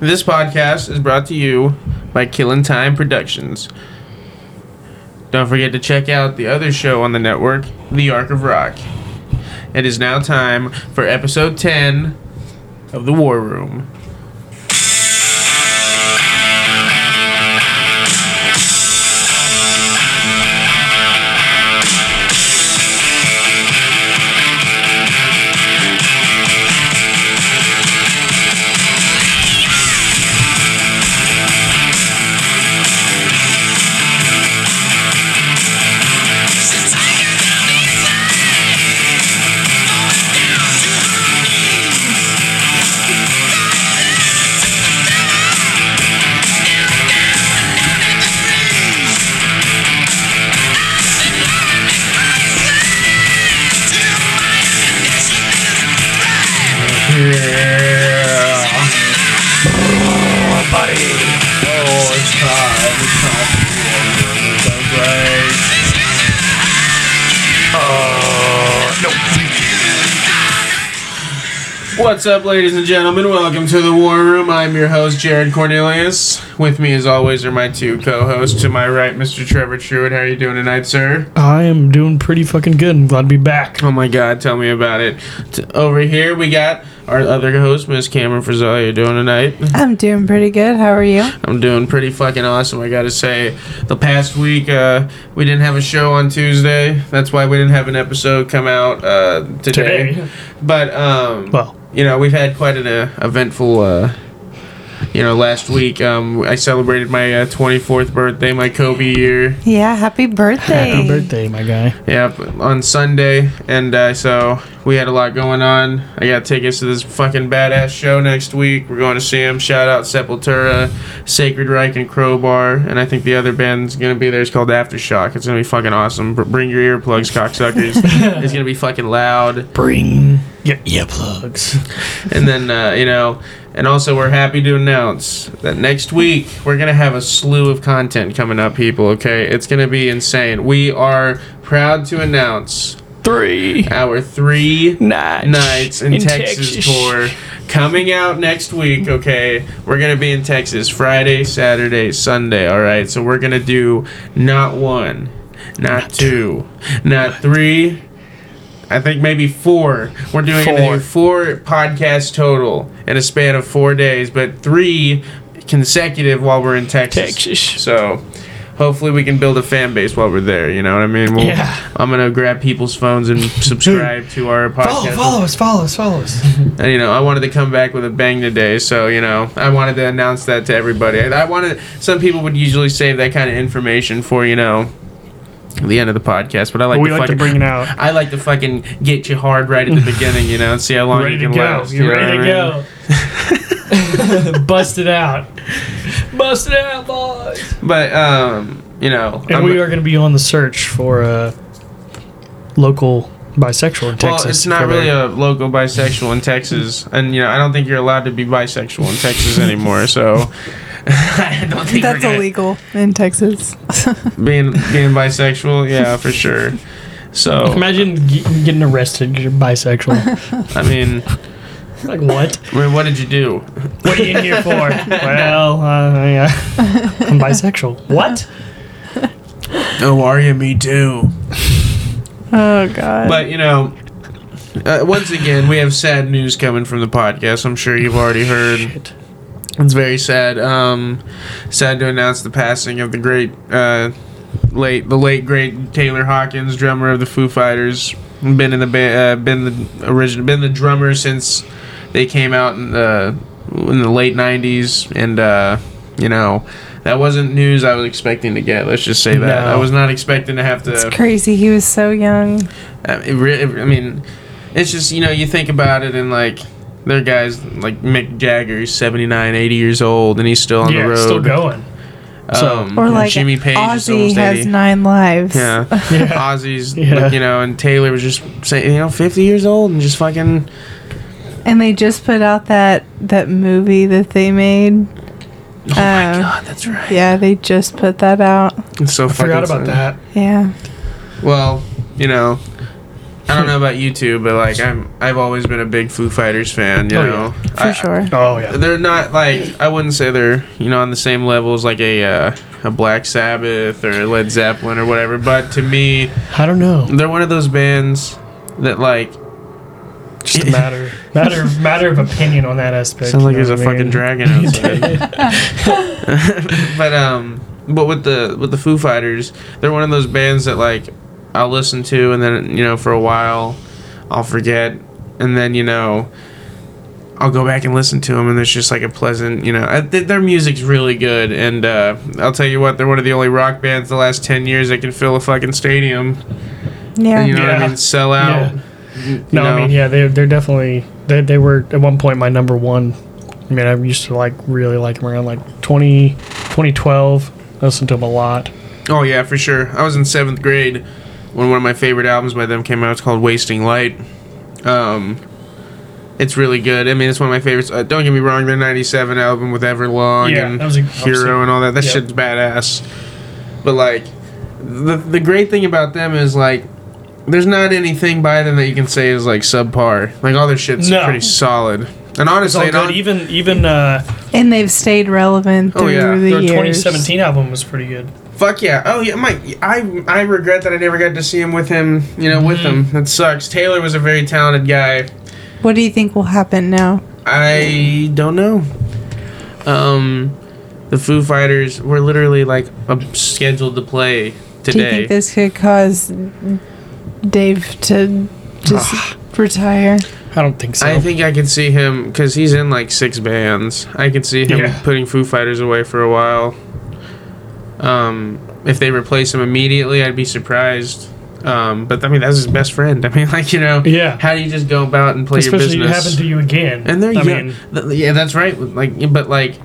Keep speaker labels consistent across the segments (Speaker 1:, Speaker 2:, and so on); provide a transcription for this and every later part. Speaker 1: This podcast is brought to you by Killin' Time Productions. Don't forget to check out the other show on the network, The Ark of Rock. It is now time for episode 10 of The War Room. Yeah. Oh, it's time. It's time for the War Room. It's so great.
Speaker 2: Uh,
Speaker 1: What's up, ladies and gentlemen? Welcome to the War Room. I'm your host, Jared Cornelius. With me, as always, are my two co-hosts. To my right, Mr. Trevor Truitt. How are you doing tonight, sir?
Speaker 2: I am doing pretty fucking good. I'm glad to be back.
Speaker 1: Oh my God, tell me about it. T- over here, we got our other host, Miss Cameron Frizzell. How you doing tonight?
Speaker 3: I'm doing pretty good. How are you?
Speaker 1: I'm doing pretty fucking awesome. I gotta say, the past week uh, we didn't have a show on Tuesday. That's why we didn't have an episode come out uh, today.
Speaker 2: Today.
Speaker 1: But um,
Speaker 2: Well,
Speaker 1: you know, we've had quite an uh, eventful. Uh, you know, last week um, I celebrated my uh, 24th birthday, my Kobe year.
Speaker 3: Yeah, happy birthday.
Speaker 2: happy birthday, my guy.
Speaker 1: Yep, on Sunday, and uh, so we had a lot going on. I got tickets to this fucking badass show next week. We're going to see him. Shout out Sepultura, Sacred Reich, and Crowbar, and I think the other band's gonna be there. It's called Aftershock. It's gonna be fucking awesome. Br- bring your earplugs, cocksuckers. it's gonna be fucking loud.
Speaker 2: Bring your earplugs.
Speaker 1: And then uh, you know, and also we're happy to announce that next week we're gonna have a slew of content coming up, people. Okay, it's gonna be insane. We are proud to announce
Speaker 2: Three
Speaker 1: our three
Speaker 2: nights,
Speaker 1: nights in, Texas, tour coming out next week. Okay, we're gonna be in Texas Friday, Saturday, Sunday. All right, so we're gonna do not one, not, two, not three. I think maybe four. We're doing gonna do four podcasts total in a span of four days, but three consecutive while we're in
Speaker 2: Texas.
Speaker 1: so hopefully we can build a fan base while we're there. You know what I mean? We'll,
Speaker 2: Yeah.
Speaker 1: I'm gonna grab people's phones and subscribe to our podcast.
Speaker 2: Follow, Oh, follow us, follow us, follow us.
Speaker 1: And you know, I wanted to come back with a bang today, so you know, I wanted to announce that to everybody. I, I wanted some people would usually save that kind of information for you know the end of the podcast, but I like
Speaker 2: we
Speaker 1: to
Speaker 2: like to
Speaker 1: fucking.
Speaker 2: bring it out.
Speaker 1: I like to fucking get you hard right at the beginning, you know, and see how long
Speaker 2: Ready
Speaker 1: you
Speaker 2: to
Speaker 1: can
Speaker 2: go.
Speaker 1: last. you
Speaker 2: You're
Speaker 1: know
Speaker 2: ready
Speaker 1: what
Speaker 2: to
Speaker 1: I mean?
Speaker 2: go. Bust it out. Bust it out, boys.
Speaker 1: But um, you know,
Speaker 2: And
Speaker 1: I'm-
Speaker 2: we are going to be on the search for a local bisexual in Texas.
Speaker 1: Well, it's
Speaker 2: if
Speaker 1: not
Speaker 2: you're
Speaker 1: really
Speaker 2: there.
Speaker 1: a local bisexual in Texas, and you know I don't think you're allowed to be bisexual in Texas anymore. So I don't think
Speaker 3: That's
Speaker 1: we're gonna-
Speaker 3: illegal in Texas.
Speaker 1: Being being bisexual, yeah, for sure. So
Speaker 2: Imagine ge- getting arrested because you're bisexual.
Speaker 1: I mean,
Speaker 2: like, what?
Speaker 1: I mean, what did you do?
Speaker 2: What are you in here for? well, uh, yeah. I'm bisexual. What?
Speaker 1: Oh, are you? Me too.
Speaker 3: oh God.
Speaker 1: But you know. Uh, once again, we have sad news coming from the podcast. I'm sure you've already heard.
Speaker 2: Shit.
Speaker 1: It's very sad. Um, sad to announce the passing of the great, uh, late the late great Taylor Hawkins, drummer of the Foo Fighters. Been in the ba- uh, been the original been the drummer since they came out in the in the late '90s, and uh, you know that wasn't news I was expecting to get. Let's just say that
Speaker 2: No.
Speaker 1: I was not expecting to have to.
Speaker 3: it's crazy. He was so young.
Speaker 1: Uh, it re- I mean, it's just, you know, you think about it and, like, there are guys like Mick Jagger, who's 79, 80 years old, and he's still on
Speaker 2: yeah,
Speaker 1: the road.
Speaker 2: still going. So-
Speaker 1: Um,
Speaker 3: Or
Speaker 1: and
Speaker 3: like
Speaker 1: Jimmy Page is
Speaker 3: Ozzy
Speaker 1: almost
Speaker 3: has
Speaker 1: 80.
Speaker 3: nine lives.
Speaker 1: yeah. Ozzy's, like,
Speaker 2: Yeah.
Speaker 1: you know, and Taylor was just saying, you know, 50 years old and just fucking.
Speaker 3: And they just put out that that movie that they made.
Speaker 1: Oh my
Speaker 3: Oh.
Speaker 1: god, that's right.
Speaker 3: Yeah, they just put that out.
Speaker 1: It's so
Speaker 2: I forgot about that.
Speaker 3: Yeah.
Speaker 1: Well, you know, I don't know about you two, but like I'm, I've always been a big Foo Fighters fan. You
Speaker 2: Oh, yeah.
Speaker 1: know,
Speaker 3: for
Speaker 1: I-
Speaker 3: sure.
Speaker 2: Oh yeah.
Speaker 1: They're not like I wouldn't say they're you know on the same level as like a uh, a Black Sabbath or Led Zeppelin or whatever. But to me,
Speaker 2: I don't know.
Speaker 1: they're one of those bands that like
Speaker 2: Just a matter matter matter of opinion on that aspect.
Speaker 1: sounds like
Speaker 2: you know
Speaker 1: there's a
Speaker 2: what I
Speaker 1: fucking
Speaker 2: mean?
Speaker 1: dragon outside. but um, but with the with the Foo Fighters, they're one of those bands that like I'll listen to, and then you know for a while I'll forget, and then you know. I'll go back and listen to them, and there's just like a pleasant, you know. I, th- their music's really good, and uh, I'll tell you what, they're one of the only rock bands the last ten years that can fill a fucking stadium.
Speaker 3: Yeah.
Speaker 1: You know what I
Speaker 2: Yeah.
Speaker 1: mean? Sell out.
Speaker 2: Yeah. No, I mean yeah, they they're definitely they they were at one point my number one. I mean, I used to like really like them around like 20, 2012. I listened to them a lot.
Speaker 1: Oh yeah, for sure. I was in seventh grade when one of my favorite albums by them came out. It's called "Wasting Light." Um, it's really good. I mean, it's one of my favorites. Uh, don't get me wrong, their '97 album with Everlong
Speaker 2: Yeah,
Speaker 1: and
Speaker 2: that was a-
Speaker 1: Hero and all that. That
Speaker 2: Yeah.
Speaker 1: shit's badass. But like, the the great thing about them is like, there's not anything by them that you can say is like subpar. Like all their shit's
Speaker 2: No.
Speaker 1: pretty solid. And
Speaker 2: It's all
Speaker 1: honestly,
Speaker 2: good.
Speaker 1: not,
Speaker 2: Even even uh,
Speaker 3: And they've stayed relevant
Speaker 1: Oh,
Speaker 3: through
Speaker 1: yeah.
Speaker 3: the
Speaker 2: their
Speaker 3: years.
Speaker 2: 2017 album was pretty good.
Speaker 1: Fuck yeah! Oh yeah, Mike. I I regret that I never got to see him with him. You know, with
Speaker 3: Mm-hmm.
Speaker 1: him. That sucks. Taylor was a very talented guy.
Speaker 3: What do you think will happen now?
Speaker 1: I don't know. Um, the Foo Fighters were literally like uh, scheduled to play
Speaker 3: Do you
Speaker 1: today.
Speaker 3: think this could cause Dave to just
Speaker 1: Ah.
Speaker 3: retire?
Speaker 2: I don't think so.
Speaker 1: I think I could see him because he's in like six bands. I could see him
Speaker 2: Yeah.
Speaker 1: putting Foo Fighters away for a while. Um, if they replace him immediately, I'd be surprised. Um, but I mean, that's his best friend. I mean, like you know,
Speaker 2: Yeah.
Speaker 1: How do you just go about and play
Speaker 2: Especially
Speaker 1: your
Speaker 2: if it
Speaker 1: business?
Speaker 2: happened to you again.
Speaker 1: and they're
Speaker 2: I
Speaker 1: young.
Speaker 2: mean,
Speaker 1: Th- yeah, that's right. Like, but like,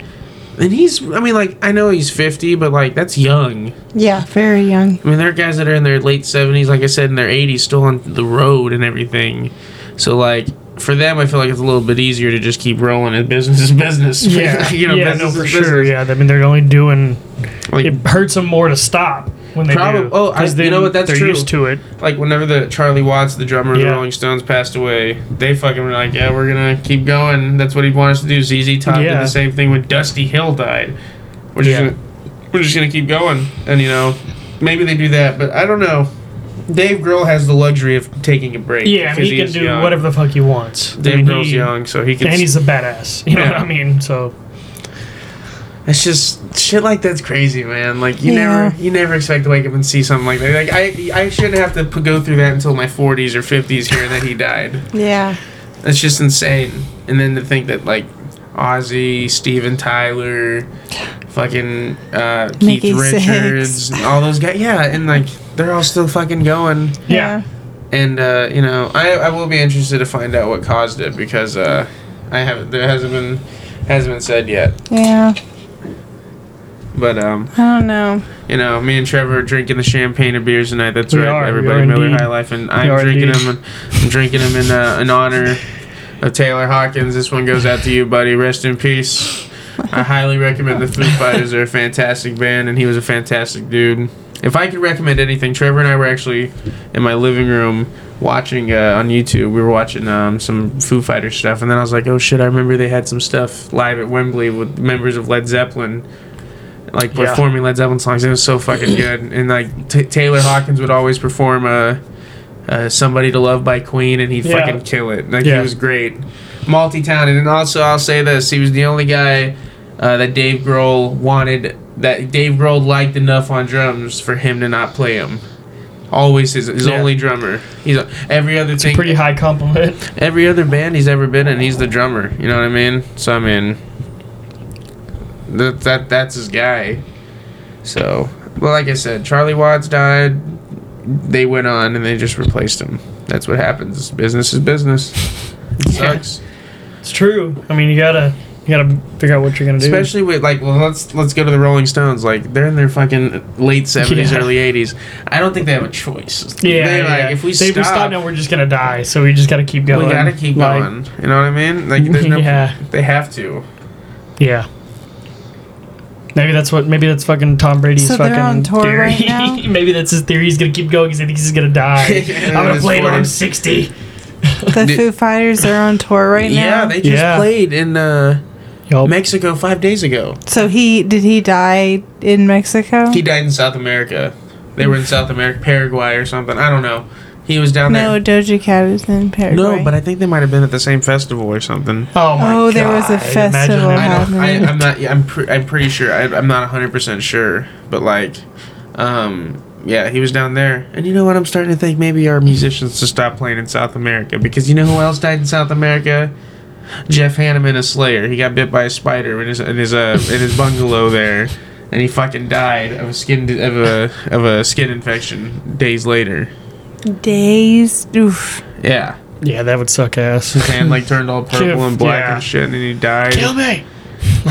Speaker 1: and he's. I mean, like, I know he's fifty, but like, that's young.
Speaker 3: Yeah, very young.
Speaker 1: I mean, there are guys that are in their late seventies, like I said, in their eighties, still on the road and everything. So like for them, I feel like it's a little bit easier to just keep rolling. And business is business.
Speaker 2: yeah,
Speaker 1: you know,
Speaker 2: yeah, no,
Speaker 1: business
Speaker 2: for
Speaker 1: is
Speaker 2: sure.
Speaker 1: business.
Speaker 2: Yeah, I mean, they're only doing.
Speaker 1: Like,
Speaker 2: It hurts them more to stop when they
Speaker 1: Probab-
Speaker 2: do.
Speaker 1: oh, I-
Speaker 2: 'cause
Speaker 1: you
Speaker 2: then
Speaker 1: know what, that's
Speaker 2: they're
Speaker 1: true.
Speaker 2: used to it.
Speaker 1: like whenever the Charlie Watts, the drummer of the
Speaker 2: Yeah.
Speaker 1: Rolling Stones, passed away, they fucking were like, "Yeah, we're gonna keep going." That's what he wanted us to do. ZZ Top did
Speaker 2: Yeah.
Speaker 1: the same thing when Dusty Hill died. We're just
Speaker 2: Yeah.
Speaker 1: gonna, we're just gonna keep going, and you know, maybe they do that, but I don't know. Dave Grohl has the luxury of taking a break.
Speaker 2: Yeah, I mean,
Speaker 1: because
Speaker 2: he can
Speaker 1: is
Speaker 2: do
Speaker 1: young.
Speaker 2: whatever the fuck he wants. I
Speaker 1: Dave
Speaker 2: mean,
Speaker 1: Grohl's
Speaker 2: he-
Speaker 1: young, so he can.
Speaker 2: and he's a badass. You know
Speaker 1: Yeah.
Speaker 2: what I mean? So
Speaker 1: It's just shit like that's crazy, man. Like you
Speaker 3: Yeah.
Speaker 1: never, you never expect to wake up and see something like that. Like I, I shouldn't have to p- go through that until my 40s or 50s here that he died.
Speaker 3: Yeah.
Speaker 1: That's just insane. And then to think that like Ozzy, Steven Tyler, fucking uh, Keith
Speaker 3: Mickey Six.
Speaker 1: Richards, and all those guys. Yeah, and like they're all still fucking going.
Speaker 2: yeah,
Speaker 1: And uh, you know, I I will be interested to find out what caused it because uh, I haven't there hasn't been hasn't been said yet.
Speaker 3: Yeah.
Speaker 1: But um,
Speaker 3: I don't know.
Speaker 1: you know, me and Trevor are drinking the champaign and beers tonight. That's
Speaker 2: We
Speaker 1: right,
Speaker 2: are, we
Speaker 1: everybody.
Speaker 2: are
Speaker 1: Miller
Speaker 2: indeed.
Speaker 1: High Life, and
Speaker 2: are
Speaker 1: I'm drinking
Speaker 2: indeed.
Speaker 1: them. I'm drinking them in uh, in honor of Taylor Hawkins. This one goes out to you, buddy. Rest in peace. I highly recommend the Foo Fighters. They're a fantastic band, and he was a fantastic dude. If I could recommend anything, Trevor and I were actually in my living room watching uh, on YouTube. We were watching um, some Foo Fighter stuff, and then I was like, "Oh shit! I remember they had some stuff live at Wembley with members of Led Zeppelin." like
Speaker 2: Yeah.
Speaker 1: performing Led Zeppelin songs. It was so fucking good. And like t- Taylor Hawkins would always perform uh, uh, "Somebody to Love" by Queen, and he'd
Speaker 2: Yeah.
Speaker 1: fucking kill it. Like he
Speaker 2: Yeah.
Speaker 1: was great, multi-talented. And also, I'll say this: he was the only guy uh, that Dave Grohl wanted that Dave Grohl liked enough on drums for him to not play him. Always his, his
Speaker 2: Yeah.
Speaker 1: only drummer. He's a- every other thing,
Speaker 2: pretty high compliment.
Speaker 1: every other band he's ever been in, he's the drummer. You know what I mean? So I mean, that that that's his guy. So, well, like I said, Charlie Watts died. They went on and they just replaced him. That's what happens. Business is business. It
Speaker 2: Yeah.
Speaker 1: Sucks.
Speaker 2: It's true. I mean, you gotta you gotta figure out what you're gonna do.
Speaker 1: Especially with like, well, let's let's go to the Rolling Stones. Like they're in their fucking late seventies,
Speaker 2: Yeah.
Speaker 1: early eighties. I don't think they have a choice.
Speaker 2: yeah,
Speaker 1: They,
Speaker 2: yeah.
Speaker 1: like, If we
Speaker 2: So
Speaker 1: stop,
Speaker 2: now, we're just gonna die. So we just gotta keep
Speaker 1: we
Speaker 2: going.
Speaker 1: gotta keep
Speaker 2: Like,
Speaker 1: going. You know what I mean? Like, there's no,
Speaker 2: Yeah.
Speaker 1: they have to.
Speaker 2: Yeah. Maybe that's what. Maybe that's fucking Tom Brady's
Speaker 3: So they're
Speaker 2: fucking
Speaker 3: on tour
Speaker 2: theory.
Speaker 3: right now?
Speaker 2: maybe that's his theory. He's gonna keep going because he thinks he's gonna die. I'm gonna
Speaker 1: It's
Speaker 2: play till
Speaker 1: funny.
Speaker 2: I'm sixty.
Speaker 3: The Foo Fighters are on tour right
Speaker 1: Yeah,
Speaker 3: now.
Speaker 1: they just
Speaker 2: Yeah. Oh.
Speaker 1: played in uh,
Speaker 2: Yup.
Speaker 1: Mexico five days ago.
Speaker 3: so he did he die in Mexico?
Speaker 1: He died in South America. They were in South America, Paraguay or something. I don't know. He was down
Speaker 3: no, Doja Cat is in
Speaker 1: there.
Speaker 3: Paraguay.
Speaker 1: No, but I think they might have been at the same festival or something.
Speaker 2: Oh my
Speaker 3: Oh, there was a
Speaker 2: God. Imagine
Speaker 3: festival
Speaker 1: I
Speaker 2: that.
Speaker 1: don't. I,
Speaker 3: happening.
Speaker 1: I'm not. yeah, I'm. Pre- I'm pretty sure. I, I'm not 100 percent sure, but like, um, yeah, he was down there. And you know what? I'm starting to think maybe our musicians should stop playing in South America because you know who else died in South America? Jeff Hanneman, a Slayer. He got bit by a spider in his in his uh in his bungalow there, and he fucking died of a skin of a of a skin infection days later.
Speaker 3: Days. Oof.
Speaker 1: Yeah,
Speaker 2: Yeah, that would suck ass.
Speaker 1: his hand like turned all purple and black
Speaker 2: Yeah.
Speaker 1: and shit, and he died.
Speaker 2: Kill me.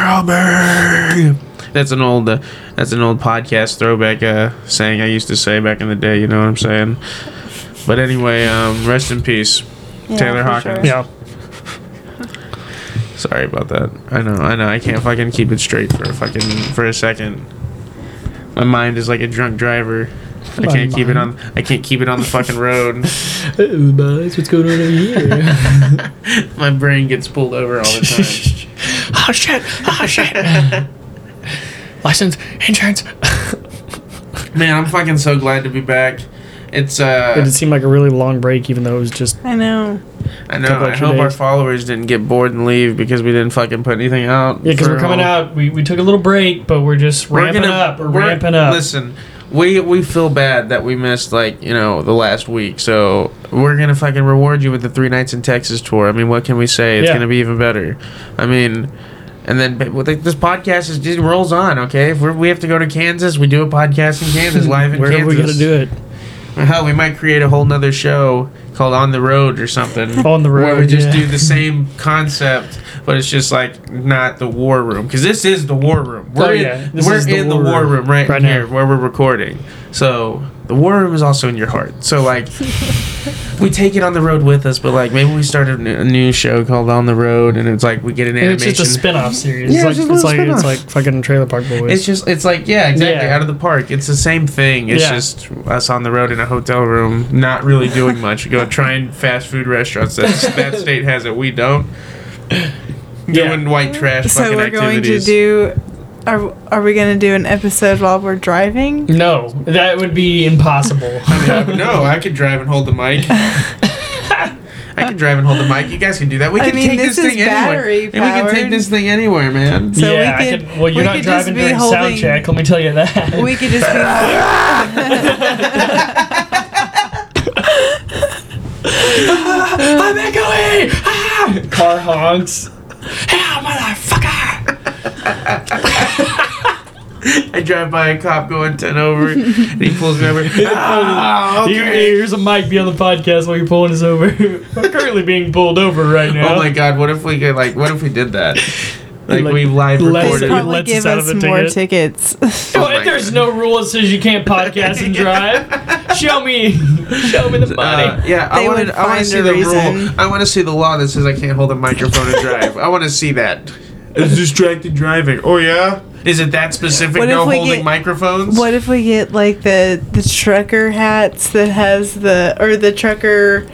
Speaker 1: Carlberg. That's an old, uh, that's an old podcast throwback uh, saying I used to say back in the day. You know what I'm saying? But anyway, um, rest in peace.
Speaker 3: Yeah,
Speaker 1: Taylor
Speaker 3: for
Speaker 1: Hawkins.
Speaker 2: Yeah.
Speaker 1: Sorry about that. I know, I know. I can't fucking keep it straight for a fucking for a second. My mind is like a drunk driver. I
Speaker 2: My
Speaker 1: can't keep it on.
Speaker 2: mind.
Speaker 1: I can't keep it on the fucking road.
Speaker 2: Hey, boys, what's going on over here?
Speaker 1: My brain gets pulled over all the time.
Speaker 2: oh shit! Oh shit! License, insurance.
Speaker 1: Man, I'm fucking so glad to be back. It's uh.
Speaker 2: It seemed like a really long break, even though it was just
Speaker 3: I know.
Speaker 1: I know.
Speaker 2: couple
Speaker 1: I
Speaker 2: extra
Speaker 1: hope our
Speaker 2: days.
Speaker 1: followers didn't get bored and leave because we didn't fucking put anything out.
Speaker 2: Yeah, because
Speaker 1: for
Speaker 2: we're coming
Speaker 1: all-
Speaker 2: out. We, we took a little break, but we're just
Speaker 1: We're
Speaker 2: ramping
Speaker 1: gonna-
Speaker 2: up. We're,
Speaker 1: we're-
Speaker 2: ramping up.
Speaker 1: Listen, we we feel bad that we missed like you know the last week, so we're gonna fucking reward you with the three nights in Texas tour. I mean, what can we say? It's
Speaker 2: Yeah.
Speaker 1: gonna be even better. I mean. And then but with it- this podcast is just rolls on, okay? If we're, we have to go to Kansas, we do a podcast in Kansas, live in
Speaker 2: Wherever
Speaker 1: Kansas.
Speaker 2: we gotta do it.
Speaker 1: Hell, we might create a whole nother show called On the Road or something.
Speaker 2: On the
Speaker 1: Where
Speaker 2: Road,
Speaker 1: we just
Speaker 2: yeah.
Speaker 1: do the same concept, but it's just like not the war room. Because this is the war room. We're
Speaker 2: Oh,
Speaker 1: in,
Speaker 2: yeah. This
Speaker 1: we're
Speaker 2: is the
Speaker 1: in
Speaker 2: war
Speaker 1: the war room,
Speaker 2: room
Speaker 1: right,
Speaker 2: right
Speaker 1: here
Speaker 2: now.
Speaker 1: where we're recording. So the war room is also in your heart. So, like, we take it on the road with us, but like maybe we start a n- a new show called On the Road and it's like we get an
Speaker 2: And it's
Speaker 1: animation.
Speaker 2: just a spin-off series.
Speaker 1: Yeah,
Speaker 2: it's
Speaker 1: it's just
Speaker 2: like
Speaker 1: a
Speaker 2: it's like, it's
Speaker 1: spin-off.
Speaker 2: like fucking Trailer Park Boys.
Speaker 1: It's just, it's like, yeah, exactly,
Speaker 2: Yeah.
Speaker 1: out of the park. It's the same thing. It's
Speaker 2: Yeah.
Speaker 1: just us on the road in a hotel room, not really doing much. Go trying fast food restaurants. That's, that state has it. We don't.
Speaker 2: Yeah.
Speaker 1: Doing white trash
Speaker 3: So
Speaker 1: fucking
Speaker 3: we're going to
Speaker 1: activities.
Speaker 3: do. Are, are we going to do an episode while we're driving?
Speaker 2: no, that would be impossible.
Speaker 1: I mean, I- no, I could drive and hold the mic. I could drive and hold the mic. You guys can do that. We
Speaker 3: I
Speaker 1: can
Speaker 3: mean,
Speaker 1: take
Speaker 3: this
Speaker 1: this,
Speaker 3: is
Speaker 1: thing anywhere.
Speaker 3: battery
Speaker 1: And we can take
Speaker 3: powered.
Speaker 1: this thing anywhere, man.
Speaker 3: So we
Speaker 2: yeah, I
Speaker 3: could-
Speaker 2: could, well, you're
Speaker 3: we
Speaker 2: not
Speaker 3: could just
Speaker 2: driving
Speaker 3: be
Speaker 2: during
Speaker 3: holding-
Speaker 2: sound check. Let me tell you that.
Speaker 3: We could just be.
Speaker 2: I'm echoing. Ah! Car honks. Ah, motherfucker!
Speaker 1: I drive by a cop going 10 over, and he pulls me over. Ah,
Speaker 2: Here-
Speaker 1: okay.
Speaker 2: Here's a mic be on the podcast while you're pulling us over. We're currently being pulled over right now.
Speaker 1: Oh my god, what if we could like what if we did that? Like,
Speaker 2: Like,
Speaker 1: we live
Speaker 2: let's-
Speaker 3: They'd
Speaker 2: It
Speaker 1: recorded.
Speaker 3: probably
Speaker 2: lets
Speaker 3: give
Speaker 2: us out
Speaker 3: us
Speaker 2: of a
Speaker 3: more
Speaker 2: ticket.
Speaker 3: tickets.
Speaker 2: Well,
Speaker 1: my
Speaker 2: if there's no rule that says you can't podcast and drive, show me, show me the money.
Speaker 1: Uh, yeah, I
Speaker 3: They
Speaker 1: want
Speaker 3: would
Speaker 1: to. I want to
Speaker 3: find
Speaker 1: see
Speaker 3: a
Speaker 1: the
Speaker 3: reason.
Speaker 1: rule. I want to see the law that says I can't hold a microphone and drive. I want to see that. It's distracted driving. Oh yeah. Is it that specific?
Speaker 3: What
Speaker 1: no
Speaker 3: if we
Speaker 1: holding
Speaker 3: get-
Speaker 1: microphones.
Speaker 3: What if we get like the the trucker hats that has the or the trucker,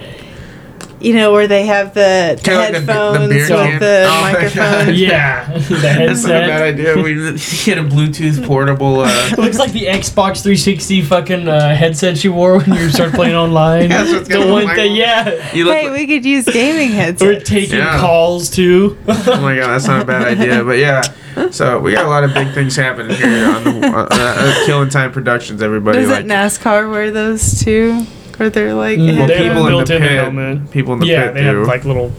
Speaker 3: you know, where they have the, the
Speaker 1: Kinda like the b- the
Speaker 3: headphones
Speaker 1: beer can.
Speaker 3: with the
Speaker 1: Oh my
Speaker 3: microphone?
Speaker 1: God.
Speaker 2: yeah, the
Speaker 1: That's not a bad
Speaker 2: headset.
Speaker 1: idea. We get a Bluetooth portable. Uh,
Speaker 2: It looks like the Xbox 360 fucking uh, headset you wore when you started playing online.
Speaker 1: Yeah, that's what's
Speaker 2: the
Speaker 1: gonna
Speaker 2: one
Speaker 1: look
Speaker 2: thing,
Speaker 1: like.
Speaker 2: yeah.
Speaker 1: you look.
Speaker 3: Hey, we could use gaming
Speaker 2: We're
Speaker 3: headsets.
Speaker 2: taking
Speaker 1: Yeah.
Speaker 2: calls too.
Speaker 1: oh my god, that's not a bad idea. But yeah, so we got a lot of big things happening here on the uh, uh, Killing Time Productions. Everybody like
Speaker 3: Doesn't NASCAR wear those too? Or they're like
Speaker 2: Mm,
Speaker 1: Well,
Speaker 2: They have
Speaker 1: people
Speaker 3: headphones?
Speaker 1: in the
Speaker 2: built-in
Speaker 1: pit.
Speaker 2: helmet.
Speaker 1: people in the
Speaker 2: yeah,
Speaker 1: pit
Speaker 2: they
Speaker 1: do.
Speaker 2: have like little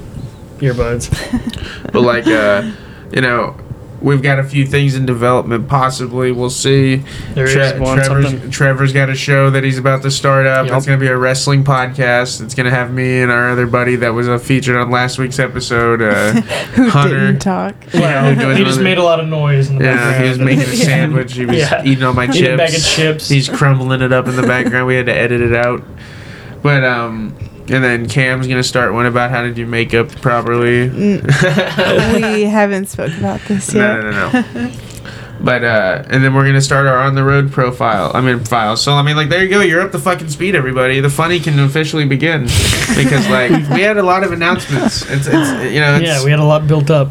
Speaker 2: earbuds.
Speaker 1: but like uh you know we've got a few things in development possibly we'll see
Speaker 2: There is one something.
Speaker 1: trevor's, trevor's got a show that he's about to start up
Speaker 2: Yep.
Speaker 1: it's going to be a wrestling podcast it's going to have me and our other buddy that was uh, featured on last week's episode uh,
Speaker 3: Who
Speaker 1: Hunter.
Speaker 3: didn't talk?
Speaker 1: Yeah, who
Speaker 2: Well,
Speaker 1: goes
Speaker 2: he just
Speaker 1: on
Speaker 2: made a lot of noise in the
Speaker 1: yeah
Speaker 2: background.
Speaker 1: he was making a sandwich he was
Speaker 2: Yeah.
Speaker 1: eating all my
Speaker 2: Eating a bag of
Speaker 1: chips
Speaker 2: chips.
Speaker 1: he's crumbling it up in the background we had to edit it out but um and then cam's going to start one about how to do makeup properly
Speaker 3: we haven't spoke about this yet.
Speaker 1: No, no, no, no. But uh, and then we're gonna start our on the road profile. I mean file. So I mean like there you go. You're up to fucking speed, everybody. The funny can officially begin because like we had a lot of announcements. It's, it's you know it's,
Speaker 2: yeah, we had a lot built up.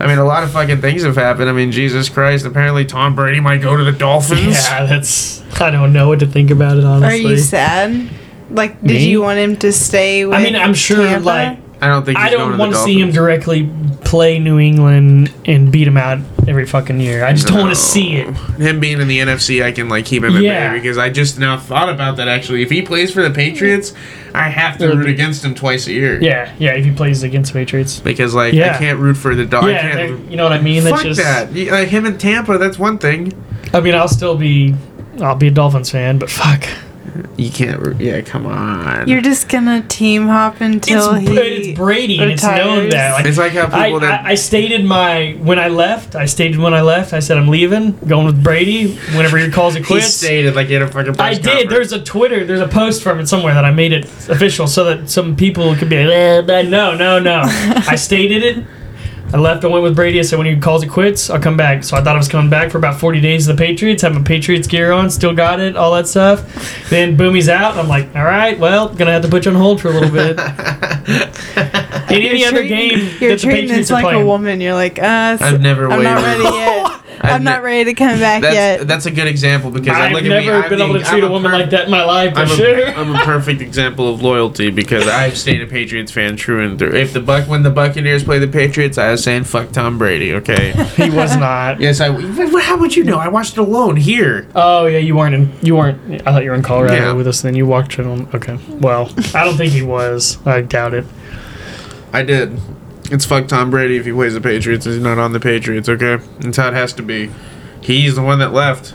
Speaker 1: I mean a lot of fucking things have happened. I mean Jesus Christ. Apparently Tom Brady might go to the Dolphins.
Speaker 2: Yeah, that's. I don't know what to think about it. Honestly,
Speaker 3: Are you sad? Like, did
Speaker 2: Me?
Speaker 3: you want him to stay with
Speaker 2: I mean, I'm sure
Speaker 3: Tampa?
Speaker 2: like
Speaker 1: I don't think. He's
Speaker 2: I don't
Speaker 1: going
Speaker 2: want
Speaker 1: to
Speaker 2: to
Speaker 1: the
Speaker 2: see him
Speaker 1: Dolphins.
Speaker 2: directly play New England and beat him out every fucking year. I just don't want
Speaker 1: No.
Speaker 2: to see it.
Speaker 1: Him being in the NFC, I can like keep him at
Speaker 2: Yeah.
Speaker 1: bay because I just now thought about that. Actually, if he plays for the Patriots, I have to
Speaker 2: They're-
Speaker 1: root against him twice a year.
Speaker 2: Yeah, yeah. If he plays against the Patriots,
Speaker 1: Because like I
Speaker 2: Yeah.
Speaker 1: can't root for the dog. Oh, I
Speaker 2: yeah, they're-
Speaker 1: can't.
Speaker 2: you know what I mean. That's
Speaker 1: Fuck
Speaker 2: just,
Speaker 1: that. You- Like him in Tampa, that's one thing.
Speaker 2: I mean, I'll still be, I'll be a Dolphins fan, but fuck,
Speaker 1: You can't. root- Yeah, come on.
Speaker 3: You're just gonna team hop until
Speaker 2: it's,
Speaker 3: he.
Speaker 2: Bra- it's Brady, and it's known
Speaker 3: retires.
Speaker 2: that. Like,
Speaker 1: it's like how
Speaker 2: I,
Speaker 1: people that
Speaker 2: I, I stated my when I left. I stated when I left. I said I'm leaving, going with Brady. Whenever he calls it
Speaker 1: he
Speaker 2: quits,
Speaker 1: stated like he had a fucking.
Speaker 2: I
Speaker 1: press
Speaker 2: did.
Speaker 1: conference.
Speaker 2: There's a Twitter. There's a post from it somewhere that I made it official so that some people could be like, eh, but no, no, no. I stated it. I left. I went with Brady. I said, when he calls it quits, I'll come back. So I thought I was coming back for about 40 days to the Patriots, have my Patriots gear on, still got it, all that stuff. Then boom, he's out. I'm like, all right, well, gonna have to put you on hold for a little bit. And any
Speaker 3: You're
Speaker 2: other
Speaker 3: treating-
Speaker 2: game
Speaker 3: You're
Speaker 2: that the
Speaker 3: treating
Speaker 2: Patriots
Speaker 3: this
Speaker 2: are
Speaker 3: like
Speaker 2: playing.
Speaker 3: a woman. You're like, uh, s-
Speaker 1: I've never
Speaker 3: I'm not
Speaker 1: waited.
Speaker 3: ready yet. I'm not ready to come back
Speaker 1: That's
Speaker 3: yet.
Speaker 1: that's a good example because I look
Speaker 2: I've
Speaker 1: at me,
Speaker 2: never
Speaker 1: I'm
Speaker 2: been
Speaker 1: the-
Speaker 2: able to treat
Speaker 1: I'm
Speaker 2: a woman
Speaker 1: per-
Speaker 2: like that in my life, for
Speaker 1: I'm,
Speaker 2: sure.
Speaker 1: a, I'm a perfect example of loyalty because I've stayed a Patriots fan true and through. If the Buck when the Buccaneers play the Patriots, I was saying fuck Tom Brady. Okay.
Speaker 2: he was not.
Speaker 1: yes, I. How would you know? I watched it alone here.
Speaker 2: Oh yeah, you weren't in. You weren't. I thought you were in Colorado
Speaker 1: Yeah.
Speaker 2: with us, and then you walked in on. Okay, well, I don't think he was. I doubt it.
Speaker 1: I did. It's fuck Tom Brady if he plays the Patriots. He's not on the Patriots. Okay. That's how it has to be. He's the one that left.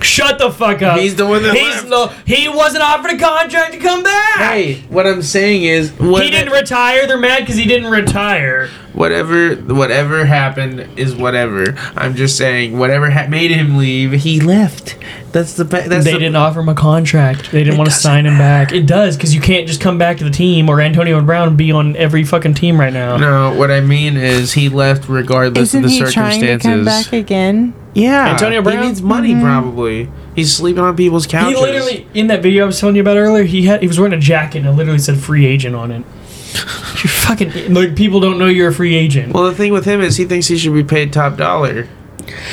Speaker 2: Shut the fuck up.
Speaker 1: He's the one that
Speaker 2: He's
Speaker 1: left.
Speaker 2: no. He wasn't offered a contract to come back.
Speaker 1: Hey, what I'm saying is, what
Speaker 2: He didn't retire. They're mad because he didn't retire.
Speaker 1: whatever whatever happened is whatever. I'm just saying whatever ha- made him leave, he left. That's the be- that's
Speaker 2: they
Speaker 1: the-
Speaker 2: didn't offer him a contract. They didn't want to sign him back. It does because you can't just come back to the team or Antonio Brown be on every fucking team right now.
Speaker 1: No, what I mean is he left regardless
Speaker 3: Isn't
Speaker 1: of the
Speaker 3: he trying to
Speaker 1: circumstances.
Speaker 3: come back Mm-hmm. again?
Speaker 1: Yeah,
Speaker 2: Antonio Brown?
Speaker 1: He needs money probably. He's sleeping on people's
Speaker 2: He
Speaker 1: couches.
Speaker 2: literally in that video I was telling you about earlier, he had he was wearing a jacket and it literally said free agent on it. You're fucking like people don't know you're a free agent.
Speaker 1: Well, the thing with him is he thinks he should be paid top dollar.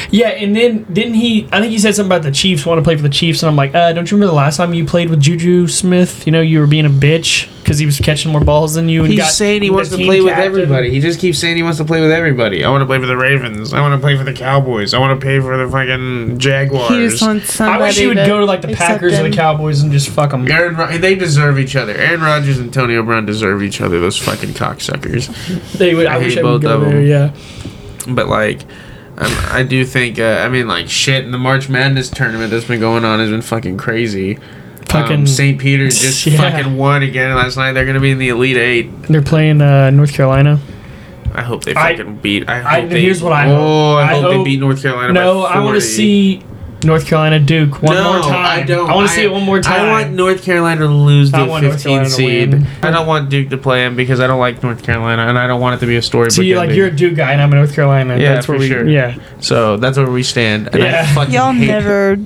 Speaker 2: Yeah, and then didn't he? I think he said something about the Chiefs want to play for the Chiefs, and I'm like, uh, don't you remember the last time you played with Juju Smith? You know, you were being a bitch because he was catching more balls than you. And
Speaker 1: He's
Speaker 2: got
Speaker 1: saying he
Speaker 2: the
Speaker 1: wants to
Speaker 2: team
Speaker 1: play with
Speaker 2: captain.
Speaker 1: everybody. He just keeps saying he wants to play with everybody. I want to play for the Ravens. I want to play for the Cowboys. I want to pay for the fucking Jaguars.
Speaker 3: He just wants
Speaker 2: I
Speaker 3: somebody.
Speaker 2: wish he would
Speaker 3: to
Speaker 2: go to like the
Speaker 3: accept
Speaker 2: Packers and
Speaker 3: him.
Speaker 2: the Cowboys and just fuck them.
Speaker 1: Aaron, Rod- they deserve each other. Aaron Rodgers and Antonio Brown deserve each other. Those fucking cocksuckers.
Speaker 2: They would. I,
Speaker 1: I
Speaker 2: wish
Speaker 1: hate
Speaker 2: I would
Speaker 1: both
Speaker 2: go
Speaker 1: of 'em.
Speaker 2: there. Yeah.
Speaker 1: But like, um, i I do think. Uh, I mean, like, shit. In the March Madness tournament that's been going on has been fucking crazy.
Speaker 2: Fucking-
Speaker 1: um, St. Peter's just
Speaker 2: Yeah.
Speaker 1: fucking won again last night. They're gonna be in the Elite Eight.
Speaker 2: They're playing uh, North Carolina.
Speaker 1: I hope they
Speaker 2: I-
Speaker 1: fucking beat. I
Speaker 2: I-
Speaker 1: hope they,
Speaker 2: here's what I hope.
Speaker 1: Oh, I,
Speaker 2: I
Speaker 1: hope, they
Speaker 2: hope-
Speaker 1: beat North Carolina.
Speaker 2: No,
Speaker 1: by
Speaker 2: I want
Speaker 1: 40.
Speaker 2: to see North Carolina Duke one
Speaker 1: no,
Speaker 2: more time.
Speaker 1: I don't.
Speaker 2: I want to see it one more time.
Speaker 1: I want North Carolina to lose
Speaker 2: I
Speaker 1: the
Speaker 2: want North
Speaker 1: 15
Speaker 2: Carolina to
Speaker 1: seed.
Speaker 2: win.
Speaker 1: I don't want Duke to play him because I don't like North Carolina and I don't want it to be a story.
Speaker 2: so you like you're a Duke guy and I'm a North Carolina.
Speaker 1: Yeah,
Speaker 2: that's where
Speaker 1: for
Speaker 2: we.
Speaker 1: sure.
Speaker 2: Yeah.
Speaker 1: So that's where we stand. And I
Speaker 2: Yeah.
Speaker 1: fucking
Speaker 3: Y'all
Speaker 1: hate
Speaker 3: never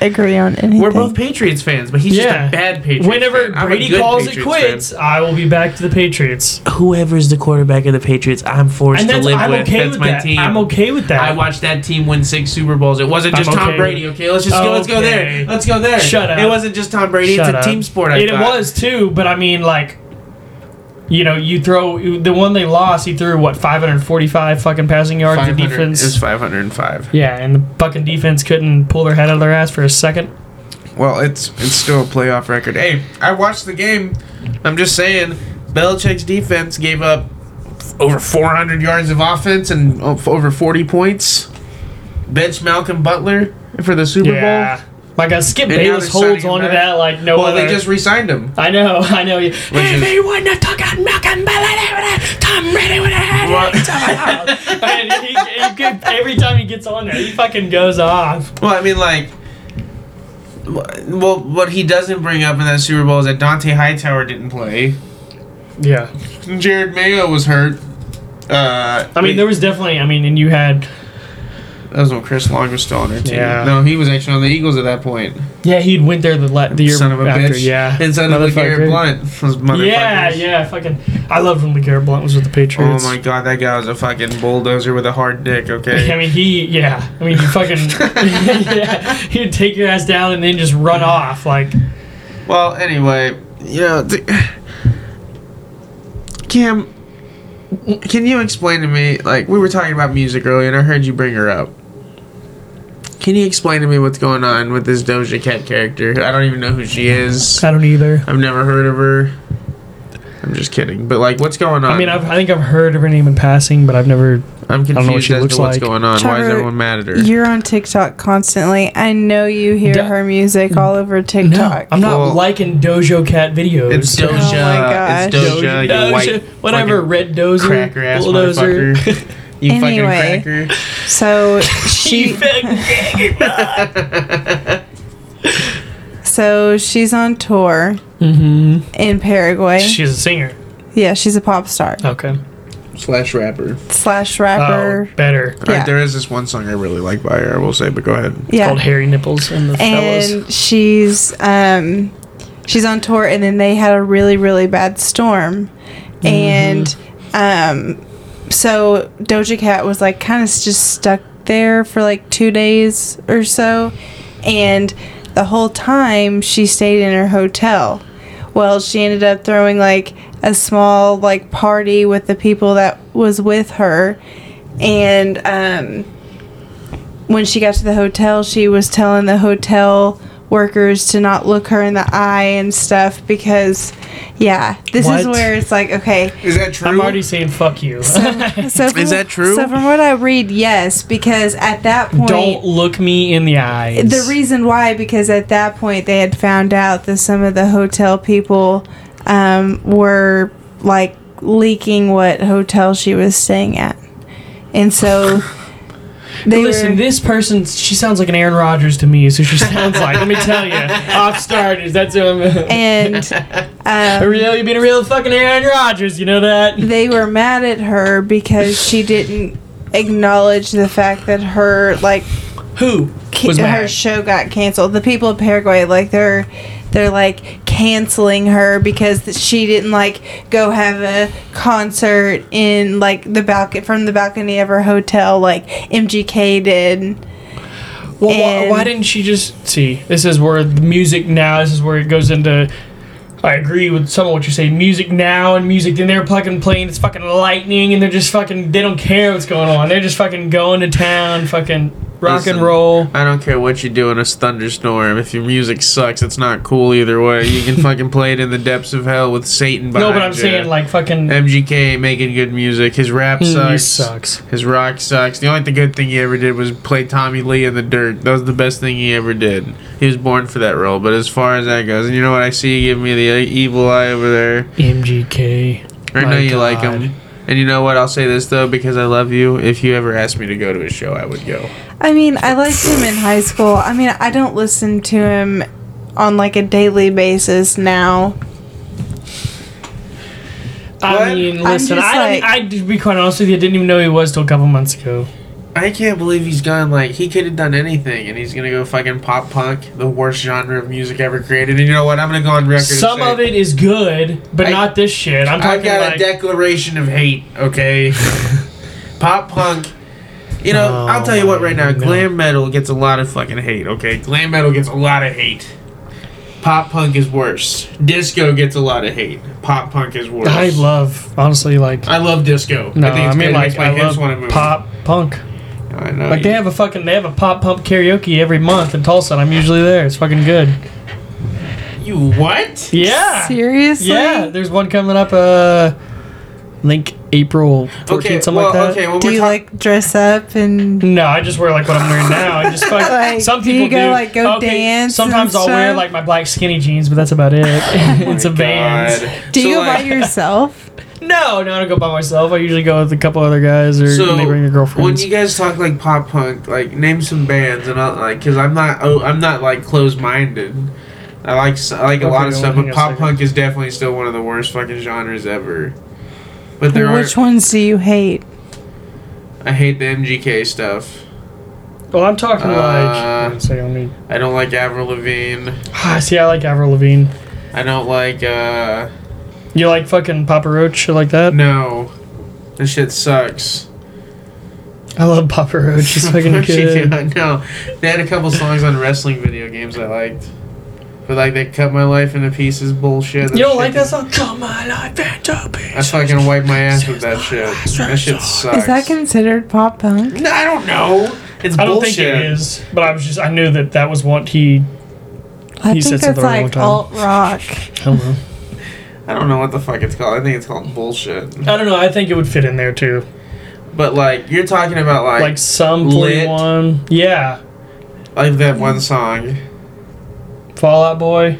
Speaker 3: agree on anything.
Speaker 1: We're both Patriots fans, but he's
Speaker 2: Yeah.
Speaker 1: just a bad Patriots.
Speaker 2: Whenever
Speaker 1: fan. I'm a
Speaker 2: Brady
Speaker 1: good
Speaker 2: calls it
Speaker 1: Patriots
Speaker 2: quits, I will be back to the Patriots.
Speaker 1: fan. whoever's the quarterback of the Patriots, I'm forced
Speaker 2: And
Speaker 1: to
Speaker 2: that's
Speaker 1: live
Speaker 2: I'm
Speaker 1: with.
Speaker 2: okay
Speaker 1: that's
Speaker 2: with
Speaker 1: my
Speaker 2: that.
Speaker 1: team.
Speaker 2: I'm okay with that.
Speaker 1: I watched that team win six Super Bowls. It wasn't just
Speaker 2: I'm
Speaker 1: Tom
Speaker 2: okay.
Speaker 1: Brady. Okay, let's just go. Let's go
Speaker 2: Okay.
Speaker 1: there. Let's go there.
Speaker 2: Shut up.
Speaker 1: It wasn't just Tom Brady.
Speaker 2: Shut
Speaker 1: it's
Speaker 2: up.
Speaker 1: a team sport. I
Speaker 2: it, it
Speaker 1: thought.
Speaker 2: was too, but I mean, like, you know, you throw the one they lost. He threw what 545 fucking passing yards. The
Speaker 1: 500
Speaker 2: defense.
Speaker 1: is 505.
Speaker 2: yeah, and the fucking defense couldn't pull their head out of their ass for a second.
Speaker 1: Well, it's it's still a playoff record. Hey, I watched the game. I'm just saying, Belichick's defense gave up over 400 yards of offense and o- over 40 points. Bench Malcolm Butler for the Super
Speaker 2: Yeah. My God, Skip
Speaker 1: And now
Speaker 2: Bayless
Speaker 1: they're signing
Speaker 2: holds
Speaker 1: him
Speaker 2: onto
Speaker 1: back.
Speaker 2: that like no
Speaker 1: Bowl. Well,
Speaker 2: other.
Speaker 1: they just re-signed him.
Speaker 2: I know, I know. Hey,
Speaker 1: is-
Speaker 2: they want to talk about Malcolm Butler, Tom Brady would
Speaker 1: Well,
Speaker 2: have And he, he could, every time he gets on there, he fucking goes off.
Speaker 1: well, I mean, like, well, what he doesn't bring up in that Super Bowl is that Dante Hightower didn't play.
Speaker 2: Yeah.
Speaker 1: Jared Mayo was hurt. Uh,
Speaker 2: I mean, there was definitely. I mean, and you had
Speaker 1: That was when Chris Long was still on their team.
Speaker 2: Yeah.
Speaker 1: No, he was actually on the Eagles at that point.
Speaker 2: Yeah, he'd went there the, la- the year
Speaker 1: Son of a
Speaker 2: after.
Speaker 1: bitch.
Speaker 2: Yeah.
Speaker 1: And suddenly Garrett
Speaker 2: Motherfucker.
Speaker 1: Blunt was motherfuckers.
Speaker 2: Yeah, yeah, fucking. I loved when LeGarrette Blunt was with the
Speaker 1: Oh
Speaker 2: Patriots.
Speaker 1: my god, that guy was a fucking bulldozer with a hard dick,
Speaker 2: I
Speaker 1: okay?
Speaker 2: mean, he, yeah. I mean, he fucking, yeah. He'd take your ass down and then just run off. Like,
Speaker 1: well, anyway, you know, th- Cam, can you explain to me, like, we were talking about music earlier and I heard you bring her up. Can you explain to me what's going on with this Doja Cat character? I don't even know who she is.
Speaker 2: I don't either.
Speaker 1: I've never heard of her. I'm just kidding. But, like, what's going on?
Speaker 2: I mean, I've, I think I've heard of her name in passing, but I've never.
Speaker 1: I'm
Speaker 2: don't know what
Speaker 1: confused
Speaker 2: she
Speaker 1: as
Speaker 2: looks
Speaker 1: to what's
Speaker 2: like.
Speaker 1: going on. Why is
Speaker 3: Trevor,
Speaker 1: everyone mad at her?
Speaker 3: You're on TikTok constantly. I know you hear
Speaker 2: Do-
Speaker 3: her music all over
Speaker 2: No,
Speaker 3: TikTok.
Speaker 2: I'm not
Speaker 1: Well-
Speaker 2: liking Dojo Cat videos.
Speaker 1: It's Doja.
Speaker 3: oh my
Speaker 1: It's
Speaker 3: gosh.
Speaker 1: Doja. you
Speaker 2: Doja,
Speaker 1: white
Speaker 2: whatever,
Speaker 1: fucking
Speaker 2: Red Dozer,
Speaker 1: cracker ass
Speaker 2: Bulldozer.
Speaker 1: motherfucker. You
Speaker 3: Anyway.
Speaker 1: fucking cracker.
Speaker 3: So
Speaker 2: She
Speaker 3: she,
Speaker 2: fucking.
Speaker 3: so she's on tour
Speaker 2: mm-hmm.
Speaker 3: in Paraguay.
Speaker 2: She's a singer.
Speaker 3: yeah, she's a pop star
Speaker 2: Okay.
Speaker 1: Slash rapper.
Speaker 3: slash
Speaker 2: Oh,
Speaker 3: rapper.
Speaker 2: better.
Speaker 1: Alright,
Speaker 3: Yeah.
Speaker 1: there is this one song I really like by her, I will say, but go ahead.
Speaker 2: It's
Speaker 3: yeah,
Speaker 2: called Hairy Nipples and the Fellows.
Speaker 3: and she's um she's on tour and then they had a really really bad storm
Speaker 2: Mm-hmm.
Speaker 3: and um so doja cat was like kind of just stuck there for like two days or so and the whole time she stayed in her hotel well she ended up throwing like a small like party with the people that was with her and um when she got to the hotel, she was telling the hotel workers to not look her in the eye and stuff because, yeah, this is
Speaker 2: What?
Speaker 3: where it's like, okay.
Speaker 1: Is that true?
Speaker 2: I'm already saying fuck you.
Speaker 3: So from,
Speaker 1: that true?
Speaker 3: So from what I read, yes, because at that point,
Speaker 2: Don't look me in the eyes.
Speaker 3: the reason why because at that point they had found out that some of the hotel people um, were like leaking what hotel she was staying at, and so. They
Speaker 2: Listen,
Speaker 3: were,
Speaker 2: this person, she sounds like an Aaron Rodgers to me. So she sounds like. Let me tell you, off starters. That's who I'm.
Speaker 3: and um,
Speaker 2: Real, you've been a real fucking Aaron Rodgers. You know that.
Speaker 3: they were mad at her because she didn't acknowledge the fact that her like
Speaker 2: Who
Speaker 3: ca-
Speaker 2: was
Speaker 3: her
Speaker 2: mad?
Speaker 3: show got canceled. The people of Paraguay like they're they're like canceling her because th- she didn't like go have a concert in like the balcony from the balcony of her hotel like MGK did.
Speaker 2: Well, why,
Speaker 3: And-
Speaker 2: why didn't she just see? This is where the music now. This is where it goes into. I agree with some of what you say. Music now and music then they're fucking playing. It's fucking lightning, and they're just fucking. They don't care what's going on. They're just fucking going to town. Fucking rock
Speaker 1: Listen.
Speaker 2: and roll.
Speaker 1: I don't care what you do in a thunderstorm. If your music sucks, it's not cool either way. You can fucking play it in the depths of hell with Satan behind
Speaker 2: No, but I'm
Speaker 1: ya.
Speaker 2: saying like fucking.
Speaker 1: MGK making good music. His rap
Speaker 2: Mm, he
Speaker 1: sucks.
Speaker 2: sucks.
Speaker 1: His rock sucks. The only th- good thing he ever did was play Tommy Lee in the dirt. That was the best thing he ever did. He was born for that role. But as far as that goes, and you know what I see, you give me the uh, evil eye over there.
Speaker 2: MGK.
Speaker 1: I
Speaker 2: My
Speaker 1: know you like
Speaker 2: God.
Speaker 1: him. And you know what? I'll say this though, because I love you. If you ever asked me to go to a show, I would go.
Speaker 3: I mean, I liked him in high school. I mean, I don't listen to him on like a daily basis now.
Speaker 2: I
Speaker 1: What?
Speaker 2: mean,
Speaker 1: I'm
Speaker 2: listen.
Speaker 3: just
Speaker 2: I,
Speaker 3: like-
Speaker 2: I, I to be quite honest with you, I didn't even know he was till a couple months ago.
Speaker 1: I can't believe he's gone. Like he could have done anything, and he's gonna go fucking pop punk, the worst genre of music ever created. And you know what? I'm gonna go on record. and
Speaker 2: Some
Speaker 1: say-
Speaker 2: of it is good, but
Speaker 1: I-
Speaker 2: not this shit. I'm
Speaker 1: I
Speaker 2: talking
Speaker 1: got
Speaker 2: like
Speaker 1: a declaration of hate, okay? Pop punk. You know,
Speaker 2: Oh
Speaker 1: I'll tell you what right now,
Speaker 2: my God.
Speaker 1: glam metal gets a lot of fucking hate, okay? Glam metal gets a lot of hate. Pop punk is worse. Disco gets a lot of hate. Pop punk is worse.
Speaker 2: I love honestly like
Speaker 1: I love disco.
Speaker 2: No,
Speaker 1: I think
Speaker 2: I,
Speaker 1: it's
Speaker 2: mean
Speaker 1: good. It
Speaker 2: like
Speaker 1: makes my
Speaker 2: I
Speaker 1: hips
Speaker 2: love
Speaker 1: wanna move.
Speaker 2: pop punk.
Speaker 1: I know.
Speaker 2: Like they have a fucking they have a pop punk karaoke every month in Tulsa. and I'm usually there. It's fucking good.
Speaker 1: you what?
Speaker 2: Yeah,
Speaker 3: Seriously?
Speaker 2: yeah. There's one coming up. Uh, like April 14th,
Speaker 1: Okay,
Speaker 2: something
Speaker 1: well,
Speaker 2: like that.
Speaker 1: okay, well,
Speaker 3: Do
Speaker 1: we're
Speaker 3: you
Speaker 1: talk-
Speaker 3: like dress up and
Speaker 2: No, I just wear like what I'm wearing now. I just fuck,
Speaker 3: Like,
Speaker 2: some
Speaker 3: do
Speaker 2: people
Speaker 3: you go, like, go dance
Speaker 2: Sometimes
Speaker 3: and
Speaker 2: I'll wear
Speaker 3: stuff?
Speaker 2: like my black skinny jeans, but that's about it. it's a
Speaker 1: Oh God.
Speaker 2: band.
Speaker 3: do you
Speaker 1: So,
Speaker 3: go
Speaker 1: like-
Speaker 3: by yourself?
Speaker 2: No, no, I don't go by myself. I usually go with a couple other guys or
Speaker 1: So
Speaker 2: they bring their
Speaker 1: when
Speaker 2: girlfriends.
Speaker 1: you guys talk like pop punk, like name some bands and I'll like because I'm not oh, I'm not like closed minded. I like s- I like a
Speaker 2: Okay,
Speaker 1: lot of
Speaker 2: well,
Speaker 1: stuff, but
Speaker 2: hang on a
Speaker 1: pop
Speaker 2: second.
Speaker 1: punk is definitely still one of the worst fucking genres ever. But there
Speaker 3: Which
Speaker 1: are
Speaker 3: ones do you hate?
Speaker 1: I hate the MGK stuff.
Speaker 2: Well, I'm
Speaker 1: Uh,
Speaker 2: talking like. Wait a second, let me.
Speaker 1: I don't like Avril Lavigne.
Speaker 2: Ah, see, I like Avril Lavigne.
Speaker 1: I don't like uh
Speaker 2: You like fucking Papa Roach, shit like that?
Speaker 1: no. This shit sucks.
Speaker 2: I love Papa Roach. She's fucking
Speaker 1: She
Speaker 2: good.
Speaker 1: did- no. They had a couple songs on wrestling video games I liked. But like they cut my life into pieces bullshit.
Speaker 2: You don't
Speaker 1: shit
Speaker 2: like
Speaker 1: did-
Speaker 2: that song? Come my life into
Speaker 1: I
Speaker 2: bitch.
Speaker 1: fucking wipe my ass with that shit. That shit sucks.
Speaker 3: Is that considered pop punk?
Speaker 1: No, I don't know. It's
Speaker 2: I don't
Speaker 1: bullshit.
Speaker 2: think it is, but I was just I knew that that was what he.
Speaker 3: I
Speaker 2: He said
Speaker 3: think
Speaker 2: something
Speaker 3: that's
Speaker 2: wrong one
Speaker 3: like
Speaker 2: time.
Speaker 3: alt rock.
Speaker 2: I don't know.
Speaker 1: I don't know what the fuck it's called. I think it's called bullshit.
Speaker 2: I don't know. I think it would fit in there too.
Speaker 1: But like you're talking about like
Speaker 2: Like
Speaker 1: like,
Speaker 2: some
Speaker 1: Lit.
Speaker 2: forty one. Yeah,
Speaker 1: that one song.
Speaker 2: Fallout Boy.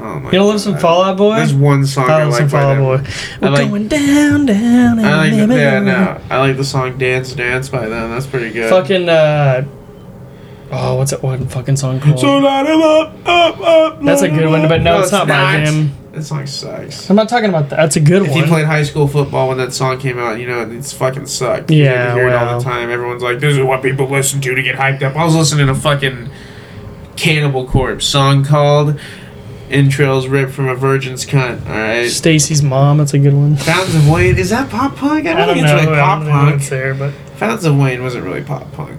Speaker 1: Oh my
Speaker 2: You don't love some
Speaker 1: God.
Speaker 2: Fallout Boy?
Speaker 1: There's one song I,
Speaker 2: I love
Speaker 1: like
Speaker 2: some
Speaker 1: by
Speaker 2: Fall Out
Speaker 1: them.
Speaker 2: Boy.
Speaker 1: I like-
Speaker 2: down, down.
Speaker 1: I like
Speaker 2: and
Speaker 1: the, yeah,
Speaker 2: living.
Speaker 1: no. I like the song Dance Dance by them. That's pretty good.
Speaker 2: Fucking uh. Oh, what's that one fucking song called?
Speaker 1: So light 'em up, up, up.
Speaker 2: That's a
Speaker 1: light 'em
Speaker 2: good one,
Speaker 1: up.
Speaker 2: but no, it's not my jam.
Speaker 1: That song sucks.
Speaker 2: I'm not talking about that. That's a good
Speaker 1: If you
Speaker 2: one.
Speaker 1: played high school football when that song came out, you know it's fucking sucked.
Speaker 2: Yeah,
Speaker 1: you hear it all
Speaker 2: well.
Speaker 1: the time. Everyone's like, "This is what people listen to to get hyped up." I was listening to fucking Cannibal Corpse song called "Entrails Ripped from a Virgin's Cunt." All right,
Speaker 2: Stacy's mom. That's a good one.
Speaker 1: Fountains of Wayne is that pop punk? I don't,
Speaker 2: I don't
Speaker 1: think
Speaker 2: know.
Speaker 1: it's really
Speaker 2: I
Speaker 1: pop
Speaker 2: don't know
Speaker 1: punk.
Speaker 2: what's there, but
Speaker 1: Fountains of Wayne wasn't really pop punk.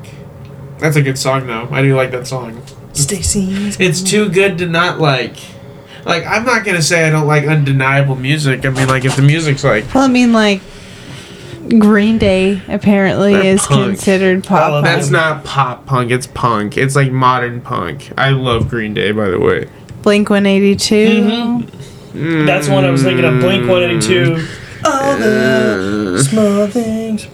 Speaker 1: That's a good song though. I do like that song.
Speaker 2: Stacy's.
Speaker 1: It's too good to not like. Like I'm not gonna say I don't like undeniable music. I mean, like if the music's like
Speaker 3: Well, I mean, like Green Day apparently
Speaker 1: They're
Speaker 3: is
Speaker 1: punk.
Speaker 3: considered
Speaker 2: All of
Speaker 3: pop
Speaker 1: that's
Speaker 3: punk.
Speaker 2: them.
Speaker 1: not pop punk, it's punk. It's like modern punk. I love Green Day, by the way.
Speaker 3: Blink One Eighty Two.
Speaker 2: Mhm. That's one I was thinking of. Blink 182. All the small things.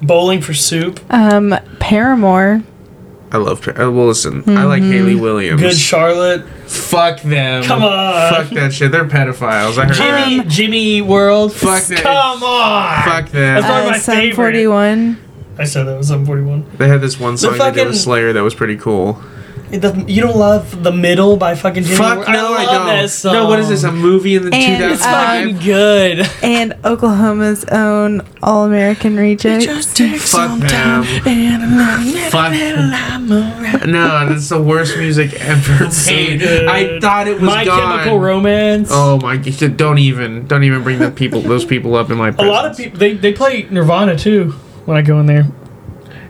Speaker 2: Bowling for soup.
Speaker 3: Um, Paramore.
Speaker 1: I love. Well, listen, I like Haley Williams.
Speaker 2: Mm-hmm. Good Charlotte.
Speaker 1: Fuck them.
Speaker 2: Come on.
Speaker 1: Fuck that shit. They're pedophiles. I heard that.
Speaker 2: Jimmy Jimmy Eat World.
Speaker 1: Um, Fuck that.
Speaker 2: Come on.
Speaker 1: Fuck them.
Speaker 2: That's Probably
Speaker 3: Uh,
Speaker 2: my
Speaker 3: Sum
Speaker 2: favorite.
Speaker 3: Forty One.
Speaker 2: I said that was 741.
Speaker 1: They had this one song they did
Speaker 2: fucking-
Speaker 1: with Slayer that was pretty cool.
Speaker 2: It doesn't- You don't love The Middle by fucking Jimmy
Speaker 1: Fuck
Speaker 2: World?
Speaker 1: no, I,
Speaker 2: love that
Speaker 1: don't.
Speaker 2: song.
Speaker 1: No, what is this? A movie in the
Speaker 3: And,
Speaker 1: two
Speaker 2: It's
Speaker 1: thousand five?
Speaker 2: fucking good.
Speaker 3: and Oklahoma's own All American Rejects.
Speaker 1: Fuck them. Fuck. No, that's the worst music ever
Speaker 2: so
Speaker 1: made.
Speaker 2: good.
Speaker 1: I thought it was
Speaker 2: My
Speaker 1: gone.
Speaker 2: Chemical Romance.
Speaker 1: Oh my! god! Don't even, don't even bring the people, those people up in my.
Speaker 2: A lot of people they, they play Nirvana too when I go in there.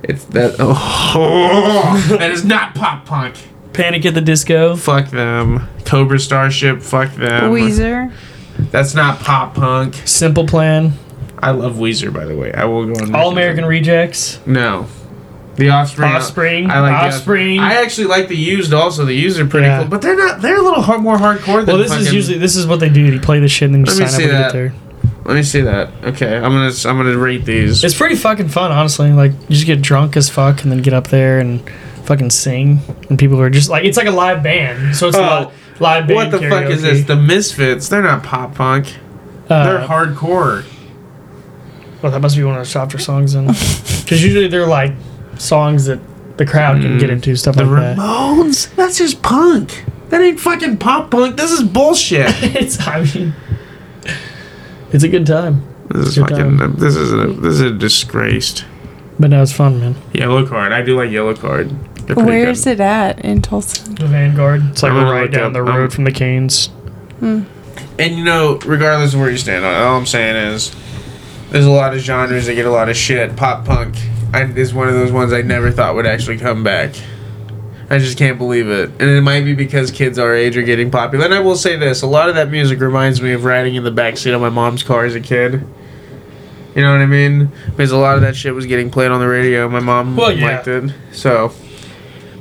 Speaker 1: It's that. Oh, that is not pop punk.
Speaker 2: Panic at the Disco.
Speaker 1: Fuck them. Cobra Starship. Fuck them.
Speaker 3: Weezer.
Speaker 1: That's not pop punk.
Speaker 2: Simple Plan.
Speaker 1: I love Weezer, by the way. I will go on. record.
Speaker 2: All American Rejects.
Speaker 1: No. The offspring. uh,
Speaker 2: Offspring.
Speaker 1: I like the Off-
Speaker 2: Offspring.
Speaker 1: I actually like the used also. The used are pretty
Speaker 2: Yeah.
Speaker 1: cool, but they're not. They're a little hard, more hardcore than.
Speaker 2: Well, this is
Speaker 1: fucking-
Speaker 2: usually this is what they do. They play this shit and then you
Speaker 1: Let me
Speaker 2: sign up
Speaker 1: see
Speaker 2: and
Speaker 1: that.
Speaker 2: get there.
Speaker 1: Let me see that. Okay, I'm gonna I'm gonna rate these.
Speaker 2: It's pretty fucking fun, honestly. Like you just get drunk as fuck and then get up there and fucking sing, and people are just like it's like a live band. So it's
Speaker 1: Oh.
Speaker 2: a li- live band.
Speaker 1: what the fuck is
Speaker 2: karaoke.
Speaker 1: this? The Misfits? They're not pop punk.
Speaker 2: Uh,
Speaker 1: They're hardcore.
Speaker 2: Well, that must be one of the softer songs, then, because usually they're like songs that the crowd can get into stuff
Speaker 1: Mm. The
Speaker 2: like that.
Speaker 1: Ramones? That's just punk. That ain't fucking pop punk. This is bullshit.
Speaker 2: it's I mean, it's a good time,
Speaker 1: this is
Speaker 2: Good
Speaker 1: fucking. This is a, this is a disgraced.
Speaker 2: but now it's fun, man.
Speaker 1: Yellow card. I do like yellow card. They're pretty
Speaker 3: Where
Speaker 1: good.
Speaker 3: is it at in Tulsa?
Speaker 2: The Vanguard. It's like
Speaker 1: I'm gonna
Speaker 2: right
Speaker 1: look
Speaker 2: down
Speaker 1: up-
Speaker 2: the
Speaker 1: I'm-
Speaker 2: road from the Canes.
Speaker 1: And you know, regardless of where you stand on, it, all I'm saying is, there's a lot of genres that get a lot of shit. Pop punk I, is one of those ones I never thought would actually come back. I just can't believe it, and it might be because kids our age are getting popular. And I will say this: a lot of that music reminds me of riding in the backseat of my mom's car as a kid. You know what I mean? Because a lot of that shit was getting played on the radio. My mom
Speaker 2: Well, yeah.
Speaker 1: liked it, so.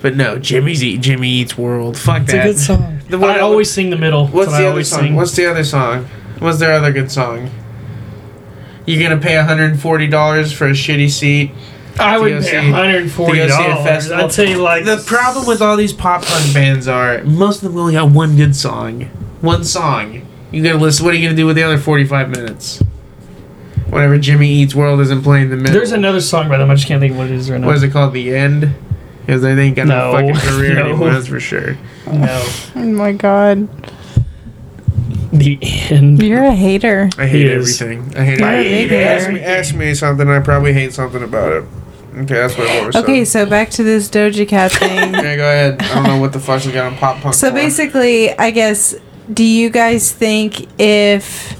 Speaker 1: But no, Jimmy's eat Jimmy Eats World. Fuck
Speaker 2: It's
Speaker 1: that.
Speaker 2: a good song.
Speaker 1: The one
Speaker 2: I
Speaker 1: I-
Speaker 2: always sing the middle. That's
Speaker 1: What's
Speaker 2: what
Speaker 1: the
Speaker 2: I
Speaker 1: other
Speaker 2: always
Speaker 1: song?
Speaker 2: sing.
Speaker 1: What's the other song? What's their other good song? You gonna pay $140 for a shitty seat?
Speaker 2: I would
Speaker 1: see-
Speaker 2: pay one hundred and forty
Speaker 1: to go see a
Speaker 2: dollars.
Speaker 1: festival?
Speaker 2: I'd say like
Speaker 1: The problem with all these pop punk bands are most of them only got one good song. One song. You gotta listen. What are you gonna do with the other 45 minutes? Whenever Jimmy Eats World isn't playing the middle.
Speaker 2: There's another song by them. I just can't think of what it is right now.
Speaker 1: What is it called? The End? Because they ain't got no,
Speaker 2: No.
Speaker 1: fucking career
Speaker 2: No.
Speaker 1: anymore, that's for sure.
Speaker 2: No,
Speaker 3: Oh my God,
Speaker 2: the end.
Speaker 3: you're a hater.
Speaker 1: I hate
Speaker 2: He is.
Speaker 1: everything. I hate
Speaker 3: You're a
Speaker 1: everything.
Speaker 3: hater.
Speaker 1: Ask me, ask me something, I probably hate something about it. Okay, that's what I was
Speaker 3: Okay, so back to this Doja Cat thing.
Speaker 1: Okay, go ahead. I don't know what the fuck you got on pop punk.
Speaker 3: so
Speaker 1: for.
Speaker 3: basically, I guess, do you guys think if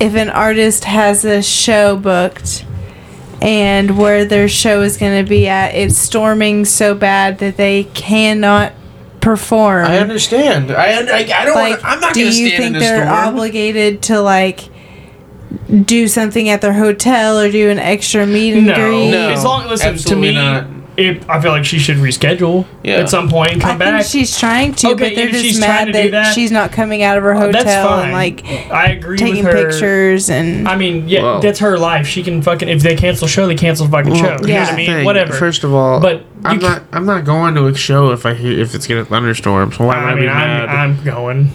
Speaker 3: if an artist has a show booked and where their show is going to be at, it's storming so bad that they cannot perform?
Speaker 1: I understand. I I, I don't.
Speaker 3: like,
Speaker 1: wanna, I'm not
Speaker 3: do
Speaker 1: going to
Speaker 3: you
Speaker 1: stand in
Speaker 3: think
Speaker 1: this
Speaker 3: they're
Speaker 1: storm.
Speaker 3: obligated to like do something at their hotel or do an extra meet and
Speaker 2: No,
Speaker 3: greet?
Speaker 1: No,
Speaker 2: As long listen to
Speaker 1: absolutely
Speaker 2: me,
Speaker 1: not.
Speaker 2: it, I feel like she should reschedule
Speaker 1: Yeah.
Speaker 2: at some point and
Speaker 3: I
Speaker 2: come
Speaker 3: think
Speaker 2: back.
Speaker 3: she's trying to,
Speaker 2: Okay,
Speaker 3: but they're
Speaker 2: if she's
Speaker 3: just
Speaker 2: trying to
Speaker 3: mad
Speaker 2: do
Speaker 3: that,
Speaker 2: that, uh,
Speaker 3: she's not coming out of her
Speaker 2: that's
Speaker 3: hotel
Speaker 2: fine.
Speaker 3: and like
Speaker 2: I agree
Speaker 3: taking
Speaker 2: with her.
Speaker 3: pictures and
Speaker 2: I mean, yeah,
Speaker 1: Well-
Speaker 2: that's her life. She can fucking if they cancel a show, they cancel a fucking show. You know
Speaker 3: here's
Speaker 2: what
Speaker 3: the
Speaker 2: I mean? Whatever.
Speaker 1: First of all,
Speaker 2: But
Speaker 1: I'm
Speaker 2: you c-
Speaker 1: not. I'm not going to a show if I hear if it's gonna thunderstorm. So why would I,
Speaker 2: I
Speaker 1: be
Speaker 2: mean,
Speaker 1: mad?
Speaker 2: I'm, I'm going.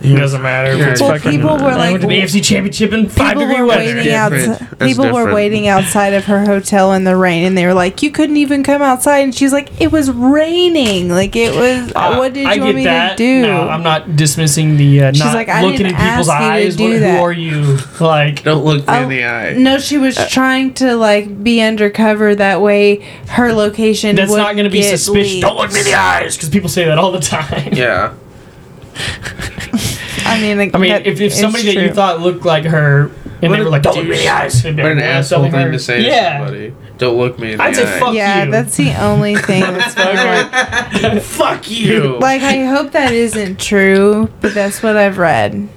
Speaker 1: You know,
Speaker 2: Doesn't matter.
Speaker 1: Yeah,
Speaker 2: If it's
Speaker 1: Well,
Speaker 2: fucking,
Speaker 3: people were
Speaker 2: I
Speaker 3: like
Speaker 2: went to the AFC Championship in five
Speaker 3: people
Speaker 2: degree
Speaker 3: were
Speaker 2: weather.
Speaker 3: waiting
Speaker 1: Yeah.
Speaker 3: outside.
Speaker 1: Different. That's
Speaker 3: People were
Speaker 1: different.
Speaker 3: waiting outside of her hotel in the rain, and they were like, "You couldn't even come outside." And she's like, "It was raining. Like it was.
Speaker 2: Uh,
Speaker 3: what did you
Speaker 2: I
Speaker 3: want
Speaker 2: get
Speaker 3: me
Speaker 2: that.
Speaker 3: to do?"
Speaker 2: No, I'm not dismissing the uh,
Speaker 3: She's
Speaker 2: not
Speaker 3: like, I
Speaker 2: looking in
Speaker 3: didn't
Speaker 2: people's
Speaker 3: ask you to
Speaker 2: eyes.
Speaker 3: do
Speaker 2: What- who
Speaker 3: that.
Speaker 2: are you? Like,
Speaker 1: don't look me in
Speaker 3: Oh,
Speaker 1: the eye.
Speaker 3: No, she was
Speaker 1: Uh,
Speaker 3: trying to like be undercover. That way, her location
Speaker 2: that's not
Speaker 3: going to
Speaker 2: be suspicious. Don't look me in the eyes because people say that all the time.
Speaker 1: Yeah.
Speaker 3: I mean, like,
Speaker 2: I mean,
Speaker 3: that
Speaker 2: if, if
Speaker 3: is
Speaker 2: somebody that you
Speaker 3: true.
Speaker 2: thought looked like her
Speaker 1: What
Speaker 2: and they
Speaker 1: a
Speaker 2: were like, don't look me in
Speaker 1: douche.
Speaker 2: the eyes. they'd be
Speaker 1: What an
Speaker 2: like, "Yeah,
Speaker 1: asshole
Speaker 2: something
Speaker 1: thing
Speaker 2: hurt."
Speaker 1: to say
Speaker 2: Yeah.
Speaker 1: to somebody. Don't look me in the
Speaker 2: I'd say
Speaker 1: eye.
Speaker 2: fuck
Speaker 3: yeah,
Speaker 2: you.
Speaker 3: that's the only thing. that's
Speaker 2: Like,
Speaker 1: fuck you.
Speaker 3: like, I hope that isn't true, but that's what I've read.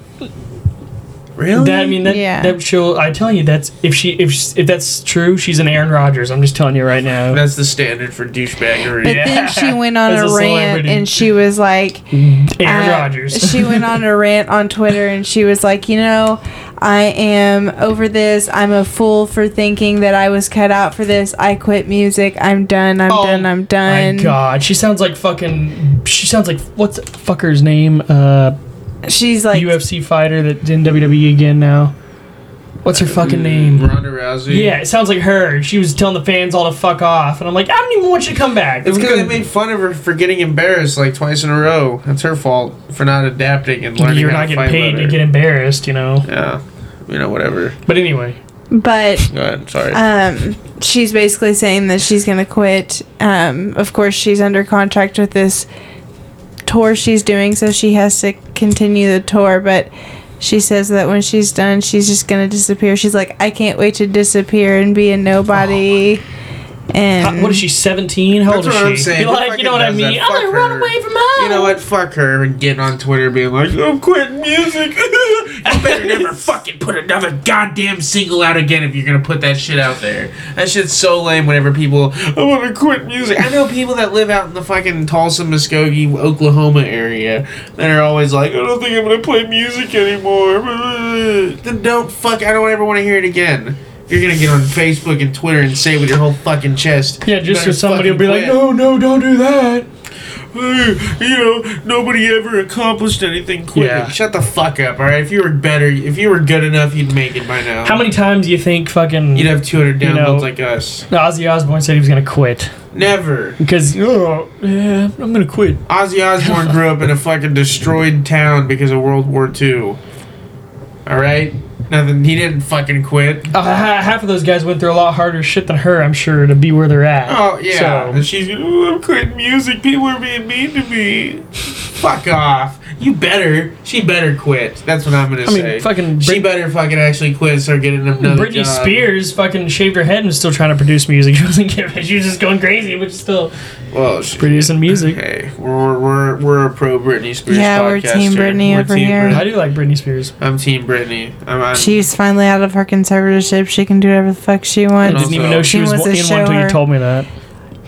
Speaker 1: really?
Speaker 2: That, I mean, that,
Speaker 3: Yeah.
Speaker 2: that she'll. I tell you, that's if she if she- if that's true, she's an Aaron Rodgers. I'm just telling you right now.
Speaker 1: That's the standard for douchebaggery.
Speaker 3: But
Speaker 2: Yeah.
Speaker 3: then she went on
Speaker 2: As
Speaker 3: a
Speaker 2: a
Speaker 3: rant
Speaker 2: celebrity.
Speaker 3: and she was like,
Speaker 2: Aaron
Speaker 3: uh,
Speaker 2: Rodgers.
Speaker 3: she went on a rant on Twitter and she was like, you know, I am over this. I'm a fool for thinking that I was cut out for this. I quit music. I'm done. I'm
Speaker 2: Oh,
Speaker 3: done. I'm
Speaker 2: My
Speaker 3: done.
Speaker 2: God, she sounds like fucking. She sounds like what's the fucker's name? Uh,
Speaker 3: She's like,
Speaker 2: UFC fighter that's in WWE again now. What's her fucking name?
Speaker 1: Ronda Rousey.
Speaker 2: Yeah, it sounds like her. She was telling the fans all to fuck off, and I'm like, I don't even want you to come back.
Speaker 1: It's because they
Speaker 2: Fucking-
Speaker 1: made fun of her for getting embarrassed like twice in a row. That's her fault for not adapting and learning.
Speaker 2: you're
Speaker 1: how
Speaker 2: not
Speaker 1: to
Speaker 2: getting
Speaker 1: fight
Speaker 2: paid to
Speaker 1: better.
Speaker 2: get embarrassed, you know.
Speaker 1: Yeah. You know, whatever.
Speaker 2: But anyway,
Speaker 3: but
Speaker 1: Go ahead. Sorry.
Speaker 3: um, she's basically saying that she's going to quit. Um, of course, she's under contract with this tour she's doing, so she has to continue the tour. But she says that when she's done, she's just going to disappear. She's like, I can't wait to disappear and be a nobody.
Speaker 2: how,
Speaker 3: And
Speaker 2: what is she? 17? How
Speaker 1: That's
Speaker 2: old is
Speaker 1: what I'm
Speaker 2: she?
Speaker 1: saying.
Speaker 2: You're
Speaker 1: Who
Speaker 2: Like, you
Speaker 1: fucking
Speaker 2: know what I
Speaker 1: does
Speaker 2: mean?
Speaker 1: that?
Speaker 2: I'm gonna
Speaker 1: Fuck
Speaker 2: run
Speaker 1: her.
Speaker 2: away from home.
Speaker 1: you know what? Fuck her and getting on Twitter being like, I'm quitting music. you better never fucking put another goddamn single out again if you're gonna put that shit out there. That shit's so lame whenever people, I wanna quit music. I know people that live out in the fucking Tulsa, Muskogee, Oklahoma area that are always like, I don't think I'm gonna play music anymore. Then don't fuck, I don't ever wanna hear it again. You're gonna get on Facebook and Twitter and say it with your whole fucking chest.
Speaker 2: Yeah,
Speaker 1: "You
Speaker 2: just
Speaker 1: better
Speaker 2: so somebody will
Speaker 1: fucking
Speaker 2: be like,
Speaker 1: quit."
Speaker 2: no, no, don't do that.
Speaker 1: "Hey, you know, nobody ever accomplished anything quick.
Speaker 2: Yeah.
Speaker 1: Shut the fuck up, all right? If you were better, if you were good enough, you'd make it by now.
Speaker 2: How many times do you think fucking
Speaker 1: You'd have 200 downloads
Speaker 2: You know-
Speaker 1: like us.
Speaker 2: Ozzy Osbourne said he was gonna quit
Speaker 1: Never.
Speaker 2: because oh, yeah, I'm gonna quit.
Speaker 1: Ozzy Osbourne grew up in a fucking destroyed town because of World War II. All right? Nothing. He didn't fucking quit.
Speaker 2: Uh, ha- half of those guys went through a lot harder shit than her, I'm sure, to be where they're at.
Speaker 1: Oh, yeah.
Speaker 2: So-
Speaker 1: And she's going, oh, I'm quitting music. People are being mean to me. fuck off. You better. She better quit. That's what I'm going to
Speaker 2: I mean,
Speaker 1: say.
Speaker 2: fucking
Speaker 1: She
Speaker 2: Brit-
Speaker 1: better fucking actually quit and start getting another
Speaker 2: Britney
Speaker 1: job.
Speaker 2: Spears fucking shaved her head and was still trying to produce music. She wasn't giving. She was just going crazy, but still
Speaker 1: Well, she,
Speaker 2: producing music.
Speaker 1: Hey, we're, we're, we're a pro Britney Spears.
Speaker 3: Yeah, we're
Speaker 1: podcaster.
Speaker 3: Team Britney over here.
Speaker 2: I do like Britney Spears.
Speaker 1: I'm Team Britney. I'm, I'm,
Speaker 3: she's finally out of her conservatorship. She can do whatever the fuck she
Speaker 2: I
Speaker 1: And
Speaker 3: wants.
Speaker 2: didn't
Speaker 1: also-
Speaker 2: even know she
Speaker 3: She
Speaker 2: was
Speaker 3: was a
Speaker 2: in one until
Speaker 3: shower.
Speaker 2: you told me that.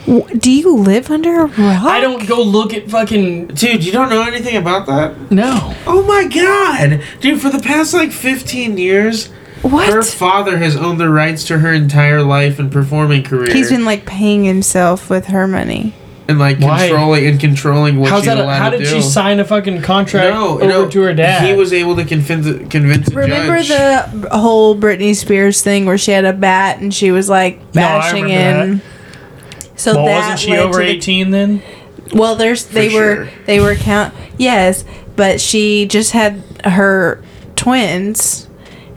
Speaker 3: W- Do you live under a rock?
Speaker 2: I don't go look at fucking
Speaker 1: dude, you don't know anything about that?
Speaker 2: no.
Speaker 1: Oh my god, dude! For the past like 15 years, her
Speaker 3: What?
Speaker 1: father has owned the rights to her entire life and performing career,
Speaker 3: He's been like paying himself with her money.
Speaker 1: and like
Speaker 2: Why?
Speaker 1: controlling and controlling what
Speaker 2: How's
Speaker 1: she's
Speaker 2: that?
Speaker 1: allowed
Speaker 2: how
Speaker 1: to
Speaker 2: did
Speaker 1: do.
Speaker 2: she sign a fucking contract
Speaker 1: no,
Speaker 2: over
Speaker 1: no,
Speaker 2: to her dad?
Speaker 1: He was able to convince convince. a
Speaker 3: Remember
Speaker 1: judge.
Speaker 3: the whole Britney Spears thing where she had a bat and she was like
Speaker 2: No, I
Speaker 3: bashing
Speaker 2: remember
Speaker 3: in. So
Speaker 2: well,
Speaker 3: that
Speaker 2: wasn't she
Speaker 3: led
Speaker 2: over
Speaker 3: to the-
Speaker 2: 18 then?
Speaker 3: well, there's they
Speaker 1: sure.
Speaker 3: were they were count yes, but she just had her twins,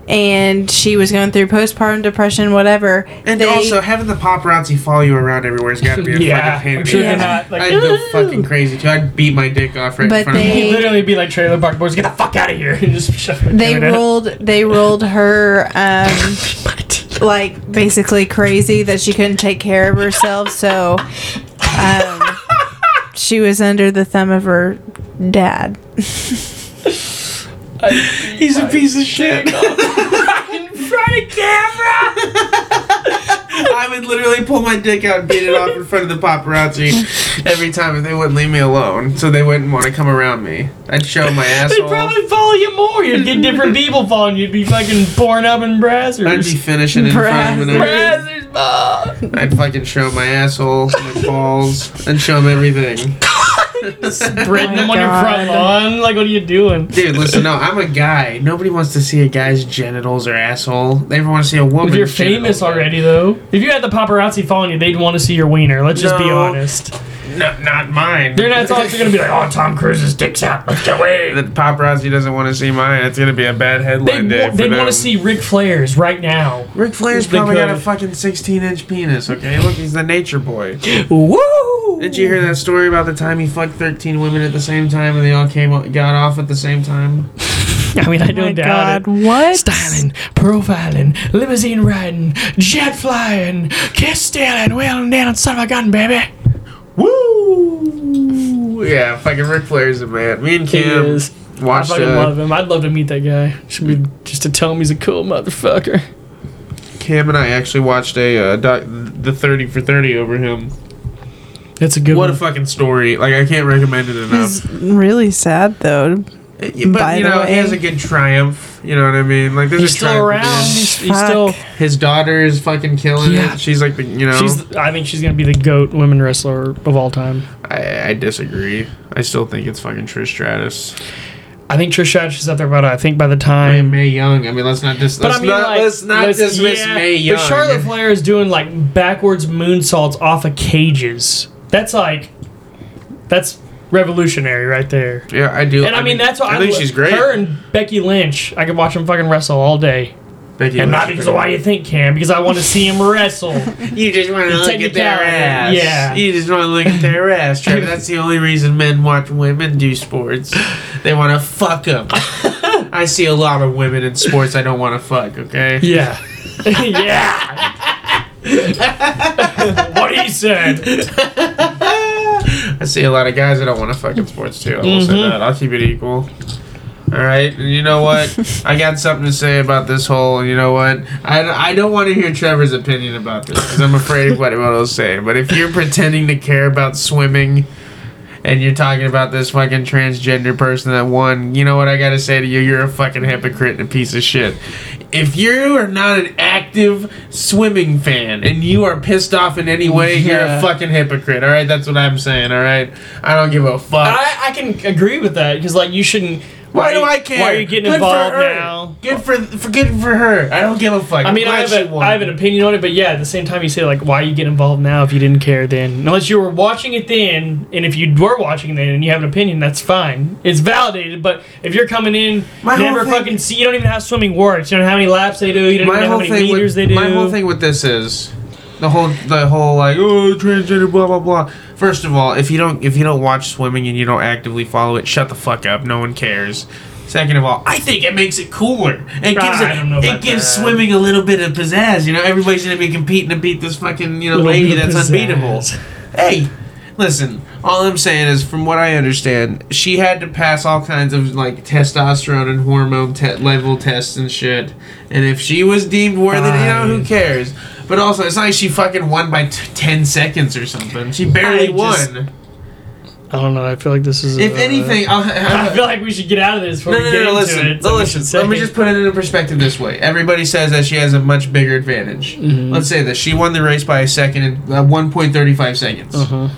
Speaker 3: and she was going through postpartum depression, whatever.
Speaker 1: And
Speaker 3: they-
Speaker 1: also having the paparazzi follow you around everywhere has got to be a
Speaker 2: yeah,
Speaker 1: fucking pain.
Speaker 2: I'm
Speaker 1: in
Speaker 2: sure
Speaker 1: the
Speaker 2: they're
Speaker 1: ass.
Speaker 2: not like.
Speaker 1: I'd go fucking crazy too. I'd beat my dick off right
Speaker 3: But
Speaker 1: in front
Speaker 3: they-
Speaker 1: of
Speaker 2: He'd literally be like trailer park boys, get the fuck out of here. And just shove my
Speaker 3: they
Speaker 2: camera down.
Speaker 3: rolled they rolled her um like basically crazy that she couldn't take care of herself so um, she was under the thumb of her dad
Speaker 1: He's a piece of shit.
Speaker 2: Friday camera.
Speaker 1: I would literally pull my dick out and beat it off in front of the paparazzi every time if they wouldn't leave me alone, so they wouldn't want to come around me. I'd show my
Speaker 2: They'd
Speaker 1: asshole.
Speaker 2: probably follow you more. You'd get different people following you. You'd be fucking pouring up in
Speaker 1: I'd be
Speaker 2: brassers.
Speaker 1: finishing in front of them.
Speaker 2: Brassers, Bob.
Speaker 1: I'd fucking show my asshole, my balls, and show them everything.
Speaker 2: Britting them on your front
Speaker 3: God.
Speaker 2: lawn. Like, what are you doing?
Speaker 1: Dude, listen, no, I'm a guy. Nobody wants to see a guy's genitals or asshole. They ever want to see a woman.
Speaker 2: If you're famous already, though, if you had the paparazzi following you, they'd want to see your wiener. Let's just be
Speaker 1: No.
Speaker 2: honest.
Speaker 1: No, not mine.
Speaker 2: They're not talking gonna be like, "Oh, Tom Cruise's dick's out. Let's get away."
Speaker 1: The paparazzi doesn't want to see mine. It's gonna be a bad
Speaker 2: They
Speaker 1: headline day.
Speaker 2: wa-
Speaker 1: for
Speaker 2: they
Speaker 1: them.
Speaker 2: want to see Ric Flair's right now.
Speaker 1: Ric Flair's
Speaker 2: Big
Speaker 1: probably got a
Speaker 2: Cody.
Speaker 1: fucking 16 inch penis, okay? Look, he's the nature boy.
Speaker 2: Woo!
Speaker 1: Did you hear that story about the time he fucked 13 women at the same time and they all came got off at the same time?
Speaker 2: I mean, I don't doubt it.
Speaker 3: what
Speaker 2: Styling, profiling, limousine riding, jet flying, kiss stealing, wheeling down, son of a gun, baby.
Speaker 1: Woo! Yeah, fucking Ric Flair's a man. Me and Kim
Speaker 2: I
Speaker 1: watched
Speaker 2: fucking
Speaker 1: uh,
Speaker 2: love him. I'd love to meet that guy. Should be just to tell him he's a cool motherfucker.
Speaker 1: Kim and I actually watched a uh, doc, the 30 for 30 over him.
Speaker 2: That's a good
Speaker 1: What a
Speaker 2: one.
Speaker 1: fucking story. Like I can't recommend it enough.
Speaker 3: it's really sad though
Speaker 1: Uh, yeah, but
Speaker 3: By
Speaker 1: you
Speaker 3: the
Speaker 1: know, he
Speaker 3: way-
Speaker 1: has a good triumph. You know what I mean? Like there's
Speaker 2: he's
Speaker 1: a
Speaker 2: still
Speaker 1: triumph.
Speaker 2: around. He's, he's
Speaker 3: Fuck.
Speaker 2: still.
Speaker 1: His daughter is fucking killing
Speaker 2: Yeah.
Speaker 1: it. She's like the you know.
Speaker 2: She's. I think she's gonna be the goat women wrestler of all time.
Speaker 1: I, I disagree. I still think it's fucking Trish Stratus.
Speaker 2: I think Trish Stratus is up there, but I think by the
Speaker 1: I mean
Speaker 2: time.
Speaker 1: May Young. I mean, let's not dis.
Speaker 2: But
Speaker 1: let's
Speaker 2: I mean,
Speaker 1: not,
Speaker 2: like,
Speaker 1: let's not
Speaker 2: let's-
Speaker 1: dismiss
Speaker 2: yeah,
Speaker 1: May Young.
Speaker 2: But Charlotte Flair is doing like backwards moonsaults off of cages. That's like, that's revolutionary right there.
Speaker 1: yeah, I do.
Speaker 2: And I, mean, that's why
Speaker 1: I think she's great.
Speaker 2: Her and Becky Lynch, I could watch them fucking wrestle all day.
Speaker 1: Becky Lynch
Speaker 2: and not
Speaker 1: is
Speaker 2: because
Speaker 1: great.
Speaker 2: of why you think, Cam, because I want to see him wrestle.
Speaker 1: You just want to look at their ass.
Speaker 2: technicality, yeah.
Speaker 1: You just want to look at their ass, Trevor. That's the only reason men watch women do sports. They want to fuck them. I see a lot of women in sports I don't want to fuck, okay?
Speaker 2: Yeah. yeah. what he said.
Speaker 1: I see a lot of guys I don't want to fuck in sports, too. I will say that. I'll keep it equal. All right, and you know what? I got something to say about this whole. You know what? I, I don't want to hear Trevor's opinion about this because I'm afraid of what he'll say. But if you're pretending to care about swimming, and you're talking about this fucking transgender person that won, you know what I gotta say to you? You're a fucking hypocrite and a piece of shit. If you are not an active swimming fan and you are pissed off in any way, you're
Speaker 2: Yeah.
Speaker 1: a fucking hypocrite. All right, that's what I'm saying. All right, I don't give a fuck.
Speaker 2: I, I can agree with that because, like, you shouldn't.
Speaker 1: Why do I care?
Speaker 2: Why are you getting
Speaker 1: Good for
Speaker 2: involved
Speaker 1: her.
Speaker 2: now?
Speaker 1: Good for, for good for her. I don't give a fuck.
Speaker 2: I mean, I
Speaker 1: Glad
Speaker 2: have,
Speaker 1: she
Speaker 2: a,
Speaker 1: won.
Speaker 2: I have an opinion on it, but yeah, at the same time, you say, like, why you get involved now if you didn't care then? Unless you were watching it then, and if you were watching then and you have an opinion, that's fine. It's validated, but if you're coming in,
Speaker 1: My whole
Speaker 2: never
Speaker 1: thing-
Speaker 2: fucking see, you don't even have swimming works. You don't know how many laps they do, you don't even know how many meters
Speaker 1: with,
Speaker 2: they do.
Speaker 1: My whole thing with this is the whole the whole like oh transgender blah blah blah. First of all, if you don't if you don't watch swimming and you don't actively follow it, shut the fuck up. No one cares. Second of all, I think it makes it cooler. It
Speaker 2: Ah,
Speaker 1: gives
Speaker 2: I
Speaker 1: it,
Speaker 2: don't know
Speaker 1: it
Speaker 2: about
Speaker 1: gives
Speaker 2: that.
Speaker 1: swimming a little bit of pizzazz. You know, everybody's gonna be competing to beat this fucking you know
Speaker 2: Little
Speaker 1: lady
Speaker 2: bit of
Speaker 1: that's
Speaker 2: pizzazz.
Speaker 1: unbeatable. Hey, listen. All I'm saying is, from what I understand, she had to pass all kinds of like testosterone and hormone te- level tests and shit. And if she was deemed worthy, you know, who
Speaker 2: Fine.
Speaker 1: cares? But also, it's not like she fucking won by t- ten seconds or something. She barely
Speaker 2: I just-
Speaker 1: won.
Speaker 2: I don't know, I feel like this is.
Speaker 1: if
Speaker 2: uh,
Speaker 1: anything, I'll, I'll,
Speaker 2: I feel like we should get out of this before
Speaker 1: no,
Speaker 2: we
Speaker 1: no,
Speaker 2: get
Speaker 1: no, no.
Speaker 2: into
Speaker 1: Listen,
Speaker 2: it.
Speaker 1: no, listen. Let me just put it into perspective this way. Everybody says that she has a much bigger advantage.
Speaker 2: Mm-hmm.
Speaker 1: Let's say that she won the race by a second and uh, one point thirty five seconds.
Speaker 2: Uh-huh.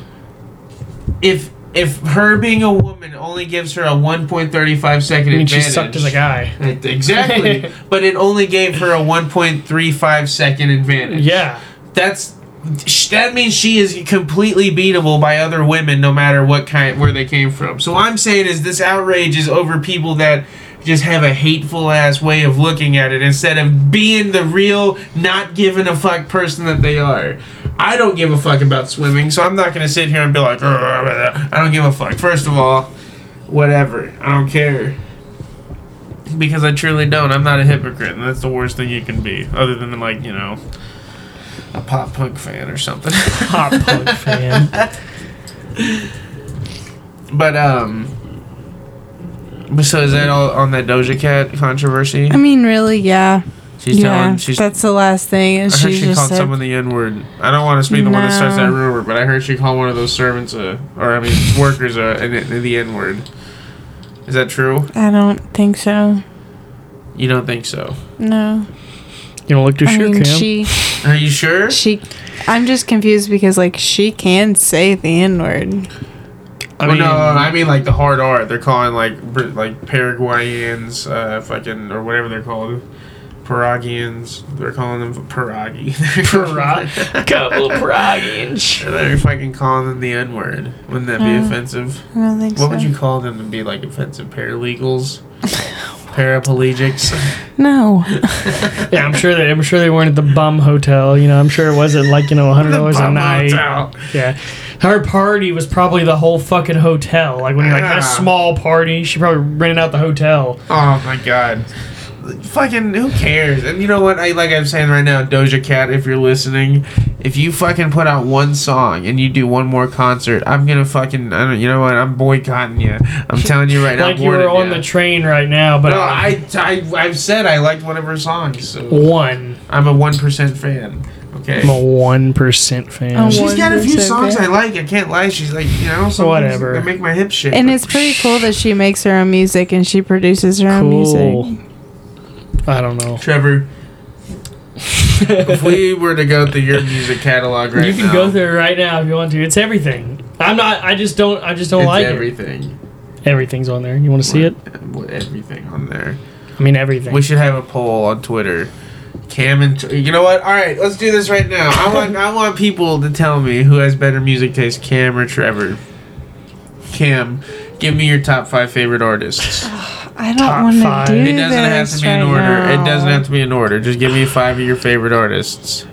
Speaker 1: If if her being a woman only gives her a one point thirty five second
Speaker 2: I mean, she
Speaker 1: advantage,
Speaker 2: sucked as a guy.
Speaker 1: It- Exactly, but it only gave her a one point three five second advantage.
Speaker 2: Yeah.
Speaker 1: that's sh- that means she is completely beatable by other women no matter what kind where they came from so what i'm saying is this outrage is over people that just have a hateful ass way of looking at it instead of being the real, not giving a fuck person that they are. I don't give a fuck about swimming, so I'm not gonna sit here and be like, "Ugh, blah, blah." I don't give a fuck. First of all, whatever. I don't care. Because I truly don't. I'm not a hypocrite, and that's the worst thing you can be, other than like you know, a pop punk fan or something.
Speaker 2: Pop punk fan.
Speaker 1: But um. but So is that all on that Doja Cat controversy?
Speaker 3: I mean, really, yeah.
Speaker 1: She's
Speaker 3: yeah,
Speaker 1: telling she's.
Speaker 3: that's the last thing.
Speaker 1: I
Speaker 3: Is
Speaker 1: heard
Speaker 3: she
Speaker 1: she
Speaker 3: just
Speaker 1: called
Speaker 3: said,
Speaker 1: someone the N word. I don't want to be the one that starts that
Speaker 3: No.
Speaker 1: rumor, but I heard she called one of those servants a, or I mean workers a, an, an- the N word. Is that true?
Speaker 3: I don't think so.
Speaker 1: You don't think so?
Speaker 3: No,
Speaker 2: You don't look too
Speaker 3: I
Speaker 2: sure,
Speaker 3: mean
Speaker 2: Cam.
Speaker 3: she
Speaker 1: Are you sure?
Speaker 3: she. I'm just confused because like she can say the n word.
Speaker 2: I
Speaker 1: well,
Speaker 2: mean,
Speaker 1: no, I mean like the hard R. They're calling like Br- like Paraguayans, uh, fucking or whatever they're called, Paraguayans. They're calling them Paragi.
Speaker 2: Parag- couple Paragians.
Speaker 1: they're fucking calling them the N word. Wouldn't that be
Speaker 2: Mm.
Speaker 3: Uh,
Speaker 1: offensive?
Speaker 3: I don't think
Speaker 1: What
Speaker 3: so.
Speaker 1: would you call them to be like offensive? Paralegals, paraplegics.
Speaker 3: No,
Speaker 2: Yeah, I'm sure they. I'm sure they weren't at the bum hotel. You know, I'm sure it wasn't like you know, hundred
Speaker 1: The
Speaker 2: dollars a
Speaker 1: bum
Speaker 2: night.
Speaker 1: out.
Speaker 2: Yeah, her party was probably the whole fucking hotel. Like when you're like
Speaker 1: Yeah.
Speaker 2: a small party, she probably rented out the hotel.
Speaker 1: Oh my god. Fucking who cares? And you know what? I like I'm saying right now, Doja Cat, if you're listening, if you fucking put out one song and you do one more concert, I'm gonna fucking I don't you know what? I'm boycotting you. I'm telling you right now.
Speaker 2: like you were on the train right now, but
Speaker 1: no,
Speaker 2: I-
Speaker 1: I, I I've said I liked one of her songs.
Speaker 2: Oh.
Speaker 1: So
Speaker 2: one.
Speaker 1: I'm a one percent fan. Okay.
Speaker 2: I'm a one percent fan.
Speaker 3: Oh,
Speaker 1: She's got a few
Speaker 3: 1%
Speaker 1: songs
Speaker 3: fan.
Speaker 1: I like. I can't lie. She's like you know some
Speaker 2: Whatever.
Speaker 1: They make my hips shake.
Speaker 3: and it's pretty cool that she makes her own music and she produces her own music.
Speaker 2: cool. I don't know.
Speaker 1: Trevor. if we were to go through your music catalog right now,
Speaker 2: you can go through it right now if you want to. It's everything. I'm not. I just don't. I just don't
Speaker 1: It's
Speaker 2: like
Speaker 1: everything.
Speaker 2: it. Everything's on there. You want to see it?
Speaker 1: What- Everything on there.
Speaker 2: I mean, everything.
Speaker 1: We should have a poll on Twitter. Cam and you know what? All right, let's do this right now. I want I want people to tell me who has better music taste, Cam or Trevor. Cam, give me your top five favorite artists.
Speaker 3: I
Speaker 2: Top
Speaker 3: don't want
Speaker 2: five.
Speaker 3: to do
Speaker 1: It doesn't have to
Speaker 3: this
Speaker 1: be in
Speaker 3: right
Speaker 1: order.
Speaker 3: now.
Speaker 1: It doesn't have to be in order. Just give me five of your favorite artists.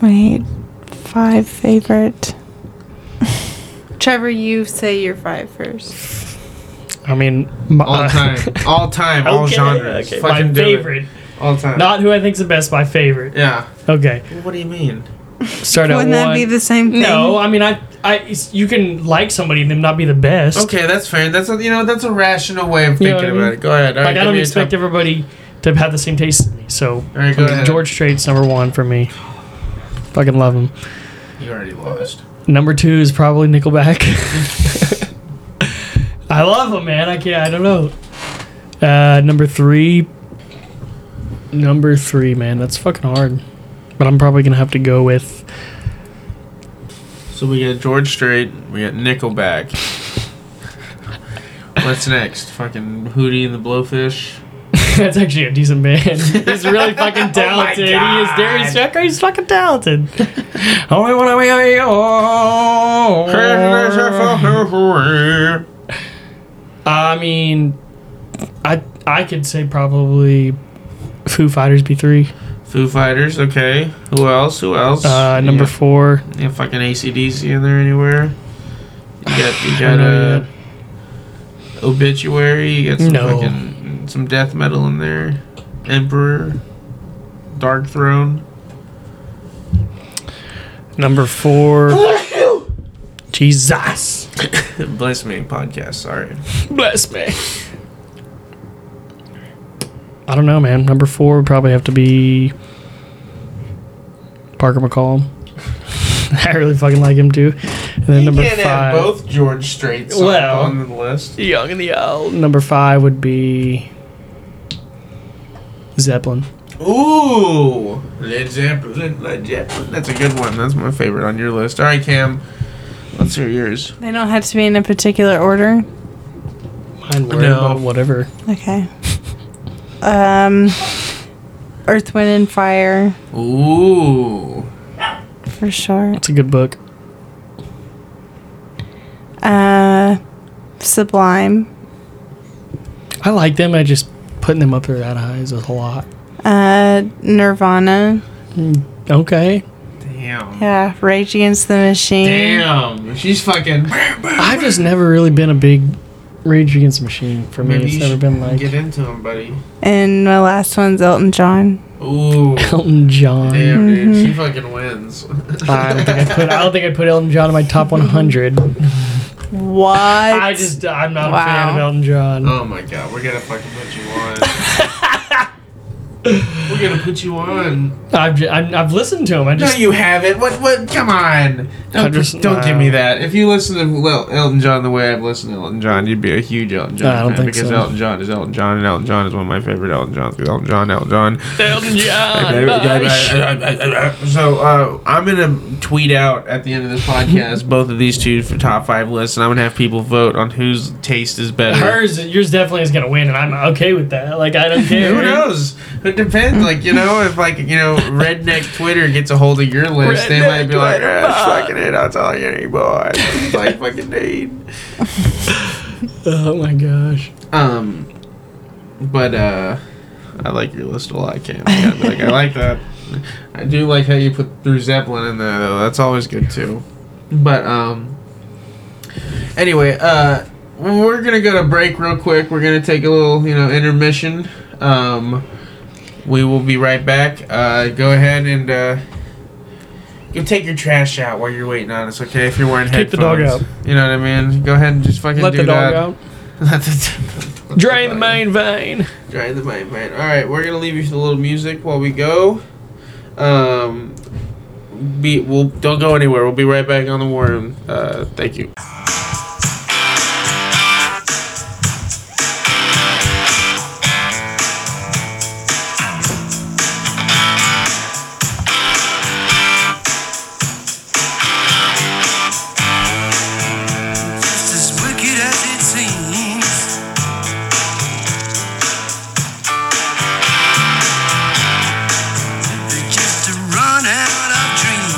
Speaker 3: Wait, five favorite. Trevor, you say your five first.
Speaker 2: I mean, my,
Speaker 1: All time, all time, all
Speaker 2: Uh, Okay,
Speaker 1: genres.
Speaker 2: okay.
Speaker 1: Fucking
Speaker 2: My
Speaker 1: do it.
Speaker 2: favorite,
Speaker 1: All time.
Speaker 2: not who I think's the best. My favorite.
Speaker 1: yeah.
Speaker 2: Okay,
Speaker 1: What do you mean?
Speaker 2: start
Speaker 3: Wouldn't
Speaker 2: at
Speaker 3: that
Speaker 2: one.
Speaker 3: be the same thing?
Speaker 2: no, I mean, I, I, it's- you can like somebody and them not be the best.
Speaker 1: Okay, that's fair. That's a, you know that's a rational way of
Speaker 2: You
Speaker 1: thinking
Speaker 2: know what I mean?
Speaker 1: about it. Go ahead. All right,
Speaker 2: Like I
Speaker 1: give
Speaker 2: don't
Speaker 1: me your
Speaker 2: expect
Speaker 1: top-
Speaker 2: everybody to have the same taste as me. So
Speaker 1: All right, go ahead.
Speaker 2: George Strait's number one for me. Fucking love him.
Speaker 1: You already lost.
Speaker 2: Number two is probably Nickelback. I love them, man. I can't. I don't know. Uh, number three. Number three, man. That's fucking hard. But I'm probably gonna have to go with.
Speaker 1: So we got George Strait. We got Nickelback. What's next? Fucking Hootie and the Blowfish.
Speaker 2: that's actually a decent band. He's really fucking talented. he is there. He's,
Speaker 1: Oh God.
Speaker 2: he's fucking talented. Oh, Only one of me. Uh,
Speaker 1: All
Speaker 2: I mean, I I could say probably Foo Fighters B three.
Speaker 1: Foo Fighters. Okay. Who else? Who else?
Speaker 2: Uh, number
Speaker 1: You
Speaker 2: four.
Speaker 1: got, you got fucking ACDC in there anywhere? You got you got
Speaker 2: know
Speaker 1: uh, obituary. You got some
Speaker 2: No.
Speaker 1: fucking some death metal in there. Emperor. Dark Throne.
Speaker 2: Number four. Jesus.
Speaker 1: Bless me podcast. Sorry.
Speaker 2: Bless me. I don't know, man. Number four would probably have to be Parker McCollum. I really fucking like him too. And then number five.
Speaker 1: both George Straits
Speaker 2: Well-
Speaker 1: on the list.
Speaker 2: Young and the old. Number five would be Zeppelin.
Speaker 1: Ooh, Led Zeppelin, Led Zeppelin. That's a good one. That's my favorite on your list. All right, Cam, let's hear yours.
Speaker 3: They don't have to be in a particular order.
Speaker 2: Mine were,
Speaker 1: No.
Speaker 2: but whatever.
Speaker 3: Okay. Um, Earth, Wind, and Fire
Speaker 1: Ooh,
Speaker 3: for sure.
Speaker 2: It's a good book.
Speaker 3: Uh, Sublime.
Speaker 2: I like them. I just putting them up there that high is a lot.
Speaker 3: Uh, Nirvana.
Speaker 2: Okay.
Speaker 1: Damn.
Speaker 3: Yeah, Rage Against the Machine.
Speaker 1: Damn. She's fucking.
Speaker 2: I've just never really been a big Rage Against the Machine for me.
Speaker 1: Maybe
Speaker 2: it's
Speaker 1: you
Speaker 2: never
Speaker 1: should
Speaker 2: been like
Speaker 1: get into him, buddy.
Speaker 3: And my last one's Elton John.
Speaker 1: Ooh.
Speaker 2: Elton John.
Speaker 1: Damn, dude.
Speaker 2: Mm-hmm.
Speaker 1: She fucking wins.
Speaker 2: I don't think I put. I don't think I put Elton John in my top 100.
Speaker 3: What?
Speaker 2: I just. I'm not a fan
Speaker 3: Wow.
Speaker 2: of Elton John.
Speaker 1: Oh my god, we're gonna fucking put you on. we're gonna put you on.
Speaker 2: I've, ju- I'm, I've listened to him. I
Speaker 1: No,
Speaker 2: just.
Speaker 1: you haven't. What? What? Come on.
Speaker 2: I
Speaker 1: Don't,
Speaker 2: just-
Speaker 1: don't give me
Speaker 2: wow.
Speaker 1: that. If you listen to well, Elton John the way I've listened to Elton John, you'd be a huge Elton John
Speaker 2: I don't
Speaker 1: fan
Speaker 2: think
Speaker 1: because
Speaker 2: so.
Speaker 1: Elton John is Elton John, and Elton John is one of my favorite Elton Johns. because Elton John, Elton John.
Speaker 2: Elton John.
Speaker 1: So uh, I'm gonna tweet out at the end of this podcast both of these two for top five lists, and I'm gonna have people vote on whose taste is better.
Speaker 2: Hers, yours definitely is gonna win, and I'm okay with that. Like I don't care.
Speaker 1: Who knows? It depends. Like you know, if like you know, redneck Twitter gets a hold of your list, they might be like,
Speaker 3: Redneck
Speaker 1: "Ah, fucking it, I'll tell you anymore. It's like fucking need."
Speaker 2: Oh my gosh.
Speaker 1: Um, but uh, I like your list a lot, Cam. I gotta be like, I like that. I do like how you put Bruce Zeppelin in there though. That's always good too. But um, anyway, uh, we're gonna go to break real quick. We're gonna take a little, you know, intermission. Um, we will be right back. Uh, go ahead and uh, go take your trash out while you're waiting on us, okay? If you're wearing
Speaker 2: Kick
Speaker 1: headphones,
Speaker 2: the dog out.
Speaker 1: You know what I mean? Go ahead and just fucking
Speaker 2: Let
Speaker 1: do
Speaker 2: the dog
Speaker 1: that.
Speaker 2: out.
Speaker 1: Let the dog-
Speaker 2: Drain the main vein.
Speaker 1: Drain the main vein. All right, we're gonna leave you with a little music while we go. Um, be we'll don't go anywhere. We'll be right back on the worm. Uh, thank you.
Speaker 4: just as wicked as it seems. They're just a run out of dreams.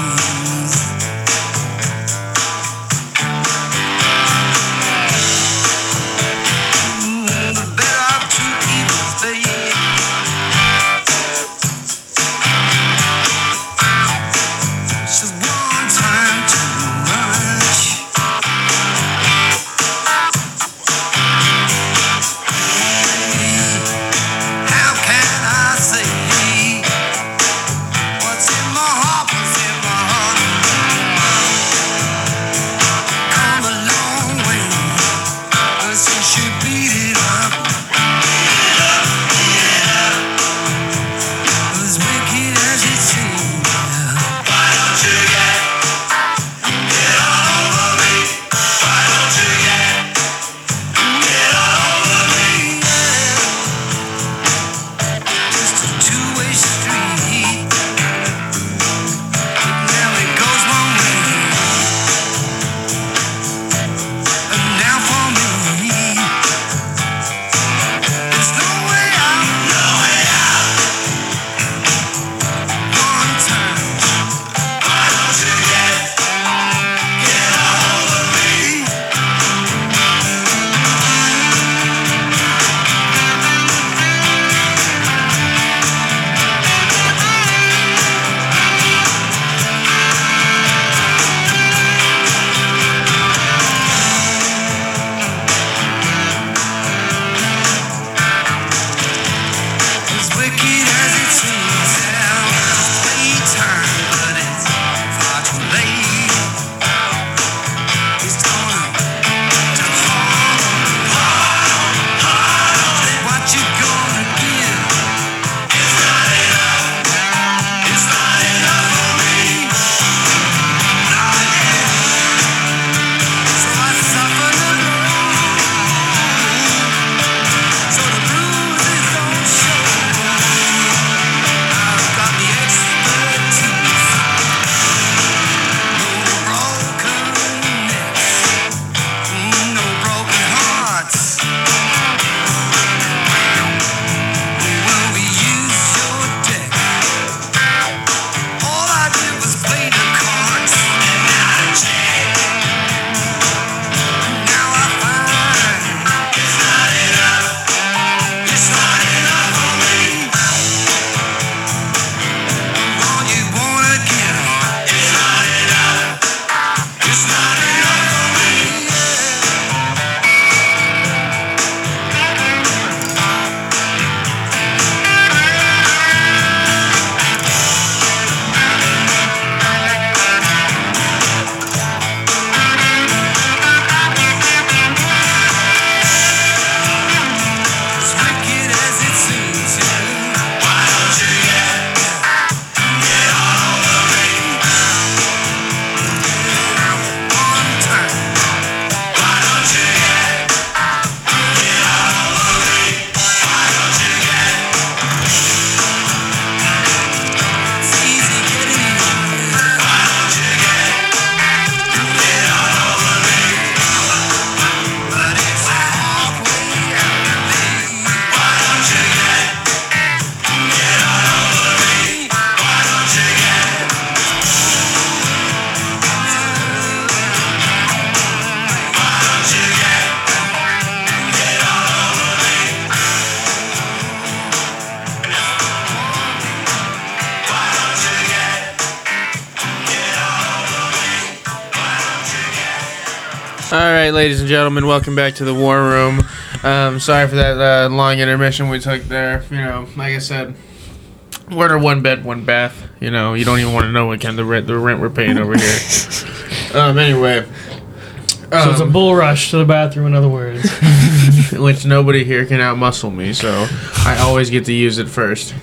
Speaker 4: Mm,
Speaker 1: All right, ladies and gentlemen, welcome back to the War Room. Um, sorry for that uh, long intermission we took there. You know, like I said, we're in a one bed, one bath. You know, you don't even want to know what kind of rent the rent we're paying over here. um, anyway, um,
Speaker 2: So it's a bull rush to the bathroom, in other words.
Speaker 1: which nobody here can outmuscle me, so I always get to use it first,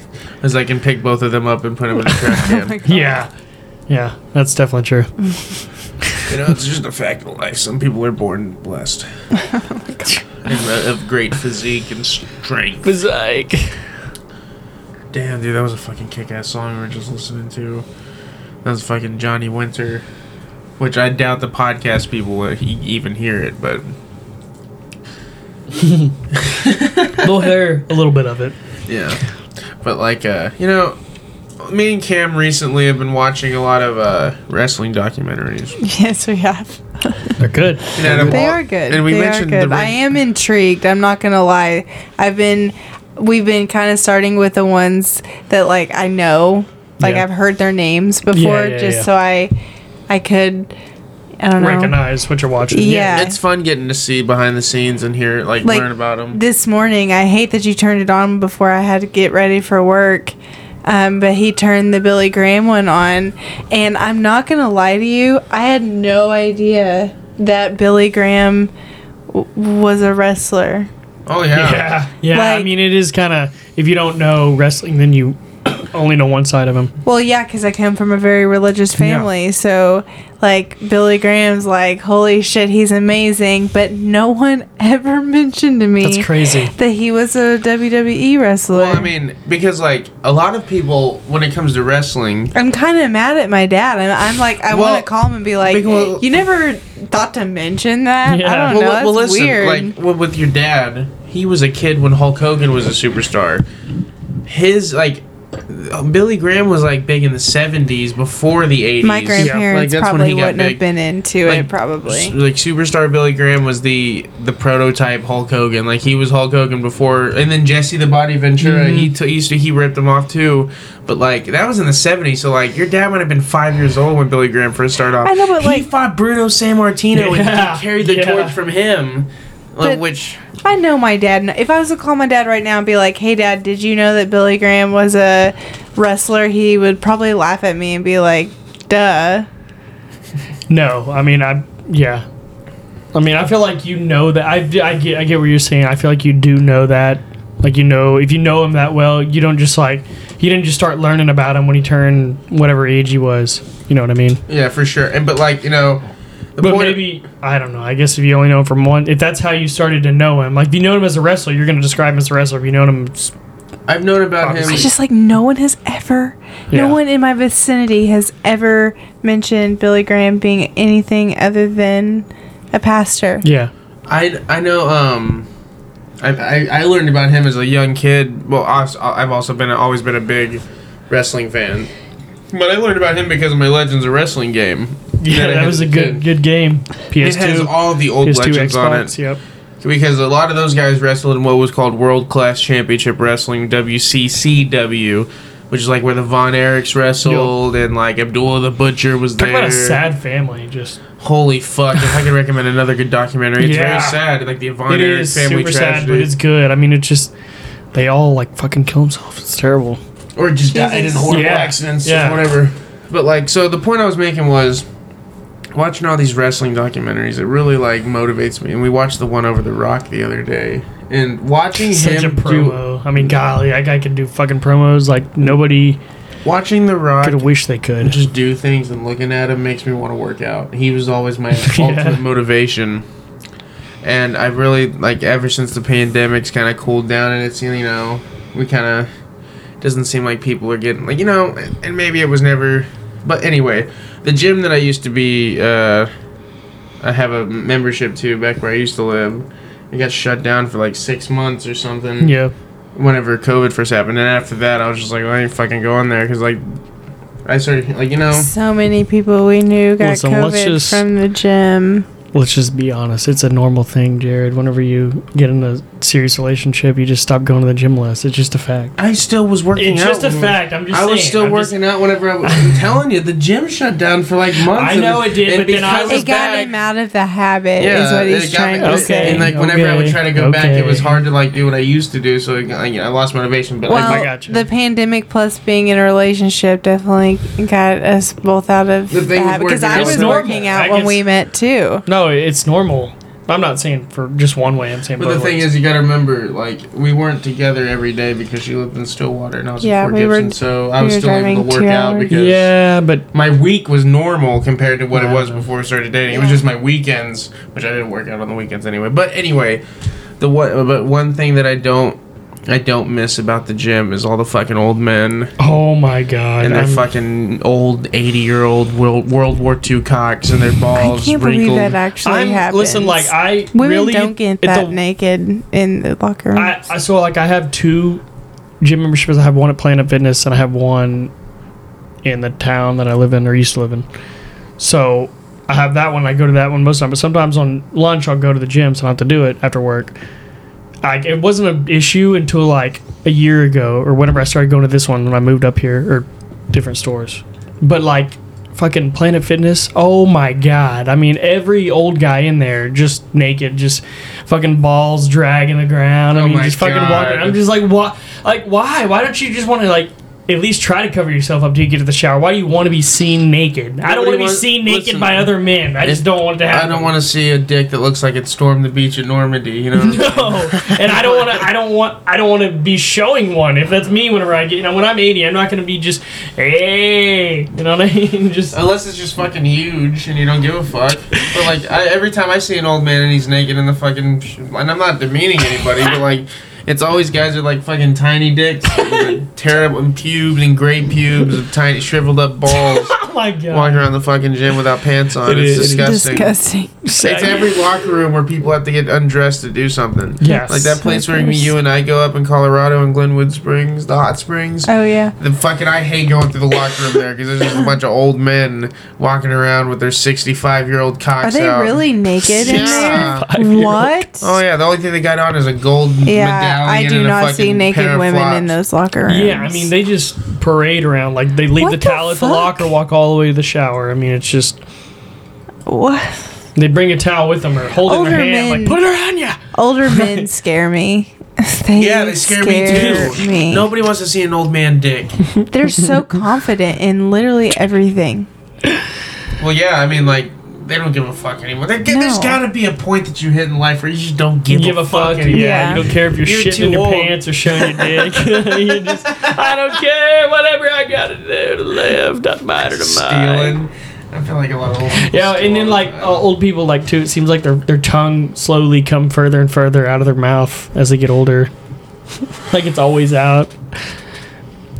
Speaker 1: as I can pick both of them up and put them in the trash
Speaker 3: Oh
Speaker 1: can.
Speaker 2: yeah. Yeah, that's definitely true.
Speaker 1: You know, it's just a fact of life. Some people are born blessed. And, uh, of great physique and strength.
Speaker 2: Mosaic.
Speaker 1: Damn, dude, that was a fucking kick ass song we were just listening to. That was fucking Johnny Winter. Which I doubt the podcast people would he- even hear it, but.
Speaker 2: We'll hear a little bit of it.
Speaker 1: Yeah. But, like, uh, you know, me and Cam recently have been watching a lot of uh, wrestling documentaries.
Speaker 3: Yes, we have.
Speaker 2: They're good.
Speaker 1: And out of
Speaker 3: They
Speaker 1: all-
Speaker 3: are good.
Speaker 1: And we
Speaker 3: they
Speaker 1: mentioned
Speaker 3: are
Speaker 1: the
Speaker 3: good. I
Speaker 1: ring-
Speaker 3: am intrigued. I'm not gonna lie. I've been, we've been kind of starting with the ones that like I know, like
Speaker 2: Yeah.
Speaker 3: I've heard their names before,
Speaker 2: yeah,
Speaker 3: just
Speaker 2: yeah.
Speaker 3: so I, I could, I don't know.
Speaker 2: Recognize what you're watching.
Speaker 3: Yeah.
Speaker 1: It's fun getting to see behind the scenes and hear, like,
Speaker 3: Like,
Speaker 1: learn about them.
Speaker 3: This morning, I hate that you turned it on before I had to get ready for work. Um, but he turned the Billy Graham one on, and I'm not gonna lie to you. I had no idea that Billy Graham w- was a wrestler.
Speaker 1: Oh yeah.
Speaker 2: Yeah. Yeah. I
Speaker 3: Like-
Speaker 2: mean, it is kind of, if you don't know wrestling, then you only know one side of him.
Speaker 3: Well, yeah, because I come from a very religious family. So, like, Billy Graham's like, holy shit, he's amazing. But no one ever mentioned to me
Speaker 2: That's crazy.
Speaker 3: that he was a WWE wrestler.
Speaker 1: Well, I mean, because like a lot of people, when it comes to wrestling,
Speaker 3: I'm kind of mad at my dad. I'm, I'm like, I
Speaker 1: Well,
Speaker 3: want to call him and be like,
Speaker 1: because-
Speaker 3: you never thought to mention that?
Speaker 2: Yeah.
Speaker 1: well,
Speaker 3: I don't know.
Speaker 1: li-
Speaker 3: That's
Speaker 1: well, listen,
Speaker 3: weird.
Speaker 1: like w- with your dad, he was a kid when Hulk Hogan was a superstar. His like. uh, Billy Graham was like big in the '70s, before the '80s.
Speaker 3: my grandparents
Speaker 1: that's when he
Speaker 3: probably
Speaker 1: got
Speaker 3: wouldn't
Speaker 1: big.
Speaker 3: have been into
Speaker 1: Like,
Speaker 3: it, probably.
Speaker 1: s- Like superstar Billy Graham was the the prototype Hulk Hogan. Like he was Hulk Hogan before, and then Jesse the Body Ventura.
Speaker 3: Mm-hmm.
Speaker 1: He, t- he used to he ripped them off too, but like that was in the '70s. So like your dad might have been five years old when Billy Graham first started off.
Speaker 3: I know, but,
Speaker 1: he
Speaker 3: like-
Speaker 1: fought Bruno San Martino
Speaker 2: Yeah,
Speaker 1: and he carried the
Speaker 2: yeah.
Speaker 1: torch from him. Like,
Speaker 3: But-
Speaker 1: which
Speaker 3: I know my dad. kn- If I was to call my dad right now and be like, "Hey, dad, did you know that Billy Graham was a wrestler?" He would probably laugh at me and be like, "Duh."
Speaker 2: No, I mean, I yeah. I mean, I feel like you know that. I, I get I get what you're saying. I feel like you do know that. Like you know, if you know him that well, you don't just like you didn't just start learning about him when he turned whatever age he was. You know what I mean?
Speaker 1: yeah, for sure. And but like you know, the
Speaker 2: But maybe I don't know. I guess if you only know him from one, if that's how you started to know him, like if you know him as a wrestler, you're gonna describe him as a wrestler. If you know him, s-
Speaker 1: I've known about him.
Speaker 3: I just like no one has ever,
Speaker 2: Yeah.
Speaker 3: no one in my vicinity has ever mentioned Billy Graham being anything other than a pastor.
Speaker 2: yeah,
Speaker 1: I, I know um I, I I learned about him as a young kid. Well, I, I've also been always been a big wrestling fan. But I learned about him because of my Legends of Wrestling game.
Speaker 2: yeah, that was a good good game.
Speaker 1: It has
Speaker 2: PS2,
Speaker 1: all the old
Speaker 2: PS2,
Speaker 1: legends on it
Speaker 2: Xbox. Yep.
Speaker 1: because a lot of those guys wrestled in what was called World Class Championship Wrestling (WCCW), which is like where the Von Erichs wrestled and like Abdullah the Butcher was
Speaker 2: Talk
Speaker 1: there.
Speaker 2: about a sad family. Just
Speaker 1: Holy fuck! If I could recommend another good documentary, it's
Speaker 2: Yeah.
Speaker 1: very sad, like the Von
Speaker 2: It
Speaker 1: Erich
Speaker 2: is
Speaker 1: family
Speaker 2: super
Speaker 1: tragedy.
Speaker 2: sad, but it's good. I mean, it's just they all like fucking kill themselves. It's terrible.
Speaker 1: or just died in
Speaker 3: Jesus.
Speaker 1: horrible
Speaker 2: Yeah.
Speaker 1: accidents
Speaker 2: Yeah.
Speaker 1: or whatever. But like, so the point I was making was watching all these wrestling documentaries. It really like motivates me. And we watched the one over The Rock the other day, and watching
Speaker 2: Such a
Speaker 1: him do,
Speaker 2: promo. I mean, golly, that guy could do fucking promos like nobody
Speaker 1: watching The Rock
Speaker 2: could wish they could.
Speaker 1: just do things and looking at him makes me want to work out. He was always my
Speaker 2: Yeah.
Speaker 1: ultimate motivation. And I really like ever since the pandemic's kind of cooled down and it's you know we kind of doesn't seem like people are getting like you know and and maybe it was never but anyway the gym that I used to be uh, I have a membership to back where I used to live it got shut down for like six months or something
Speaker 2: Yeah,
Speaker 1: whenever COVID first happened and after that I was just like well, I ain't fucking going there because like I started like you know
Speaker 3: So many people we knew got
Speaker 2: Listen,
Speaker 3: COVID
Speaker 2: let's just-
Speaker 3: from the gym.
Speaker 2: let's just be honest. It's a normal thing, Jared. Whenever you get in a serious relationship, you just stop going to the gym less. It's just a fact.
Speaker 1: I still was working
Speaker 2: It's
Speaker 1: out.
Speaker 2: just a
Speaker 1: when-
Speaker 2: fact. I'm just
Speaker 1: I was
Speaker 2: saying.
Speaker 1: still
Speaker 2: I'm just-
Speaker 1: working out whenever I was. I'm telling you, the gym shut down for like months.
Speaker 2: I know it did, but then I
Speaker 1: because
Speaker 2: was
Speaker 3: It got
Speaker 1: back-
Speaker 3: him out of the habit, is what
Speaker 1: it
Speaker 3: he's
Speaker 1: got me-
Speaker 3: trying to
Speaker 2: Okay.
Speaker 3: say.
Speaker 1: And like whenever I would
Speaker 2: okay,
Speaker 1: try to go back, it was
Speaker 2: okay.
Speaker 1: hard to like do what I used to do. So like, I, I lost motivation. But
Speaker 3: well,
Speaker 1: like
Speaker 2: I gotcha.
Speaker 3: the pandemic plus being in a relationship definitely got us both out of
Speaker 1: The
Speaker 3: the,
Speaker 1: thing
Speaker 3: habit
Speaker 1: with
Speaker 3: because
Speaker 1: working
Speaker 3: I
Speaker 1: out
Speaker 3: was
Speaker 1: is normal.
Speaker 3: working out
Speaker 2: I
Speaker 3: when
Speaker 2: guess-
Speaker 3: we met too.
Speaker 2: No, it's normal. I'm not saying for just one way. I'm saying.
Speaker 1: But the
Speaker 2: both
Speaker 1: thing
Speaker 2: ways.
Speaker 1: is, you gotta remember, like we weren't together every day because she lived in Stillwater and I was
Speaker 3: Yeah,
Speaker 1: in Fort
Speaker 3: we were-
Speaker 1: Gibson, so I
Speaker 3: we
Speaker 1: was
Speaker 3: were
Speaker 1: still able to
Speaker 3: driving
Speaker 1: work
Speaker 3: two
Speaker 1: out
Speaker 3: hours.
Speaker 1: because
Speaker 2: yeah, but
Speaker 1: my week was normal compared to what it
Speaker 2: Yeah.
Speaker 1: was before I started dating. It was
Speaker 3: Yeah.
Speaker 1: just my weekends, which I didn't work out on the weekends anyway. But anyway, the what? But one thing that I don't. I don't miss about the gym is all the fucking old men
Speaker 2: oh my god,
Speaker 1: and their
Speaker 2: I'm-
Speaker 1: fucking old eighty year old World World War II cocks and their
Speaker 3: I
Speaker 1: balls
Speaker 3: can't believe
Speaker 1: wrinkled.
Speaker 3: that actually
Speaker 2: I'm
Speaker 3: happens.
Speaker 2: listen, like I
Speaker 3: women
Speaker 2: really
Speaker 3: don't get
Speaker 2: it- the-
Speaker 3: that naked in the locker room.
Speaker 2: I, I so like I have two gym memberships. I have one at Planet Fitness and I have one in the town that I live in or used to live in. So I have that one. I go to that one most of the time. But sometimes on lunch I'll go to the gym, so I don't have to do it after work. I, it wasn't an issue until like a year ago or whenever I started going to this one when I moved up here or different stores. But like fucking Planet Fitness, oh my god! I mean, every old guy in there just naked, just fucking balls dragging the ground. I
Speaker 1: Oh
Speaker 2: mean,
Speaker 1: my
Speaker 2: just fucking
Speaker 1: God.
Speaker 2: walking. I'm just like, why? Like, why? Why don't you just want to like? At least try to cover yourself up till you get to the shower. Why do you want to be seen naked? I don't
Speaker 1: Nobody
Speaker 2: want to be
Speaker 1: wants-
Speaker 2: seen naked
Speaker 1: listen,
Speaker 2: by other men. I just
Speaker 1: it-
Speaker 2: don't want it to happen.
Speaker 1: I don't want to see a dick that looks like it stormed the beach in Normandy. You know.
Speaker 2: No, and I don't want to. I don't want. I don't want to be showing one. If that's me, whenever I get, you know, when I'm 80, I'm not going to be just, hey, you know what I mean? Just
Speaker 1: Unless it's just fucking huge and you don't give a fuck. But like I, every time I see an old man and he's naked in the fucking, sh- and I'm not demeaning anybody, but like it's always guys with like fucking tiny dicks, like, terrible and pubes and great pubes, and tiny shriveled up balls,
Speaker 2: oh my god.
Speaker 1: walking around the fucking gym without pants on.
Speaker 2: It
Speaker 1: it's
Speaker 2: is- it
Speaker 1: disgusting.
Speaker 3: Disgusting.
Speaker 1: It's every locker room where people have to get undressed to do something.
Speaker 2: Yes.
Speaker 1: Like that place where you and I go up in Colorado in Glenwood Springs, the hot springs.
Speaker 3: Oh yeah.
Speaker 1: The fucking I hate going through the locker room there because there's just a bunch of old men walking around with their 65 year old
Speaker 3: Are
Speaker 1: cocks
Speaker 3: they
Speaker 1: out.
Speaker 3: really naked in
Speaker 1: Yeah.
Speaker 3: there? What?
Speaker 1: Oh yeah, the only thing they got on is a gold
Speaker 3: Yeah,
Speaker 1: medallion.
Speaker 3: I do
Speaker 1: and a
Speaker 3: not see
Speaker 1: fucking pair
Speaker 3: naked
Speaker 1: of
Speaker 3: women
Speaker 1: flops.
Speaker 3: in those locker rooms.
Speaker 2: Yeah, I mean they just parade around like they leave
Speaker 3: What
Speaker 2: the
Speaker 3: the
Speaker 2: towel at the
Speaker 3: fuck?
Speaker 2: locker, walk all the way to the shower. I mean, it's just
Speaker 3: what?
Speaker 2: they bring a towel with them or hold it in their
Speaker 3: Older
Speaker 2: hand, like
Speaker 3: men-
Speaker 2: put it around ya.
Speaker 3: older men scare me. they
Speaker 1: Yeah, they scare, me too.
Speaker 3: me.
Speaker 1: Nobody wants to see an old man dick.
Speaker 3: They're so confident in literally everything.
Speaker 1: well, yeah, I mean like. They don't give a fuck anymore. There, There's
Speaker 3: No.
Speaker 1: gotta be a point that you hit in life where you just don't give,
Speaker 2: You give a fuck. Yeah.
Speaker 1: anymore.
Speaker 3: Yeah.
Speaker 2: you don't care if you're,
Speaker 1: You're
Speaker 2: shitting in
Speaker 1: too
Speaker 2: your
Speaker 1: old.
Speaker 2: pants or showing your dick. you just, I don't care. Whatever I gotta do to live doesn't matter to me.
Speaker 1: Stealing. I feel like a lot of old people
Speaker 2: Yeah,
Speaker 1: steal
Speaker 2: and then
Speaker 1: all the
Speaker 2: like
Speaker 1: time.
Speaker 2: uh, old people, like too. It seems like their their tongue slowly come further and further out of their mouth as they get older. like it's always out.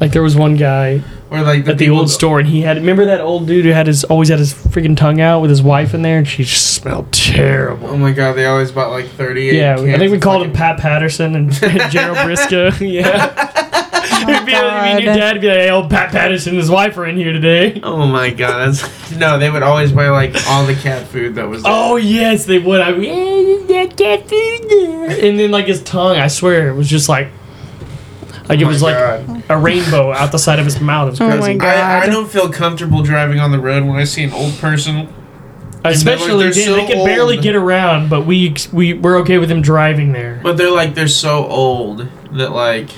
Speaker 2: Like there was one guy
Speaker 1: or like
Speaker 2: at the
Speaker 1: people-
Speaker 2: old store, and he had. Remember that old dude who had his always had his freaking tongue out with his wife in there, and she just smelled terrible.
Speaker 1: Oh my god, they always bought like 38.
Speaker 2: Yeah, I
Speaker 1: cans
Speaker 2: think we
Speaker 1: of
Speaker 2: called
Speaker 1: fucking-
Speaker 2: him Pat Patterson and Gerald Briscoe. Yeah,
Speaker 3: Oh my
Speaker 2: it'd be, it'd be your
Speaker 3: God.
Speaker 2: dad would be like, "Hey, old Pat Patterson and his wife are in here today."
Speaker 1: Oh my god, that's no. They would always buy like all the cat food that was.
Speaker 2: Oh yes, they would. I mean, yeah, cat food. there." And then like his tongue, I swear, it was just like, like it
Speaker 1: Oh
Speaker 2: was like a rainbow out the side of his mouth. It was
Speaker 3: Oh
Speaker 2: crazy.
Speaker 3: my God.
Speaker 1: I, I don't feel comfortable driving on the road when I see an old person.
Speaker 2: Especially
Speaker 1: they're
Speaker 2: then,
Speaker 1: so
Speaker 2: they could barely
Speaker 1: old.
Speaker 2: get around, but we we we're okay with him driving there.
Speaker 1: But they're like they're so old that like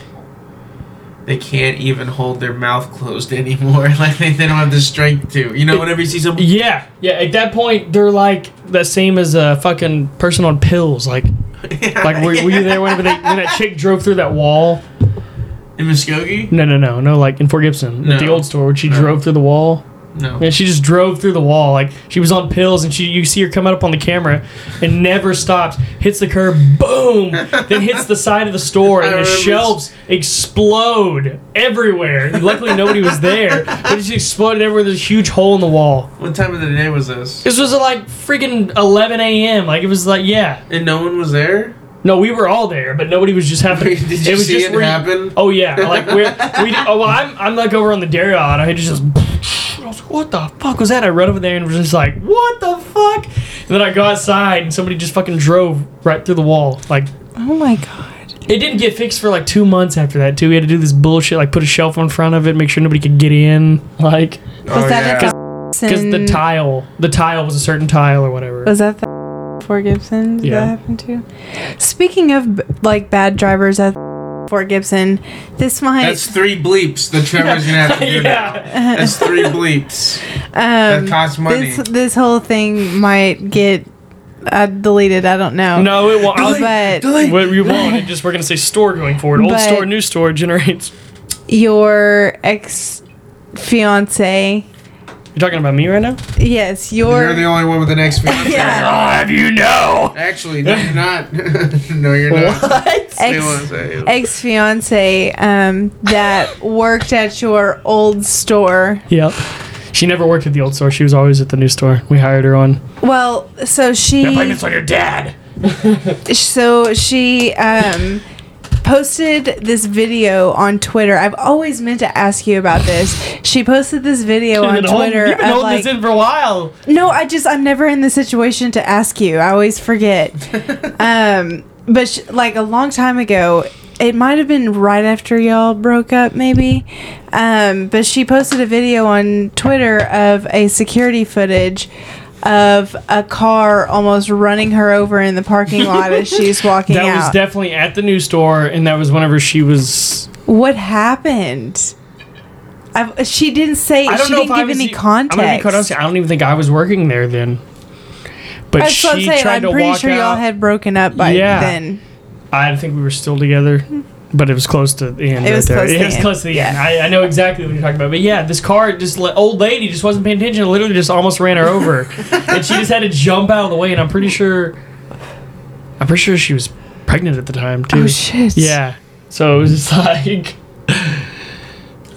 Speaker 1: they can't even hold their mouth closed anymore. Like they, they don't have the strength to. You know, whenever you see someone,
Speaker 2: Yeah, yeah. At that point, they're like the same as a fucking person on pills. Like, like were, were you there whenever they, when that chick drove through that wall?
Speaker 1: in Muskogee,
Speaker 2: No, no, no, no. Like in Fort Gibson, at the
Speaker 1: No.
Speaker 2: old store, when she
Speaker 1: No.
Speaker 2: drove through the wall.
Speaker 1: no.
Speaker 2: And she just drove through the wall. Like she was on pills, and she you see her come out up on the camera, and never stops. Hits the curb, boom. then hits the side of the store,
Speaker 1: I
Speaker 2: and the
Speaker 1: remember-
Speaker 2: shelves explode everywhere. Luckily, nobody was there, but it just exploded everywhere. There's a huge hole in the wall.
Speaker 1: What time of the day was this?
Speaker 2: This was at like freaking 11 a.m. Like it was like yeah.
Speaker 1: And no one was there.
Speaker 2: No, we were all there, but nobody was just happening.
Speaker 1: Did you
Speaker 2: was
Speaker 1: see it
Speaker 2: where you-
Speaker 1: happen?
Speaker 2: Oh yeah, like we're, we. Oh well, I'm I'm like over on the dairy aisle, and I just. just I was like, what the fuck was that? I run over there and was just like, what the fuck? And then I go outside and somebody just fucking drove right through the wall. Like
Speaker 3: Oh my god.
Speaker 2: it didn't get fixed for like two months after that too. We had to do this bullshit like put a shelf in front of it, make sure nobody could get in. Like
Speaker 3: Was
Speaker 1: oh,
Speaker 3: that at
Speaker 1: yeah.
Speaker 3: the
Speaker 2: because the
Speaker 3: Gibson-
Speaker 2: tile, the tile was a certain tile or whatever.
Speaker 3: Was that the Fort Gibson? Did
Speaker 2: Yeah.
Speaker 3: that happen too? Speaking of b- like bad drivers at Fort Gibson, this might
Speaker 1: That's three bleeps that Trevor's gonna have to do. now.
Speaker 2: yeah,
Speaker 1: That's three bleeps.
Speaker 3: um,
Speaker 1: that costs money.
Speaker 3: This this whole thing might get uh, deleted. I don't know.
Speaker 2: no, it won't. I'll-
Speaker 3: but
Speaker 2: What you want? It just we're gonna say store going forward. Old
Speaker 3: But-
Speaker 2: store, new store generates.
Speaker 3: your ex fiance,
Speaker 2: You're talking about me right now?
Speaker 3: yes,
Speaker 1: You're the
Speaker 3: your
Speaker 1: only one with the next one.
Speaker 3: yeah,
Speaker 2: have you know?
Speaker 1: Actually, no, you're not. no, you're not.
Speaker 2: What?
Speaker 1: They won't
Speaker 3: ex
Speaker 1: say it.
Speaker 3: ex fiance um, that worked at your old store.
Speaker 2: Yep. She never worked at the old store. She was always at the new store. We hired her on.
Speaker 3: Well, so she.
Speaker 2: on your dad.
Speaker 3: so she um, posted this video on Twitter. I've always meant to ask you about this. She posted this video on Twitter.
Speaker 2: You've been
Speaker 3: of,
Speaker 2: holding
Speaker 3: like-
Speaker 2: this in for a while.
Speaker 3: no, I just I'm never in the situation to ask you. I always forget. um, but sh- like a long time ago, it might have been right after y'all broke up, maybe. Um, but she posted a video on Twitter of a security footage of a car almost running her over in the parking lot as she's walking
Speaker 2: That was
Speaker 3: out.
Speaker 2: definitely at the new store, and that was whenever she was.
Speaker 3: what happened? I've, she didn't say.
Speaker 2: I don't
Speaker 3: she
Speaker 2: know if
Speaker 3: didn't
Speaker 2: I
Speaker 3: give
Speaker 2: was
Speaker 3: any
Speaker 2: e-
Speaker 3: context.
Speaker 2: I'm gonna be quite honest. I don't even think I was working there then. But
Speaker 3: That's
Speaker 2: she
Speaker 3: what I'm saying.
Speaker 2: tried
Speaker 3: I'm
Speaker 2: to
Speaker 3: pretty
Speaker 2: walk
Speaker 3: sure
Speaker 2: out.
Speaker 3: y'all had broken up by
Speaker 2: Yeah.
Speaker 3: then.
Speaker 2: I think we were still together, but it was close to the end.
Speaker 3: It
Speaker 2: right
Speaker 3: was
Speaker 2: there.
Speaker 3: close to
Speaker 2: it
Speaker 3: the
Speaker 2: was
Speaker 3: end,
Speaker 2: close to the
Speaker 3: yeah.
Speaker 2: end. I, I know exactly what you're talking about. But yeah, this car, just le- old lady, just wasn't paying attention. Literally, just almost ran her over, and she just had to jump out of the way. And I'm pretty sure, I'm pretty sure she was pregnant at the time too.
Speaker 3: Oh shit.
Speaker 2: Yeah. So it was just like.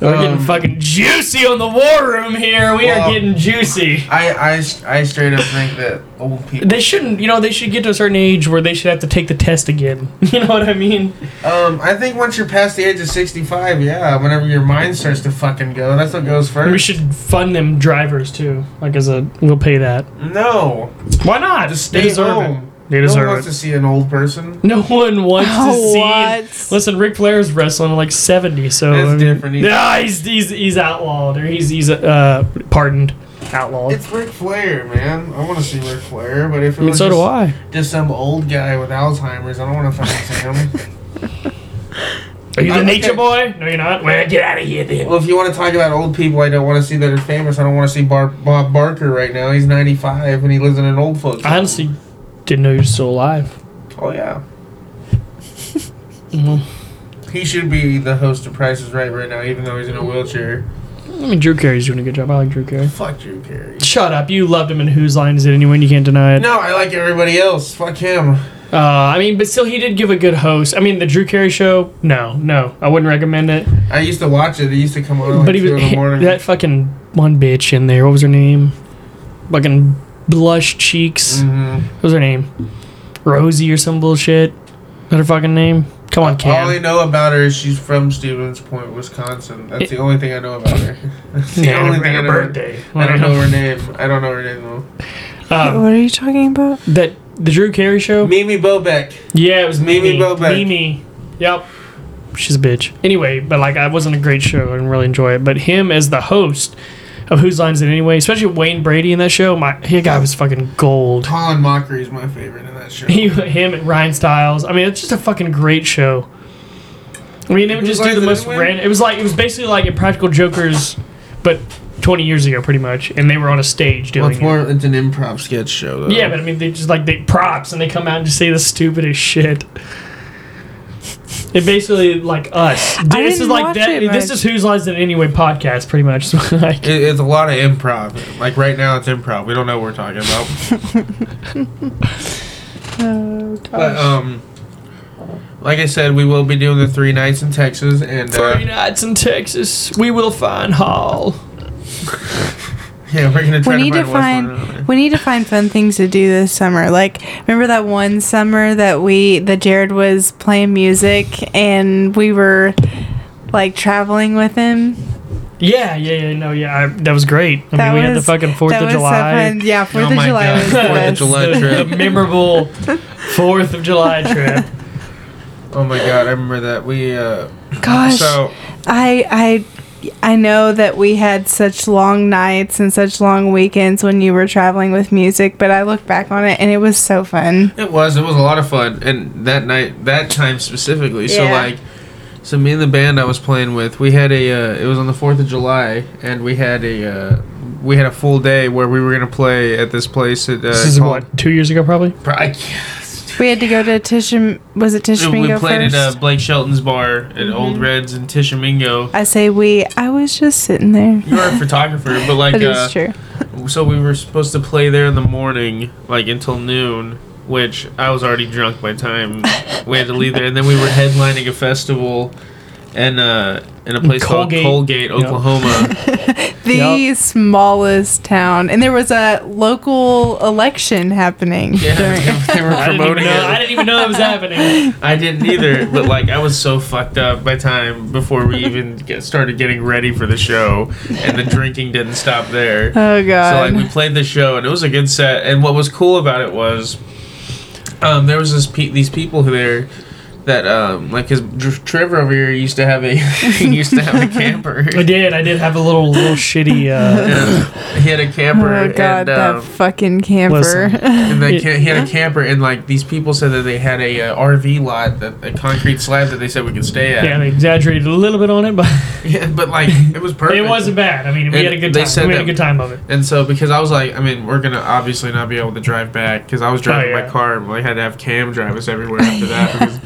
Speaker 2: We're getting
Speaker 1: Um,
Speaker 2: fucking juicy on the war room here. We
Speaker 1: Well-
Speaker 2: are getting juicy.
Speaker 1: I, I, I straight up think that old people.
Speaker 2: They shouldn't, you know, they should get to a certain age where they should have to take the test again. You know what I mean?
Speaker 1: Um, I think once you're past the age of 65, yeah, whenever your mind starts to fucking go, that's what goes
Speaker 2: We
Speaker 1: first.
Speaker 2: should fund them drivers too. Like as a, we'll pay that.
Speaker 1: No,
Speaker 2: Why not?
Speaker 1: just stay
Speaker 2: they deserve
Speaker 1: home.
Speaker 2: it. They
Speaker 1: No one
Speaker 2: deserve
Speaker 1: wants
Speaker 2: it.
Speaker 1: to see an old person.
Speaker 2: no one wants
Speaker 3: Oh,
Speaker 2: to see.
Speaker 3: what?
Speaker 2: Listen, Ric Flair's wrestling at like seventy, so
Speaker 1: That's
Speaker 2: I mean-
Speaker 1: different. He's-
Speaker 2: Nah, he's he's he's outlawed or he's he's uh pardoned, outlawed.
Speaker 1: It's Ric Flair, man. I want to see Ric Flair, but if it
Speaker 2: I mean,
Speaker 1: was
Speaker 2: so
Speaker 1: just,
Speaker 2: do I.
Speaker 1: just some old guy with Alzheimer's, I don't want to fucking see him.
Speaker 2: Are you the
Speaker 1: I'm
Speaker 2: nature
Speaker 1: okay.
Speaker 2: boy? No, you're not. Well, get out of here then.
Speaker 1: well, if you want to talk about old people I don't want to see that are famous, I don't want to see Bar- Bob Barker right now. He's 95 and he lives in an old folks. home.
Speaker 2: I honestly didn't know he was still alive.
Speaker 1: Oh, yeah.
Speaker 2: Mhm.
Speaker 1: He should be the host of Price is Right right now, even though he's in a wheelchair.
Speaker 2: I mean, Drew Carey's doing a good job. I like Drew Carey.
Speaker 1: Fuck Drew Carey.
Speaker 2: Shut up. You loved him in Whose Line Is It Anyway? and You can't deny it.
Speaker 1: No, I like everybody else. Fuck him.
Speaker 2: Uh, I mean, but still, he did give a good host. I mean, the Drew Carey show, no, no, I wouldn't recommend it.
Speaker 1: I used to watch it. It used to come on like
Speaker 2: but he
Speaker 1: two
Speaker 2: was
Speaker 1: in the morning.
Speaker 2: that fucking one bitch in there. What was her name? Fucking blush cheeks.
Speaker 1: Mhm.
Speaker 2: What was her name? Rosie or some bullshit. Is that her fucking name? Come on,
Speaker 1: All I
Speaker 2: Cam.
Speaker 1: know about her is she's from Stevens Point, Wisconsin. That's
Speaker 2: It-
Speaker 1: the only thing I know about her. That's the
Speaker 2: Yeah,
Speaker 1: only
Speaker 2: her
Speaker 1: thing I know.
Speaker 2: birthday.
Speaker 1: I don't know her name. I don't know her name though.
Speaker 2: Um,
Speaker 3: what are you talking about?
Speaker 2: that the Drew Carey show.
Speaker 1: Mimi Bobek.
Speaker 2: Yeah, it was
Speaker 1: Mimi
Speaker 2: Mimi.
Speaker 1: Bobek.
Speaker 2: Mimi. Yep. She's a bitch. Anyway, but like, I wasn't a great show. I didn't really enjoy it. But him as the host of Whose Lines It Anyway, especially Wayne Brady in that show, my he guy was fucking gold.
Speaker 1: Colin Mockery is my favorite in that show.
Speaker 2: He, him and Ryan Stiles. I mean, it's just a fucking great show. I mean, they would
Speaker 1: Whose
Speaker 2: just do
Speaker 1: Lines
Speaker 2: the
Speaker 1: It
Speaker 2: most
Speaker 1: Anyway?
Speaker 2: random. It was like it was basically like Impractical Jokers, but 20 years ago, pretty much. And they were on a stage
Speaker 1: Well,
Speaker 2: doing
Speaker 1: it's
Speaker 2: it.
Speaker 1: more. It's an improv sketch show though.
Speaker 2: Yeah, but I mean, they just like they props and they come out and just say the stupidest shit. It basically like us. this
Speaker 3: didn't
Speaker 2: is like
Speaker 3: watch
Speaker 2: that.
Speaker 3: it
Speaker 2: This
Speaker 3: much.
Speaker 2: is who's lies in anyway podcast, pretty much. So, like,
Speaker 1: It, it's a lot of improv. Like right now, it's improv. We don't know what we're talking about.
Speaker 3: Oh,
Speaker 1: But um, like I said, we will be doing the three nights in Texas, and
Speaker 2: three
Speaker 1: uh,
Speaker 2: nights in Texas, we will find Hall.
Speaker 1: yeah, we're gonna try
Speaker 3: we need
Speaker 1: to
Speaker 3: to
Speaker 1: find.
Speaker 3: find
Speaker 1: one for another.
Speaker 3: we need to find fun things to do this summer. Like remember that one summer that we that Jared was playing music and we were like traveling with him.
Speaker 2: Yeah, yeah, yeah. No, yeah. I, that was great. I mean, we had the fucking Fourth
Speaker 3: that
Speaker 2: of
Speaker 3: was so
Speaker 2: July.
Speaker 3: fun. yeah, Fourth
Speaker 5: Oh
Speaker 3: of
Speaker 5: my
Speaker 3: July
Speaker 5: God,
Speaker 3: was the
Speaker 5: Fourth of
Speaker 3: best.
Speaker 5: July.
Speaker 2: the,
Speaker 5: trip.
Speaker 2: the memorable Fourth of July trip.
Speaker 1: Oh my god, I remember that. We uh
Speaker 3: Gosh,
Speaker 1: so
Speaker 3: I I I know that we had such long nights and such long weekends when you were traveling with music, but I look back on it and it was so fun.
Speaker 1: It was. It was a lot of fun, and that night, that time specifically. So
Speaker 3: Yeah.
Speaker 1: like, so me and the band I was playing with, we had a. Uh, it was on the Fourth of July, and we had a. Uh, we had a full day where we were gonna play at this place. At, uh,
Speaker 2: This is
Speaker 1: called-
Speaker 2: what two years ago, probably.
Speaker 1: Pro- I can't.
Speaker 3: We had to go to Tisham. Was it
Speaker 1: We
Speaker 3: Tishomingo
Speaker 1: played
Speaker 3: first? Mm-hmm.
Speaker 1: at uh, Blake Shelton's bar at Old Reds in Tishomingo.
Speaker 3: I say we. I was just sitting there.
Speaker 1: You were a photographer, but like,
Speaker 3: That is
Speaker 1: uh,
Speaker 3: true.
Speaker 1: so we were supposed to play there in the morning, like until noon, which I was already drunk by the time we had to leave there. And then we were headlining a festival, and uh, in a place
Speaker 2: Colgate.
Speaker 1: called Colgate, Oklahoma.
Speaker 3: The
Speaker 2: Yup.
Speaker 3: smallest town, and there was a local election happening.
Speaker 1: Yeah,
Speaker 3: during-
Speaker 1: they were
Speaker 2: I didn't, even
Speaker 1: promoting
Speaker 2: know, I
Speaker 1: it.
Speaker 2: didn't even know that was happening.
Speaker 1: I didn't either, but like I was so fucked up by the time before we even get started getting ready for the show, and the drinking didn't stop there.
Speaker 3: Oh
Speaker 1: So
Speaker 3: god.
Speaker 1: like we played the show and it was a good set. And what was cool about it was, um, there was this pe- these people who there that um, like his Tr- Trevor over here used to have a he used to have a camper.
Speaker 2: I did. I did have a little little shitty. Uh,
Speaker 1: Yeah. he had a camper
Speaker 3: Oh
Speaker 1: and,
Speaker 3: god, that
Speaker 1: um,
Speaker 3: fucking camper.
Speaker 2: listen.
Speaker 1: and they ca- he had a camper and like these people said that they had a uh, RV lot that a concrete slab that they said we could stay at.
Speaker 2: Yeah, they exaggerated a little bit on it, but
Speaker 1: Yeah, but like it was perfect.
Speaker 2: it wasn't bad. I mean, we
Speaker 1: And
Speaker 2: had a good
Speaker 1: they
Speaker 2: time.
Speaker 1: said
Speaker 2: We had
Speaker 1: that-
Speaker 2: a good time of it.
Speaker 1: And so, because I was like, I mean, we're gonna obviously not be able to drive back because I was driving
Speaker 2: Oh, yeah.
Speaker 1: my car and I had to have Cam drive us everywhere after that because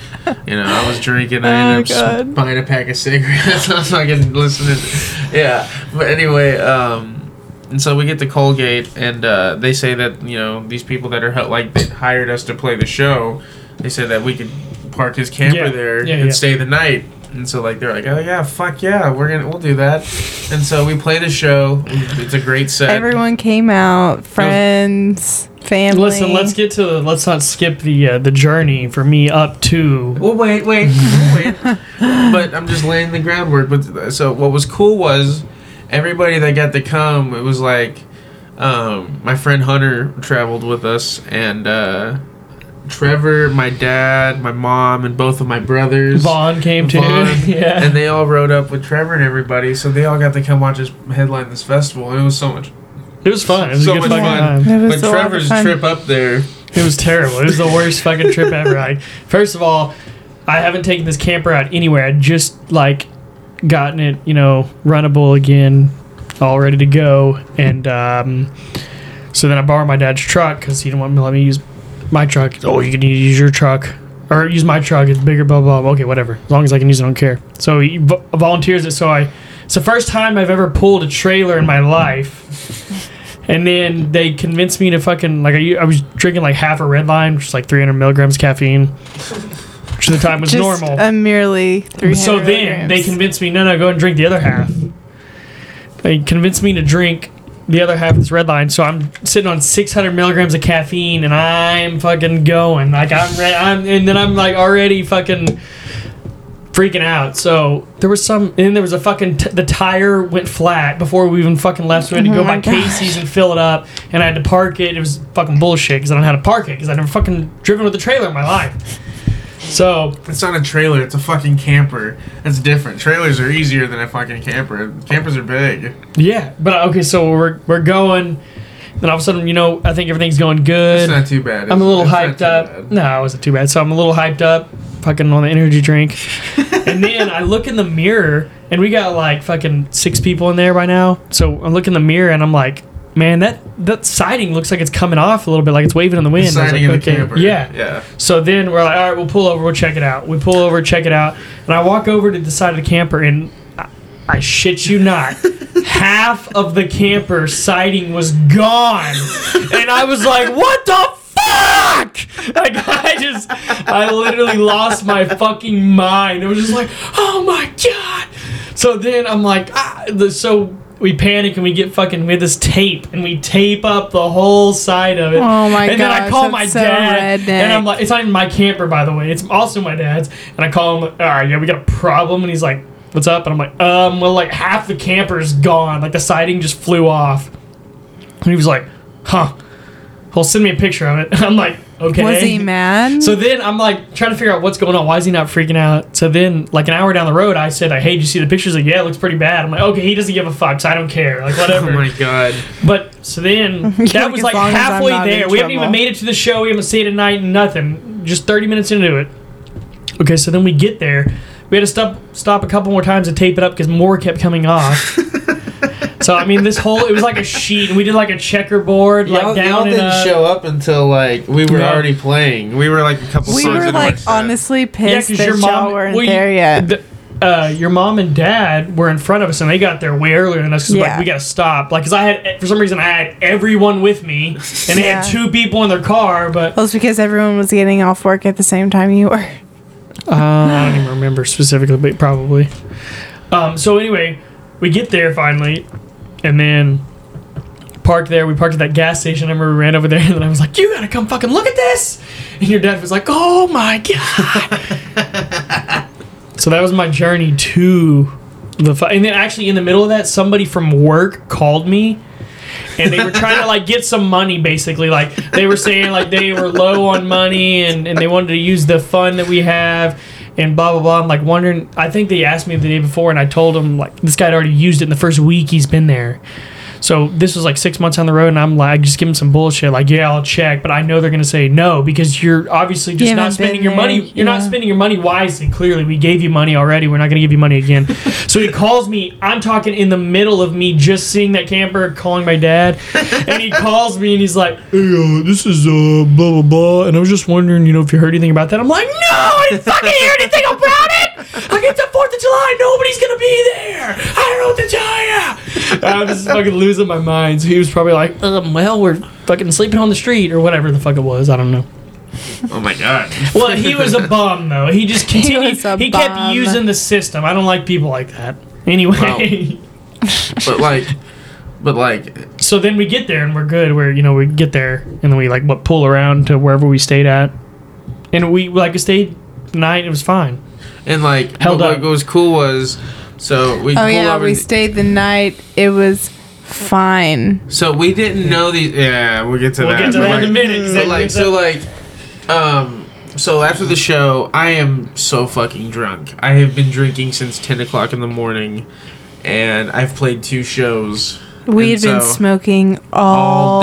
Speaker 1: you know I was drinking. I
Speaker 3: Oh,
Speaker 1: ended up
Speaker 3: God.
Speaker 1: s- buying a pack of cigarettes. I was fucking listening. Yeah, but anyway, um, and so we get to Colgate and uh, they say that you know these people that are hel- like that hired us to play the show, they said that we could park his camper
Speaker 2: Yeah.
Speaker 1: there
Speaker 2: Yeah,
Speaker 1: and
Speaker 2: yeah.
Speaker 1: stay the night. And so like they're like, oh yeah, fuck yeah, we're gonna we'll do that. And so we play the show. It's a great set.
Speaker 3: Everyone came out, friends, family.
Speaker 2: Listen, let's get to the, let's not skip the uh, the journey for me up to
Speaker 1: Well, wait, wait, we'll wait. but I'm just laying the groundwork. But so what was cool was everybody that got to come. It was like um, my friend Hunter traveled with us, and uh, Trevor, my dad, my mom, and both of my brothers.
Speaker 2: Vaughn came to.
Speaker 1: Vaughn,
Speaker 2: yeah,
Speaker 1: And they all rode up with Trevor and everybody, so they all got to come watch us headline this festival, and it was so much.
Speaker 2: it was fun. It was
Speaker 1: so
Speaker 2: a good
Speaker 1: much
Speaker 2: fucking
Speaker 1: fun.
Speaker 2: time.
Speaker 3: It was a
Speaker 1: but
Speaker 3: lot of
Speaker 1: Trevor's
Speaker 3: fun.
Speaker 1: trip up there,
Speaker 2: It was terrible. It was the worst fucking trip ever. Like, first of all, I haven't taken this camper out anywhere. I just like gotten it, you know, runnable again, all ready to go. And um, so then I borrowed my dad's truck because he didn't want me to let me use my truck. Oh, you can use your truck or use my truck. It's bigger. Blah blah. blah. Okay, whatever. As long as I can use it, I don't care. So he vo- volunteers it. So I. It's the first time I've ever pulled a trailer in my life. And then they convinced me to fucking like I, I was drinking like half a red line, which is like 300 milligrams caffeine, which at the time was
Speaker 3: Just
Speaker 2: normal.
Speaker 3: A merely three.
Speaker 2: so then they convinced me, no, no, go and drink the other half. They convinced me to drink the other half of this red line. So I'm sitting on 600 milligrams of caffeine, and I'm fucking going like I'm ready. I'm and then I'm like already fucking freaking out. So there was some, and then there was a fucking t- the tire went flat before we even fucking left. So we had to go
Speaker 3: Oh my
Speaker 2: by Casey's and fill it up, and I had to park it. It was fucking bullshit because I don't know how to park it because I never fucking driven with a trailer in my life. So
Speaker 1: It's not a trailer. It's a fucking camper. That's different. Trailers are easier than a fucking camper. Campers are big.
Speaker 2: Yeah, but uh, okay, so we're we're going, and all of a sudden, you know, I think everything's going
Speaker 1: It's
Speaker 2: good.
Speaker 1: not too bad.
Speaker 2: I'm a little
Speaker 1: It's not
Speaker 2: hyped
Speaker 1: too
Speaker 2: up.
Speaker 1: bad.
Speaker 2: No, I wasn't too bad. So I'm a little hyped up, fucking on the energy drink, and then I look in the mirror, and we got like fucking six people in there by now. So I look in the mirror, and I'm like, man, that that siding looks like it's coming off a little bit, like it's waving in the wind. I was
Speaker 1: Siding in
Speaker 2: like,
Speaker 1: the
Speaker 2: okay,
Speaker 1: camper.
Speaker 2: Yeah,
Speaker 1: Yeah.
Speaker 2: so then we're like, all right, we'll pull over, we'll check it out. We pull over, check it out, and I walk over to the side of the camper, and I, I shit you not, half of the camper siding was gone, and I was like, what the fuck? Like I just, I literally lost my fucking mind. It was just like, oh my god. So then I'm like, ah, the, so. We panic and we get fucking. We had this tape and we tape up the whole side of it.
Speaker 3: Oh my
Speaker 2: And then I
Speaker 3: gosh,
Speaker 2: call
Speaker 3: that's
Speaker 2: my
Speaker 3: so
Speaker 2: dad,
Speaker 3: redneck.
Speaker 2: and I'm like, it's not even my camper, by the way. It's also my dad's. And I call him, all right, yeah, we got a problem. And he's like, what's up? And I'm like, um, well, like half the camper's gone. Like the siding just flew off. And he was like, huh. Well, send me a picture of it. I'm like, okay.
Speaker 3: Was he mad?
Speaker 2: So then I'm like trying to figure out what's going on. Why is he not freaking out? So then, like an hour down the road, I said, like, "Hey, did you see the pictures?" Like, yeah, it looks pretty bad. I'm like, okay, he doesn't give a fuck, so I don't care. Like, whatever.
Speaker 1: Oh my god.
Speaker 2: But so then that
Speaker 3: like,
Speaker 2: was
Speaker 3: as
Speaker 2: like
Speaker 3: long as I'm
Speaker 2: halfway
Speaker 3: not in
Speaker 2: there. We haven't even
Speaker 3: trouble.
Speaker 2: made it to the show. We haven't stayed at night. Nothing. Just thirty minutes into it. Okay, so then we get there. We had to stop stop a couple more times to tape it up because more kept coming off. so I mean, this whole it was like a sheet. and We did like a checkerboard,
Speaker 1: y'all,
Speaker 2: like
Speaker 1: y'all
Speaker 2: down and
Speaker 1: didn't
Speaker 2: up.
Speaker 1: show up until like we were
Speaker 2: No.
Speaker 1: already playing. We were like a couple.
Speaker 3: we
Speaker 1: songs
Speaker 3: were
Speaker 1: into
Speaker 3: like
Speaker 1: our set.
Speaker 3: honestly pissed
Speaker 2: 'cause
Speaker 3: that y'all weren't
Speaker 2: well, you-
Speaker 3: there yet.
Speaker 2: the- uh, your mom and dad were in front of us, and they got there way earlier than us. Cause like
Speaker 3: Yeah.
Speaker 2: we gotta stop. Like, cause I had for some reason I had everyone with me, and they had
Speaker 3: Yeah.
Speaker 2: two people in their car, but
Speaker 3: well, it's because everyone was getting off work at the same time you were.
Speaker 2: Uh, I don't even remember specifically, but probably. Um, so anyway, we get there finally, and then park there. We parked at that gas station. I remember we ran over there, and then I was like, "You gotta come fucking look at this!" And your dad was like, "Oh my god!" so that was my journey to the. Fi- and then actually, in the middle of that, somebody from work called me. And they were trying to like get some money, basically. Like they were saying, like they were low on money, and, and they wanted to use the fund that we have, and blah blah blah. I'm like wondering. I think they asked me the day before, and I told them like this guy had already used it in the first week he's been there. So this was like six months on the road, and I'm like, just give them some bullshit. Like, yeah, I'll check, but I know they're gonna say no because you're obviously just
Speaker 3: You
Speaker 2: not
Speaker 3: haven't
Speaker 2: spending
Speaker 3: been
Speaker 2: your
Speaker 3: there,
Speaker 2: money. You're not
Speaker 3: yeah.
Speaker 2: spending your money wisely. Clearly, we gave you money already. We're not gonna give you money again. so he calls me. I'm talking in the middle of me just seeing that camper, calling my dad, and he calls me and he's like, "Hey, uh, this is uh, blah blah blah," and I was just wondering, you know, if you heard anything about that. I'm like, "No, I didn't fucking hear anything about it. Like it's the Fourth of July, nobody's gonna be there. I don't know what to tell you." I'm just fucking losing my mind. So he was probably like, um, well, we're fucking sleeping on the street or whatever the fuck it was. I don't know.
Speaker 1: Oh my god.
Speaker 2: Well, he was a bum though. He just continued.
Speaker 3: was a
Speaker 2: He, kept
Speaker 3: bum.
Speaker 2: using the system. I don't like people like that. Anyway,
Speaker 1: but like, but like,
Speaker 2: so then we get there and we're good. We're you know we get there and then we like what pull around to wherever we stayed at, and we like stayed night. It was fine.
Speaker 1: and like,
Speaker 2: Held
Speaker 1: what,
Speaker 2: up.
Speaker 1: was cool was, so we.
Speaker 3: Oh
Speaker 1: pulled
Speaker 3: yeah,
Speaker 1: over
Speaker 3: we
Speaker 1: the-
Speaker 3: stayed the night. It was fine.
Speaker 1: So we didn't know these. Yeah, we'll get to
Speaker 2: We'll
Speaker 1: that.
Speaker 2: get to
Speaker 1: But,
Speaker 2: that in
Speaker 1: like- mm.
Speaker 2: a minute. 'cause
Speaker 1: So
Speaker 2: that-
Speaker 1: like, so like, um, so after the show, I am so fucking drunk. I have been drinking since ten o'clock in the morning, and I've played two shows.
Speaker 3: We had
Speaker 1: And
Speaker 3: been
Speaker 1: so-
Speaker 3: smoking all,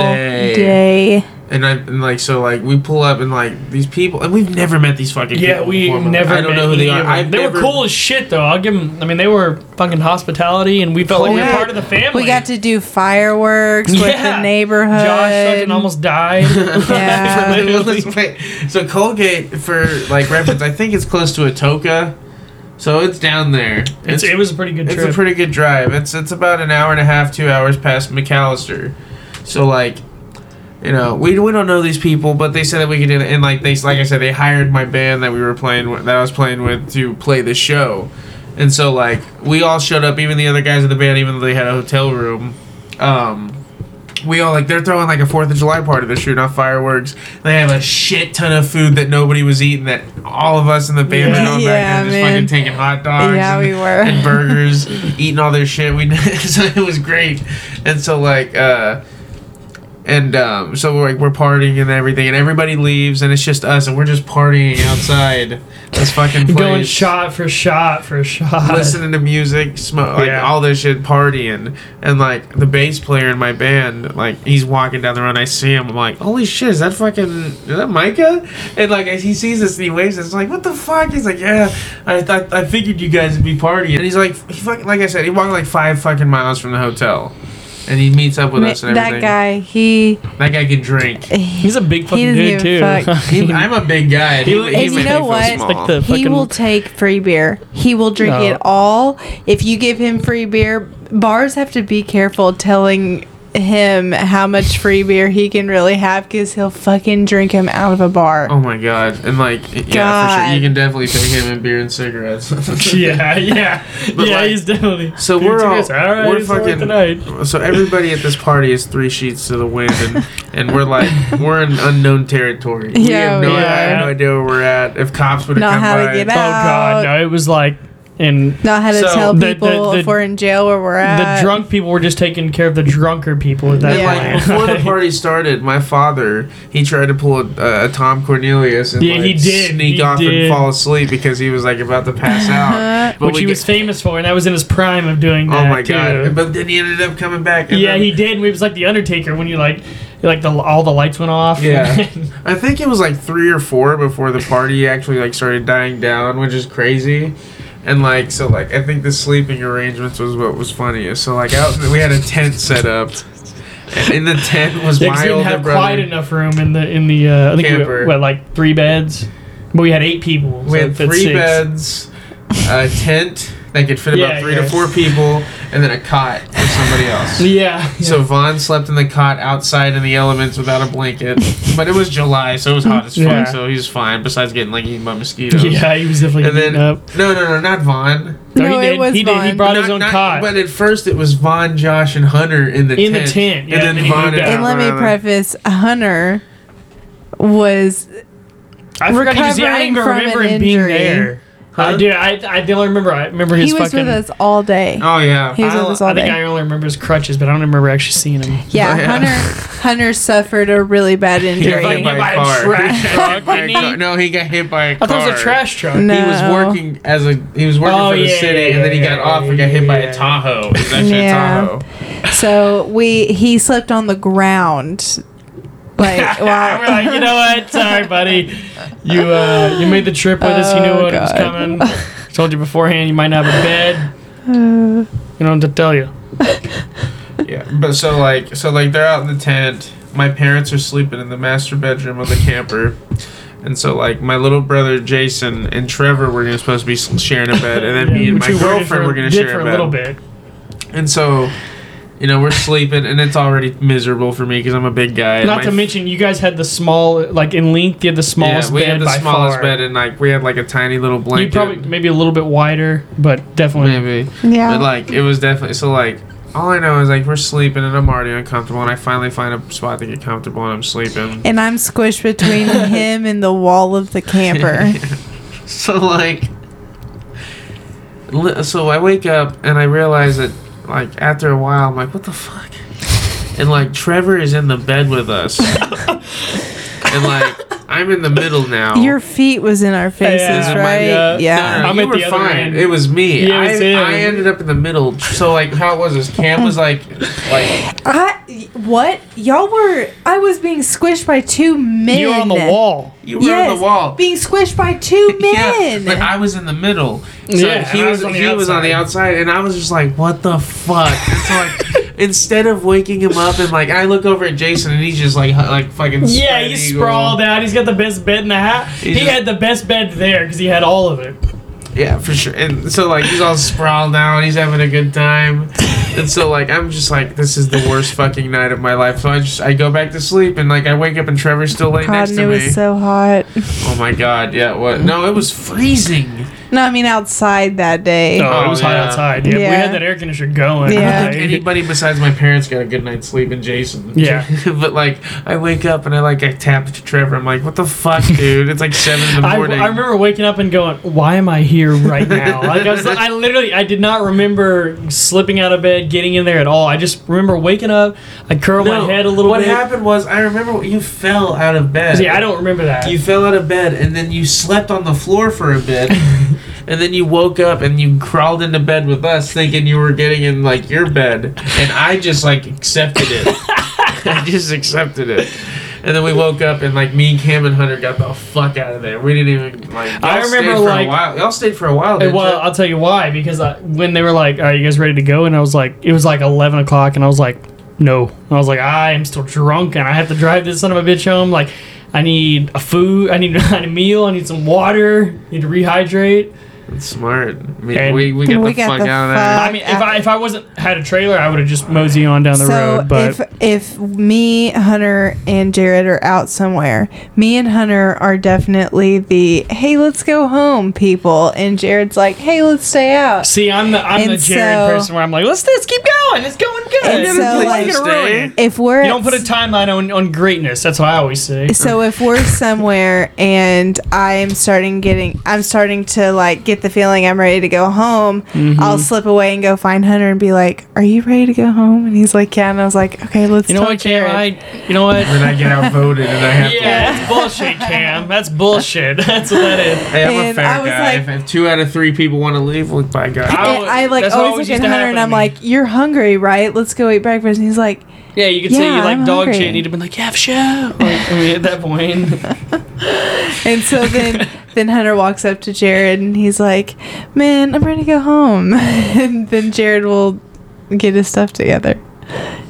Speaker 1: All day.
Speaker 3: day.
Speaker 1: And I and like so like we pull up and like these people and we've never met these fucking
Speaker 2: Yeah,
Speaker 1: people
Speaker 2: we
Speaker 1: before, but, like,
Speaker 2: never.
Speaker 1: I don't
Speaker 2: met
Speaker 1: know who they
Speaker 2: any
Speaker 1: are
Speaker 2: of them.
Speaker 1: I've
Speaker 2: they
Speaker 1: never,
Speaker 2: were cool as shit, though. I'll give them. I mean, they were fucking hospitality, and we felt like we were
Speaker 3: Yeah.
Speaker 2: part of the family.
Speaker 3: We got to do fireworks with
Speaker 2: Yeah.
Speaker 3: the neighborhood.
Speaker 2: Josh fucking almost died.
Speaker 3: Yeah.
Speaker 1: Wait, so Colgate for like reference I think it's close to Atoka so it's down there
Speaker 2: It's, it was a pretty good
Speaker 1: It's
Speaker 2: trip.
Speaker 1: a pretty good drive. It's it's about an hour and a half, two hours past McAllister. So like, you know, we, we don't know these people, but they said that we could do it. And like they like I said, they hired my band that we were playing with, that I was playing with to play the show. And so like we all showed up, even the other guys in the band, even though they had a hotel room. Um, we all like they're throwing like a Fourth of July party. They're shooting off fireworks. They have a shit ton of food that nobody was eating. That all of us in the band
Speaker 2: Yeah.
Speaker 1: were going
Speaker 3: Yeah,
Speaker 1: back there just
Speaker 3: man.
Speaker 1: fucking taking hot dogs.
Speaker 3: Yeah,
Speaker 1: and-
Speaker 3: we were.
Speaker 1: and burgers, eating all their shit. We so it was great, and so like. uh and um, so we're like we're partying and everything, and everybody leaves, and it's just us, and we're just partying outside this fucking place,
Speaker 2: Going shot for shot for shot.
Speaker 1: listening to music, smoke, like
Speaker 2: Yeah.
Speaker 1: all this shit, partying, and like the bass player in my band, like he's walking down the road, and I see him, I'm like, holy shit, is that fucking is that Micah? And like as he sees us, and he waves, us, like, what the fuck? He's like, yeah, I th- I figured you guys would be partying, and he's like, he fucking, like I said, he walked like five fucking miles from the hotel, and he meets up with us and
Speaker 3: that
Speaker 1: everything.
Speaker 3: guy, he
Speaker 1: that guy can drink.
Speaker 2: He's a big
Speaker 3: He
Speaker 2: fucking
Speaker 3: doesn't
Speaker 2: dude too.
Speaker 3: even fuck.
Speaker 1: He- I'm a big guy. and
Speaker 2: He-
Speaker 1: ma-
Speaker 2: and
Speaker 1: made
Speaker 2: you
Speaker 1: me
Speaker 3: know
Speaker 1: feel
Speaker 3: what?
Speaker 1: small.
Speaker 2: Like the-
Speaker 3: he
Speaker 2: fucking-
Speaker 3: will take free beer. He will drink
Speaker 2: No.
Speaker 3: it all. If you give him free beer, bars have to be careful telling him how much free beer he can really have because he'll fucking drink him out of a bar.
Speaker 1: Oh my god! And like, yeah, for sure,
Speaker 3: God.
Speaker 1: you can definitely take him in beer and cigarettes.
Speaker 2: yeah, yeah,
Speaker 1: But
Speaker 2: yeah.
Speaker 1: like-
Speaker 2: he's definitely.
Speaker 1: So
Speaker 2: Dude,
Speaker 1: we're all,
Speaker 2: it's right,
Speaker 1: we're
Speaker 2: it's all right
Speaker 1: fucking
Speaker 2: tonight.
Speaker 1: so everybody at this party is three sheets to the wind, and, and we're like we're in unknown territory. we
Speaker 3: Yeah,
Speaker 1: have no,
Speaker 3: we
Speaker 1: I
Speaker 2: are.
Speaker 1: have no idea where we're at. If cops would have
Speaker 3: Not
Speaker 1: come
Speaker 3: how to
Speaker 1: by,
Speaker 3: get
Speaker 2: Oh
Speaker 3: out.
Speaker 2: god, no! It was like and
Speaker 3: Not how to
Speaker 1: So,
Speaker 3: tell
Speaker 2: the- the-
Speaker 3: people
Speaker 2: the-
Speaker 3: if we're in jail where we're at.
Speaker 2: the drunk people were just taking care of the drunker people at that
Speaker 3: uh, Yeah.
Speaker 1: Like
Speaker 2: point.
Speaker 1: before the party started, my father he tried to pull a, a Tom Cornelius and
Speaker 2: Yeah,
Speaker 1: like,
Speaker 2: he did.
Speaker 1: sneak
Speaker 2: He
Speaker 1: off
Speaker 2: did.
Speaker 1: and fall asleep because he was like about to pass
Speaker 3: Uh-huh.
Speaker 1: out. But
Speaker 2: which
Speaker 1: we
Speaker 2: he
Speaker 1: get-
Speaker 2: was famous for, and that was in his prime of doing
Speaker 1: oh
Speaker 2: that.
Speaker 1: my
Speaker 2: too.
Speaker 1: god! But then he ended up coming back. and
Speaker 2: yeah,
Speaker 1: then-
Speaker 2: he did. He was like the Undertaker when you like, like the all the lights went off.
Speaker 1: Yeah. I think it was like three or four before the party actually like started dying down, which is crazy. And like so, like I think the sleeping arrangements was what was funniest. So like out we had a tent set up, and in the tent was
Speaker 2: Yeah, 'cause
Speaker 1: my
Speaker 2: we didn't
Speaker 1: older
Speaker 2: have
Speaker 1: brother.
Speaker 2: quite enough room in the in the uh, I think we
Speaker 1: Camper.
Speaker 2: had, what, like three beds, but we had eight people. so
Speaker 1: we had
Speaker 2: that's
Speaker 1: three
Speaker 2: six.
Speaker 1: beds, a tent that could fit
Speaker 2: Yeah,
Speaker 1: about three
Speaker 2: yeah.
Speaker 1: to four people, and then a cot for somebody else.
Speaker 2: Yeah.
Speaker 1: So Vaughn slept in the cot outside in the elements without a blanket, but it was July, so it was hot as fuck,
Speaker 2: Yeah.
Speaker 1: so he was fine. Besides getting like eaten by mosquitoes.
Speaker 2: yeah, he was definitely
Speaker 1: And then
Speaker 2: getting up.
Speaker 1: no, no, no, not Vaughn.
Speaker 2: No,
Speaker 3: No,
Speaker 2: he
Speaker 3: it
Speaker 2: did.
Speaker 3: was
Speaker 2: he did. He
Speaker 3: Vaughn.
Speaker 2: brought his
Speaker 1: Not-
Speaker 2: own
Speaker 1: not-
Speaker 2: cot.
Speaker 1: But at first it was Vaughn, Josh, and Hunter in the
Speaker 2: In the
Speaker 1: tent.
Speaker 2: tent, yeah,
Speaker 1: and
Speaker 2: and
Speaker 1: then
Speaker 2: he
Speaker 1: Vaughn
Speaker 2: moved
Speaker 1: and,
Speaker 2: out.
Speaker 3: and let me
Speaker 1: Vaughn.
Speaker 3: preface, Hunter was
Speaker 2: I forgot he was. I
Speaker 3: recovering
Speaker 2: didn't even
Speaker 3: from
Speaker 2: remember
Speaker 3: an
Speaker 2: him being
Speaker 3: injury.
Speaker 2: there.
Speaker 1: Huh?
Speaker 2: I do. I, I the only remember. I remember his
Speaker 3: he was
Speaker 2: fucking.
Speaker 3: with us all day.
Speaker 1: Oh yeah.
Speaker 3: He was
Speaker 2: I,
Speaker 3: with
Speaker 2: don't-
Speaker 3: us all
Speaker 2: I think
Speaker 3: day.
Speaker 2: I only remember his crutches, but I don't remember actually seeing him.
Speaker 3: yeah,
Speaker 1: Oh, yeah.
Speaker 3: Hunter Hunter suffered a really bad
Speaker 1: He
Speaker 3: injury.
Speaker 1: got hit by
Speaker 2: By
Speaker 1: a
Speaker 2: a
Speaker 1: car.
Speaker 2: trash
Speaker 1: He got
Speaker 2: truck,
Speaker 1: hit by a
Speaker 2: didn't he?
Speaker 1: car. No, he got hit by a
Speaker 2: I
Speaker 1: car.
Speaker 2: thought it was a trash truck.
Speaker 3: No.
Speaker 1: He was working as a he was working
Speaker 2: Oh,
Speaker 1: for the
Speaker 2: yeah,
Speaker 1: city,
Speaker 2: yeah,
Speaker 1: and then he got
Speaker 2: yeah, yeah,
Speaker 1: off and
Speaker 2: yeah,
Speaker 1: got hit by
Speaker 2: yeah.
Speaker 1: a Tahoe. It was actually
Speaker 3: Yeah.
Speaker 1: a Tahoe.
Speaker 3: so we he slept on the ground. Like
Speaker 2: Yeah, we're
Speaker 3: wow.
Speaker 2: like, you know what? Sorry, buddy. You uh, you made the trip with us. You knew
Speaker 3: Oh,
Speaker 2: what was
Speaker 3: God.
Speaker 2: coming. told you beforehand. You might not have a bed. You know what to tell you.
Speaker 1: Yeah, but so like so like they're out in the tent. My parents are sleeping in the master bedroom of the camper. And so, like, my little brother Jason and Trevor were gonna, supposed to be sharing a bed, and then me and
Speaker 2: Which
Speaker 1: my
Speaker 2: we were
Speaker 1: girlfriend
Speaker 2: for-
Speaker 1: were going to
Speaker 2: did
Speaker 1: share
Speaker 2: for
Speaker 1: a
Speaker 2: a
Speaker 1: bed.
Speaker 2: little bit.
Speaker 1: And so, you know, we're sleeping, and it's already miserable for me because I'm a big guy. and
Speaker 2: Not
Speaker 1: my
Speaker 2: to mention, you guys had the small, like in length, you had the smallest
Speaker 1: yeah, we
Speaker 2: bed
Speaker 1: had the
Speaker 2: by
Speaker 1: smallest
Speaker 2: far.
Speaker 1: bed, and like we had like a tiny little
Speaker 2: you
Speaker 1: blanket.
Speaker 2: probably maybe a little bit wider, but definitely.
Speaker 1: maybe,
Speaker 3: yeah.
Speaker 1: but like it was definitely so. Like all I know is like we're sleeping, and I'm already uncomfortable, and I finally find a spot to get comfortable, and I'm sleeping.
Speaker 3: and I'm squished between him and the wall of the camper.
Speaker 1: So like, li- so I wake up and I realize that like after a while I'm like, what the fuck? And like Trevor is in the bed with us, and like I'm in the middle now.
Speaker 3: Your feet was in our faces,
Speaker 2: Yeah,
Speaker 3: right?
Speaker 2: yeah.
Speaker 3: yeah.
Speaker 1: No, no,
Speaker 2: I'm
Speaker 1: you
Speaker 2: at
Speaker 1: were
Speaker 2: the other
Speaker 1: fine.
Speaker 2: end.
Speaker 1: It was me.
Speaker 2: Yeah, it was
Speaker 1: I,
Speaker 2: him.
Speaker 1: I ended up in the middle. So like, how it was this? Cam was like, like
Speaker 3: I what? Y'all were I was being squished by two men.
Speaker 2: You were on the wall.
Speaker 1: you were on the wall.
Speaker 3: Being squished by two
Speaker 1: Yeah,
Speaker 3: men.
Speaker 1: but I was in the middle. So
Speaker 2: Yeah, and
Speaker 1: he
Speaker 2: I
Speaker 1: was,
Speaker 2: was on the
Speaker 1: he was on the outside, and I was just like, "What the fuck?" And so like, instead of waking him up and like, I look over at Jason, and he's just like, hu- like fucking
Speaker 2: Yeah,
Speaker 1: spread
Speaker 2: he
Speaker 1: eagle.
Speaker 2: sprawled out. He's got the best bed in the hat. He,
Speaker 1: just-
Speaker 2: had the best bed there because he had all of it.
Speaker 1: Yeah, for sure. And so like, he's all sprawled out, he's having a good time, and so like, I'm just like, this is the worst fucking night of my life. So I just I go back to sleep, and like, I wake up, and Trevor's still laying
Speaker 3: God,
Speaker 1: next
Speaker 3: and
Speaker 1: to
Speaker 3: it
Speaker 1: me.
Speaker 3: was so hot.
Speaker 1: oh my god, yeah, what? No, it was freezing.
Speaker 3: No, I mean outside that day.
Speaker 2: Oh, it was hot
Speaker 1: yeah.
Speaker 2: outside. Yeah, we
Speaker 3: Yeah.
Speaker 2: had that air conditioner going.
Speaker 3: Yeah.
Speaker 1: think anybody besides my parents got a good night's sleep and Jason.
Speaker 2: Yeah.
Speaker 1: but like I wake up and I like I tap to Trevor. I'm like, what the fuck, dude? It's like seven in the
Speaker 2: I,
Speaker 1: morning.
Speaker 2: I remember waking up and going, "Why am I here right now?" Like I was, I literally, I did not remember slipping out of bed, getting in there at all. I just remember waking up. I curled
Speaker 1: No,
Speaker 2: my head a little
Speaker 1: what
Speaker 2: bit.
Speaker 1: happened was I remember you fell out of bed.
Speaker 2: See, I don't remember that.
Speaker 1: You fell out of bed and then you slept on the floor for a bit. And then you woke up and you crawled into bed with us, thinking you were getting in like your bed, and I just like accepted it. I just accepted it. And then we woke up and like me, Cam, and Hunter got the fuck out of there. We didn't even like.
Speaker 2: I
Speaker 1: y'all
Speaker 2: remember,
Speaker 1: stayed for
Speaker 2: like-
Speaker 1: a while. y'all stayed for a while. Didn't
Speaker 2: well, I'll tell you why. Because I, when they were like, "Are you guys ready to go?" and I was like, it was like eleven o'clock, and I was like, "No," and I was like, "I am still drunk, and I have to drive this son of a bitch home." Like, I need a food. I need, I need a meal. I need some water. need to rehydrate.
Speaker 1: you? smart. I mean,
Speaker 2: uh, And-
Speaker 1: we we got
Speaker 3: We
Speaker 1: the
Speaker 3: got
Speaker 1: fuck
Speaker 3: the
Speaker 1: out of there.
Speaker 3: fuck-
Speaker 2: I mean, if I if I wasn't had a trailer, I would have just mosey on down the
Speaker 3: uh, so
Speaker 2: road. But
Speaker 3: if if me, Hunter, and Jared are out somewhere, me and Hunter are definitely the hey, let's go home people, and Jared's like, hey, let's stay out.
Speaker 2: see, I'm the I'm the
Speaker 3: And
Speaker 2: Jared
Speaker 3: so-
Speaker 2: person where I'm like, let's let's keep going, let's go and good.
Speaker 3: And
Speaker 2: You
Speaker 3: so,
Speaker 1: Please
Speaker 3: like,
Speaker 1: stay.
Speaker 2: ruin.
Speaker 3: if we're
Speaker 2: don't
Speaker 3: at
Speaker 2: put a timeline on, on greatness. That's what I always say.
Speaker 3: So if we're somewhere and I'm starting getting, I'm starting to like get the feeling I'm ready to go home.
Speaker 2: Mm-hmm.
Speaker 3: I'll slip away and go find Hunter and be like, "Are you ready to go home?" And he's like, "Yeah." And I was like, "Okay, let's."
Speaker 2: You know
Speaker 3: tell
Speaker 2: what, Cam?
Speaker 3: Jared."
Speaker 2: I, you know what?
Speaker 1: When I get outvoted and I have
Speaker 2: Yeah, that's bullshit, Cam. That's bullshit. That's what that is.
Speaker 1: to. Hey, I'm a
Speaker 3: And
Speaker 1: fair
Speaker 3: I was
Speaker 1: guy.
Speaker 3: like-
Speaker 1: if, if two out of three people want to leave, look, by God.
Speaker 2: I-
Speaker 3: And I like
Speaker 2: That's what
Speaker 3: always
Speaker 2: always
Speaker 3: look at
Speaker 2: used to
Speaker 3: Hunter
Speaker 2: happen
Speaker 3: and
Speaker 2: to
Speaker 3: I'm
Speaker 2: me.
Speaker 3: like, "You're hungry, right? Let's go eat breakfast." And he's like,
Speaker 2: Yeah, you could say
Speaker 3: Yeah,
Speaker 2: you like
Speaker 3: I'm
Speaker 2: dog
Speaker 3: hungry.
Speaker 2: shit, and you'd have been like, yeah, for sure. Like, I mean, at that point,
Speaker 3: and so then then Hunter walks up to Jared and he's like, "Man, I'm ready to go home." and then Jared will get his stuff together.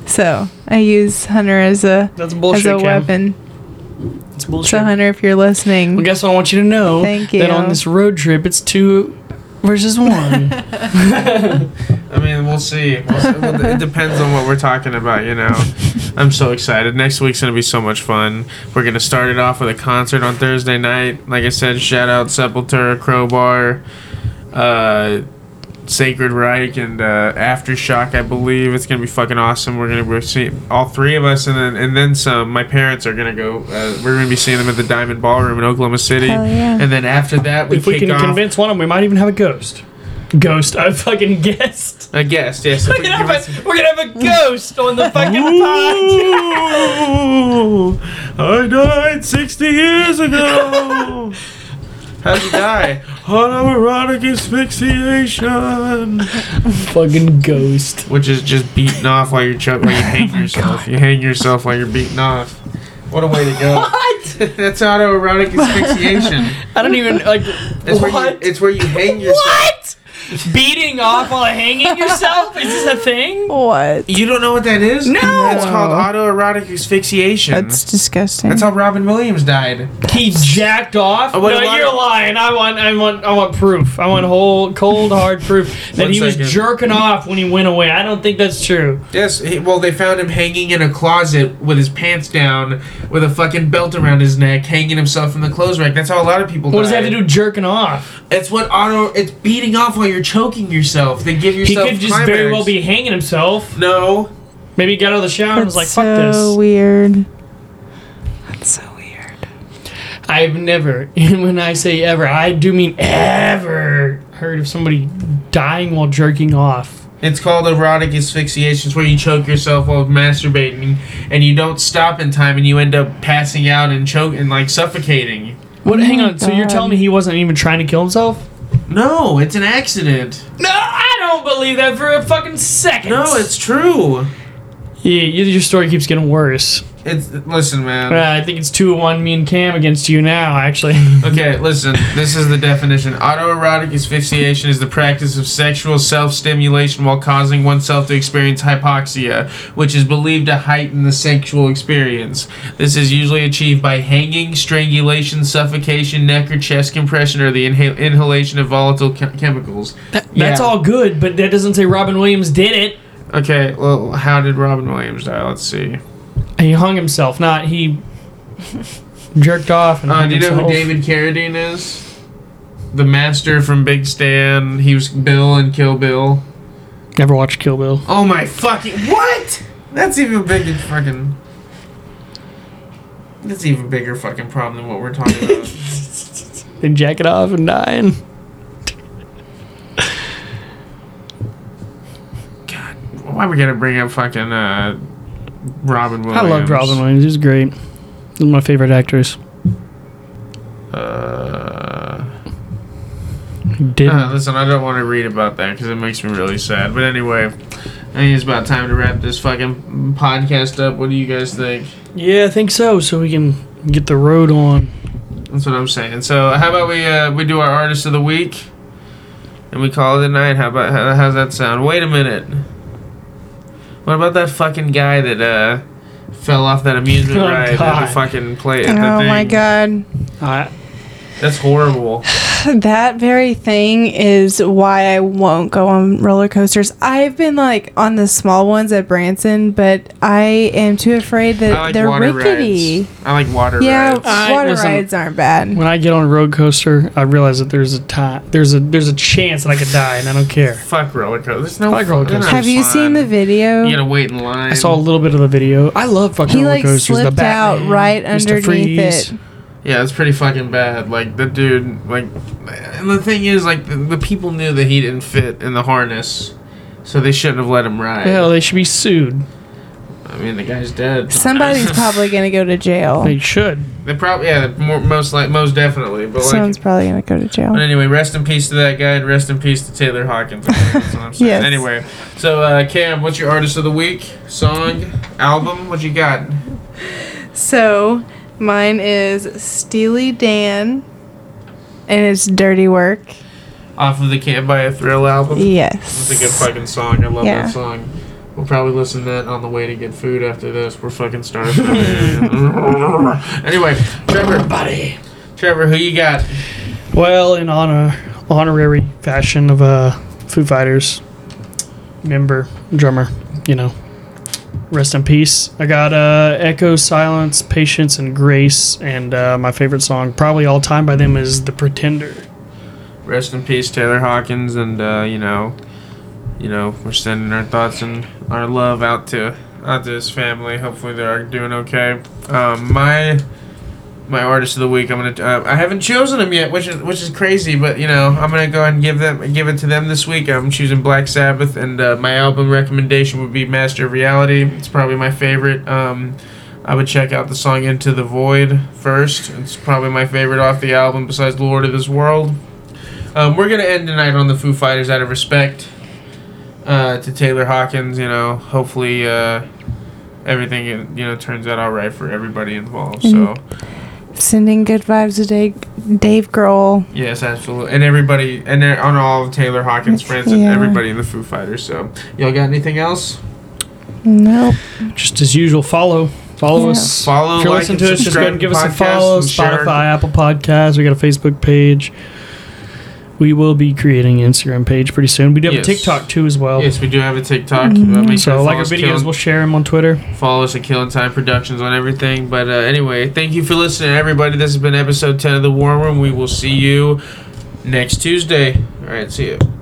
Speaker 3: So I use Hunter as a
Speaker 2: that's bullshit,
Speaker 3: as
Speaker 2: Cam.
Speaker 3: a weapon.
Speaker 2: That's bullshit.
Speaker 3: So Hunter, if you're listening,
Speaker 2: Well, guess what I want you to know?
Speaker 3: Thank
Speaker 2: That
Speaker 3: you.
Speaker 2: on this road trip, it's two versus one.
Speaker 1: I mean, we'll see. We'll see. Well, It depends on what we're talking about, you know. I'm so excited. Next week's going to be so much fun. We're going to start it off with a concert on Thursday night. Like I said, shout out Sepultura, Crowbar, uh, Sacred Reich, and uh, Aftershock, I believe. It's going to be fucking awesome. We're going to be seeing all three of us, and then, and then some. My parents are going to go. Uh, we're going to be seeing them at the Diamond Ballroom in Oklahoma City.
Speaker 3: Hell yeah.
Speaker 1: And then after that, we
Speaker 2: if we
Speaker 1: kick
Speaker 2: can
Speaker 1: off
Speaker 2: convince one of them, we might even have a ghost. Ghost, I fucking guessed.
Speaker 1: a guest. Yes, if
Speaker 2: We're
Speaker 1: we
Speaker 2: gonna,
Speaker 1: can convince-
Speaker 2: have a, we're gonna have a ghost on the fucking pod.
Speaker 1: Ooh, I died 60 years ago. How'd you die? Homoerotic asphyxiation.
Speaker 2: fucking ghost.
Speaker 1: Which is just beating off while you're chuck while you hang yourself. You hang yourself while you're beating off. What a way to go.
Speaker 2: What?
Speaker 1: That's autoerotic asphyxiation.
Speaker 2: I don't even like.
Speaker 1: It's where, you,
Speaker 2: what?
Speaker 1: it's where you hang yourself.
Speaker 2: what? Beating off while hanging yourself? Is this a thing?
Speaker 3: what?
Speaker 1: You don't know what that is?
Speaker 2: No.
Speaker 1: It's called autoerotic asphyxiation.
Speaker 3: That's
Speaker 1: That's,
Speaker 3: disgusting.
Speaker 1: how Robin Williams died.
Speaker 2: He jacked off.
Speaker 1: Oh, wait,
Speaker 2: no,
Speaker 1: why-
Speaker 2: you're lying. I want, I want, I want proof. I want whole, cold, hard proof that
Speaker 1: One
Speaker 2: he was
Speaker 1: second.
Speaker 2: jerking off when he went away. I don't think that's true.
Speaker 1: Yes, he, well, they found him hanging in a closet with his pants down, with a fucking belt around his neck, hanging himself from the clothes rack. That's how a lot of people.
Speaker 2: What does that have to do with jerking off?
Speaker 1: It's what auto. It's beating off while you're choking yourself. They give
Speaker 2: He
Speaker 1: yourself.
Speaker 2: could just
Speaker 1: climax.
Speaker 2: very well be hanging himself.
Speaker 1: No,
Speaker 2: Maybe he got out of the shower and was
Speaker 3: That's
Speaker 2: like, "Fuck
Speaker 3: so
Speaker 2: this."
Speaker 3: weird. That's so weird.
Speaker 2: I've never, and when I say ever, I do mean ever, heard of somebody dying while jerking off.
Speaker 1: it's called erotic asphyxiation. It's where you choke yourself while masturbating, and you don't stop in time, and you end up passing out and choke and like suffocating.
Speaker 2: What? hang
Speaker 3: Oh my
Speaker 2: on. So you're
Speaker 3: God.
Speaker 2: telling me he wasn't even trying to kill himself?
Speaker 1: No, it's an accident.
Speaker 2: No, I don't believe that for a fucking second.
Speaker 1: No, it's true.
Speaker 2: yeah. you- Your story keeps getting worse.
Speaker 1: It's listen, man.
Speaker 2: Uh, I think it's two to one. Me and Cam against you now. Actually,
Speaker 1: Okay, listen. This is the definition. Autoerotic asphyxiation is the practice of sexual self-stimulation while causing oneself to experience hypoxia, which is believed to heighten the sexual experience. This is usually achieved by hanging, strangulation, suffocation, neck or chest compression, or the inhale- inhalation of volatile chem- chemicals.
Speaker 2: that's
Speaker 1: Yeah.
Speaker 2: all good, but that doesn't say Robin Williams did it.
Speaker 1: Okay, well, how did Robin Williams die? Let's see.
Speaker 2: He hung himself. Not he jerked off and
Speaker 1: Uh,
Speaker 2: hung
Speaker 1: do you know who
Speaker 2: himself.
Speaker 1: David Carradine is? The master from Big Stan. He was Bill and Kill Bill.
Speaker 2: Never watched Kill Bill.
Speaker 1: Oh my fucking what? That's even bigger fucking. That's even bigger fucking problem than what we're talking about.
Speaker 2: and jack it off and dying.
Speaker 1: God, why we gotta bring up fucking uh, Robin
Speaker 2: I
Speaker 1: Williams?
Speaker 2: love Robin Williams. He's great. He's one of my favorite actors.
Speaker 1: Uh,
Speaker 2: He did.
Speaker 1: uh, listen, I don't want to read about that because it makes me really sad. But anyway, I think it's about time to wrap this fucking podcast up. What do you guys think?
Speaker 2: yeah, I think so. So we can get the road on.
Speaker 1: That's what I'm saying. So how about we uh, we do our artist of the week, and we call it a night. How about how, how's that sound? Wait a minute. What about that fucking guy that uh, fell off that amusement
Speaker 2: Oh,
Speaker 1: ride at
Speaker 2: God.
Speaker 1: the fucking play? At the
Speaker 3: Oh my
Speaker 1: thing?
Speaker 3: god.
Speaker 2: I
Speaker 1: that's horrible.
Speaker 3: that very thing is why I won't go on roller coasters. I've been like on the small ones at Branson, but I am too afraid that
Speaker 1: I like
Speaker 3: they're
Speaker 1: water
Speaker 3: rickety.
Speaker 1: rides. I like water
Speaker 3: Yeah,
Speaker 1: rides.
Speaker 2: I-
Speaker 3: water
Speaker 2: listen.
Speaker 3: rides aren't bad.
Speaker 2: When I get on a road coaster, I realize that there's a time, there's a there's a chance that I could die, and I don't care.
Speaker 1: Fuck roller coasters. There's no
Speaker 2: I like roller
Speaker 1: they're not
Speaker 2: coasters.
Speaker 3: Have you
Speaker 1: fun.
Speaker 3: seen the video?
Speaker 1: You gotta wait in line.
Speaker 2: I saw a little bit of the video. I love fucking
Speaker 3: he
Speaker 2: roller
Speaker 3: like
Speaker 2: coasters. the
Speaker 3: slipped out
Speaker 2: Batman,
Speaker 3: right
Speaker 2: Mr.
Speaker 3: underneath
Speaker 2: Freeze.
Speaker 3: it.
Speaker 1: Yeah, it's pretty fucking bad. Like the dude, like, and the thing is, like, the, the people knew that he didn't fit in the harness, so they shouldn't have let him ride.
Speaker 2: Hell, they should be sued.
Speaker 1: I mean, the guy's dead.
Speaker 3: Somebody's probably gonna go to jail.
Speaker 2: They should.
Speaker 1: They probably, yeah, more, most like, most definitely. But
Speaker 3: Someone's
Speaker 1: like,
Speaker 3: probably gonna go to
Speaker 1: but
Speaker 3: jail.
Speaker 1: anyway, rest in peace to that guy, and rest in peace to Taylor Hawkins. That's what I'm saying.
Speaker 3: Yes.
Speaker 1: Anyway, so uh, Cam, what's your artist of the week? Song, album? What you got?
Speaker 3: So mine is Steely Dan, and it's Dirty Work.
Speaker 1: Off of the Can't Buy a Thrill album.
Speaker 3: Yes.
Speaker 1: It's a good fucking song. I love
Speaker 3: Yeah.
Speaker 1: that song. We'll probably listen to that on the way to get food after this. We're fucking starving. anyway, Trevor, buddy. Trevor, who you got?
Speaker 2: Well, in honor, honorary fashion of uh, Foo Fighters member, drummer, you know, rest in peace. I got uh, Echo, Silence, Patience, and Grace, and uh, my favorite song, probably all time by them, is The Pretender.
Speaker 1: Rest in peace, Taylor Hawkins, and uh, you know, you know, we're sending our thoughts and our love out to out to his family. Hopefully, they're doing okay. Um, my my artist of the week. I'm gonna. Uh, I haven't chosen them yet, which is which is crazy. But you know, I'm gonna go ahead and give them give it to them this week. I'm choosing Black Sabbath, and uh, my album recommendation would be Master of Reality. It's probably my favorite. Um, I would check out the song Into the Void first. It's probably my favorite off the album, besides Lord of This World. Um, we're gonna end tonight on the Foo Fighters out of respect uh, to Taylor Hawkins. You know, hopefully uh, everything you know turns out all right for everybody involved. So.
Speaker 3: Sending good vibes to Dave, Dave Grohl.
Speaker 1: Yes, absolutely, and everybody, and they're on all of Taylor Hawkins' friends, and
Speaker 3: Yeah.
Speaker 1: everybody in the Foo Fighters. So, y'all got anything else?
Speaker 3: Nope.
Speaker 2: Just as usual, follow. Follow
Speaker 3: Yeah.
Speaker 2: us.
Speaker 1: Follow,
Speaker 2: If you're
Speaker 1: like,
Speaker 2: listening
Speaker 1: and
Speaker 2: to us, just go ahead and give us a
Speaker 1: subscribe to the podcast
Speaker 2: follow.
Speaker 1: and share.
Speaker 2: Spotify, Apple Podcasts. We got a Facebook page. We will be creating an Instagram page pretty soon. We do have
Speaker 1: Yes.
Speaker 2: a TikTok too as well.
Speaker 1: Yes, we do have a TikTok. Uh, make sure
Speaker 2: So
Speaker 1: to
Speaker 2: like
Speaker 1: follow
Speaker 2: our
Speaker 1: us,
Speaker 2: videos,
Speaker 1: Killing-
Speaker 2: we'll share them on Twitter.
Speaker 1: follow us at Killing Time Productions on everything. But uh, anyway, thank you for listening, everybody. This has been episode ten of the War Room. We will see you next Tuesday. All right, see you.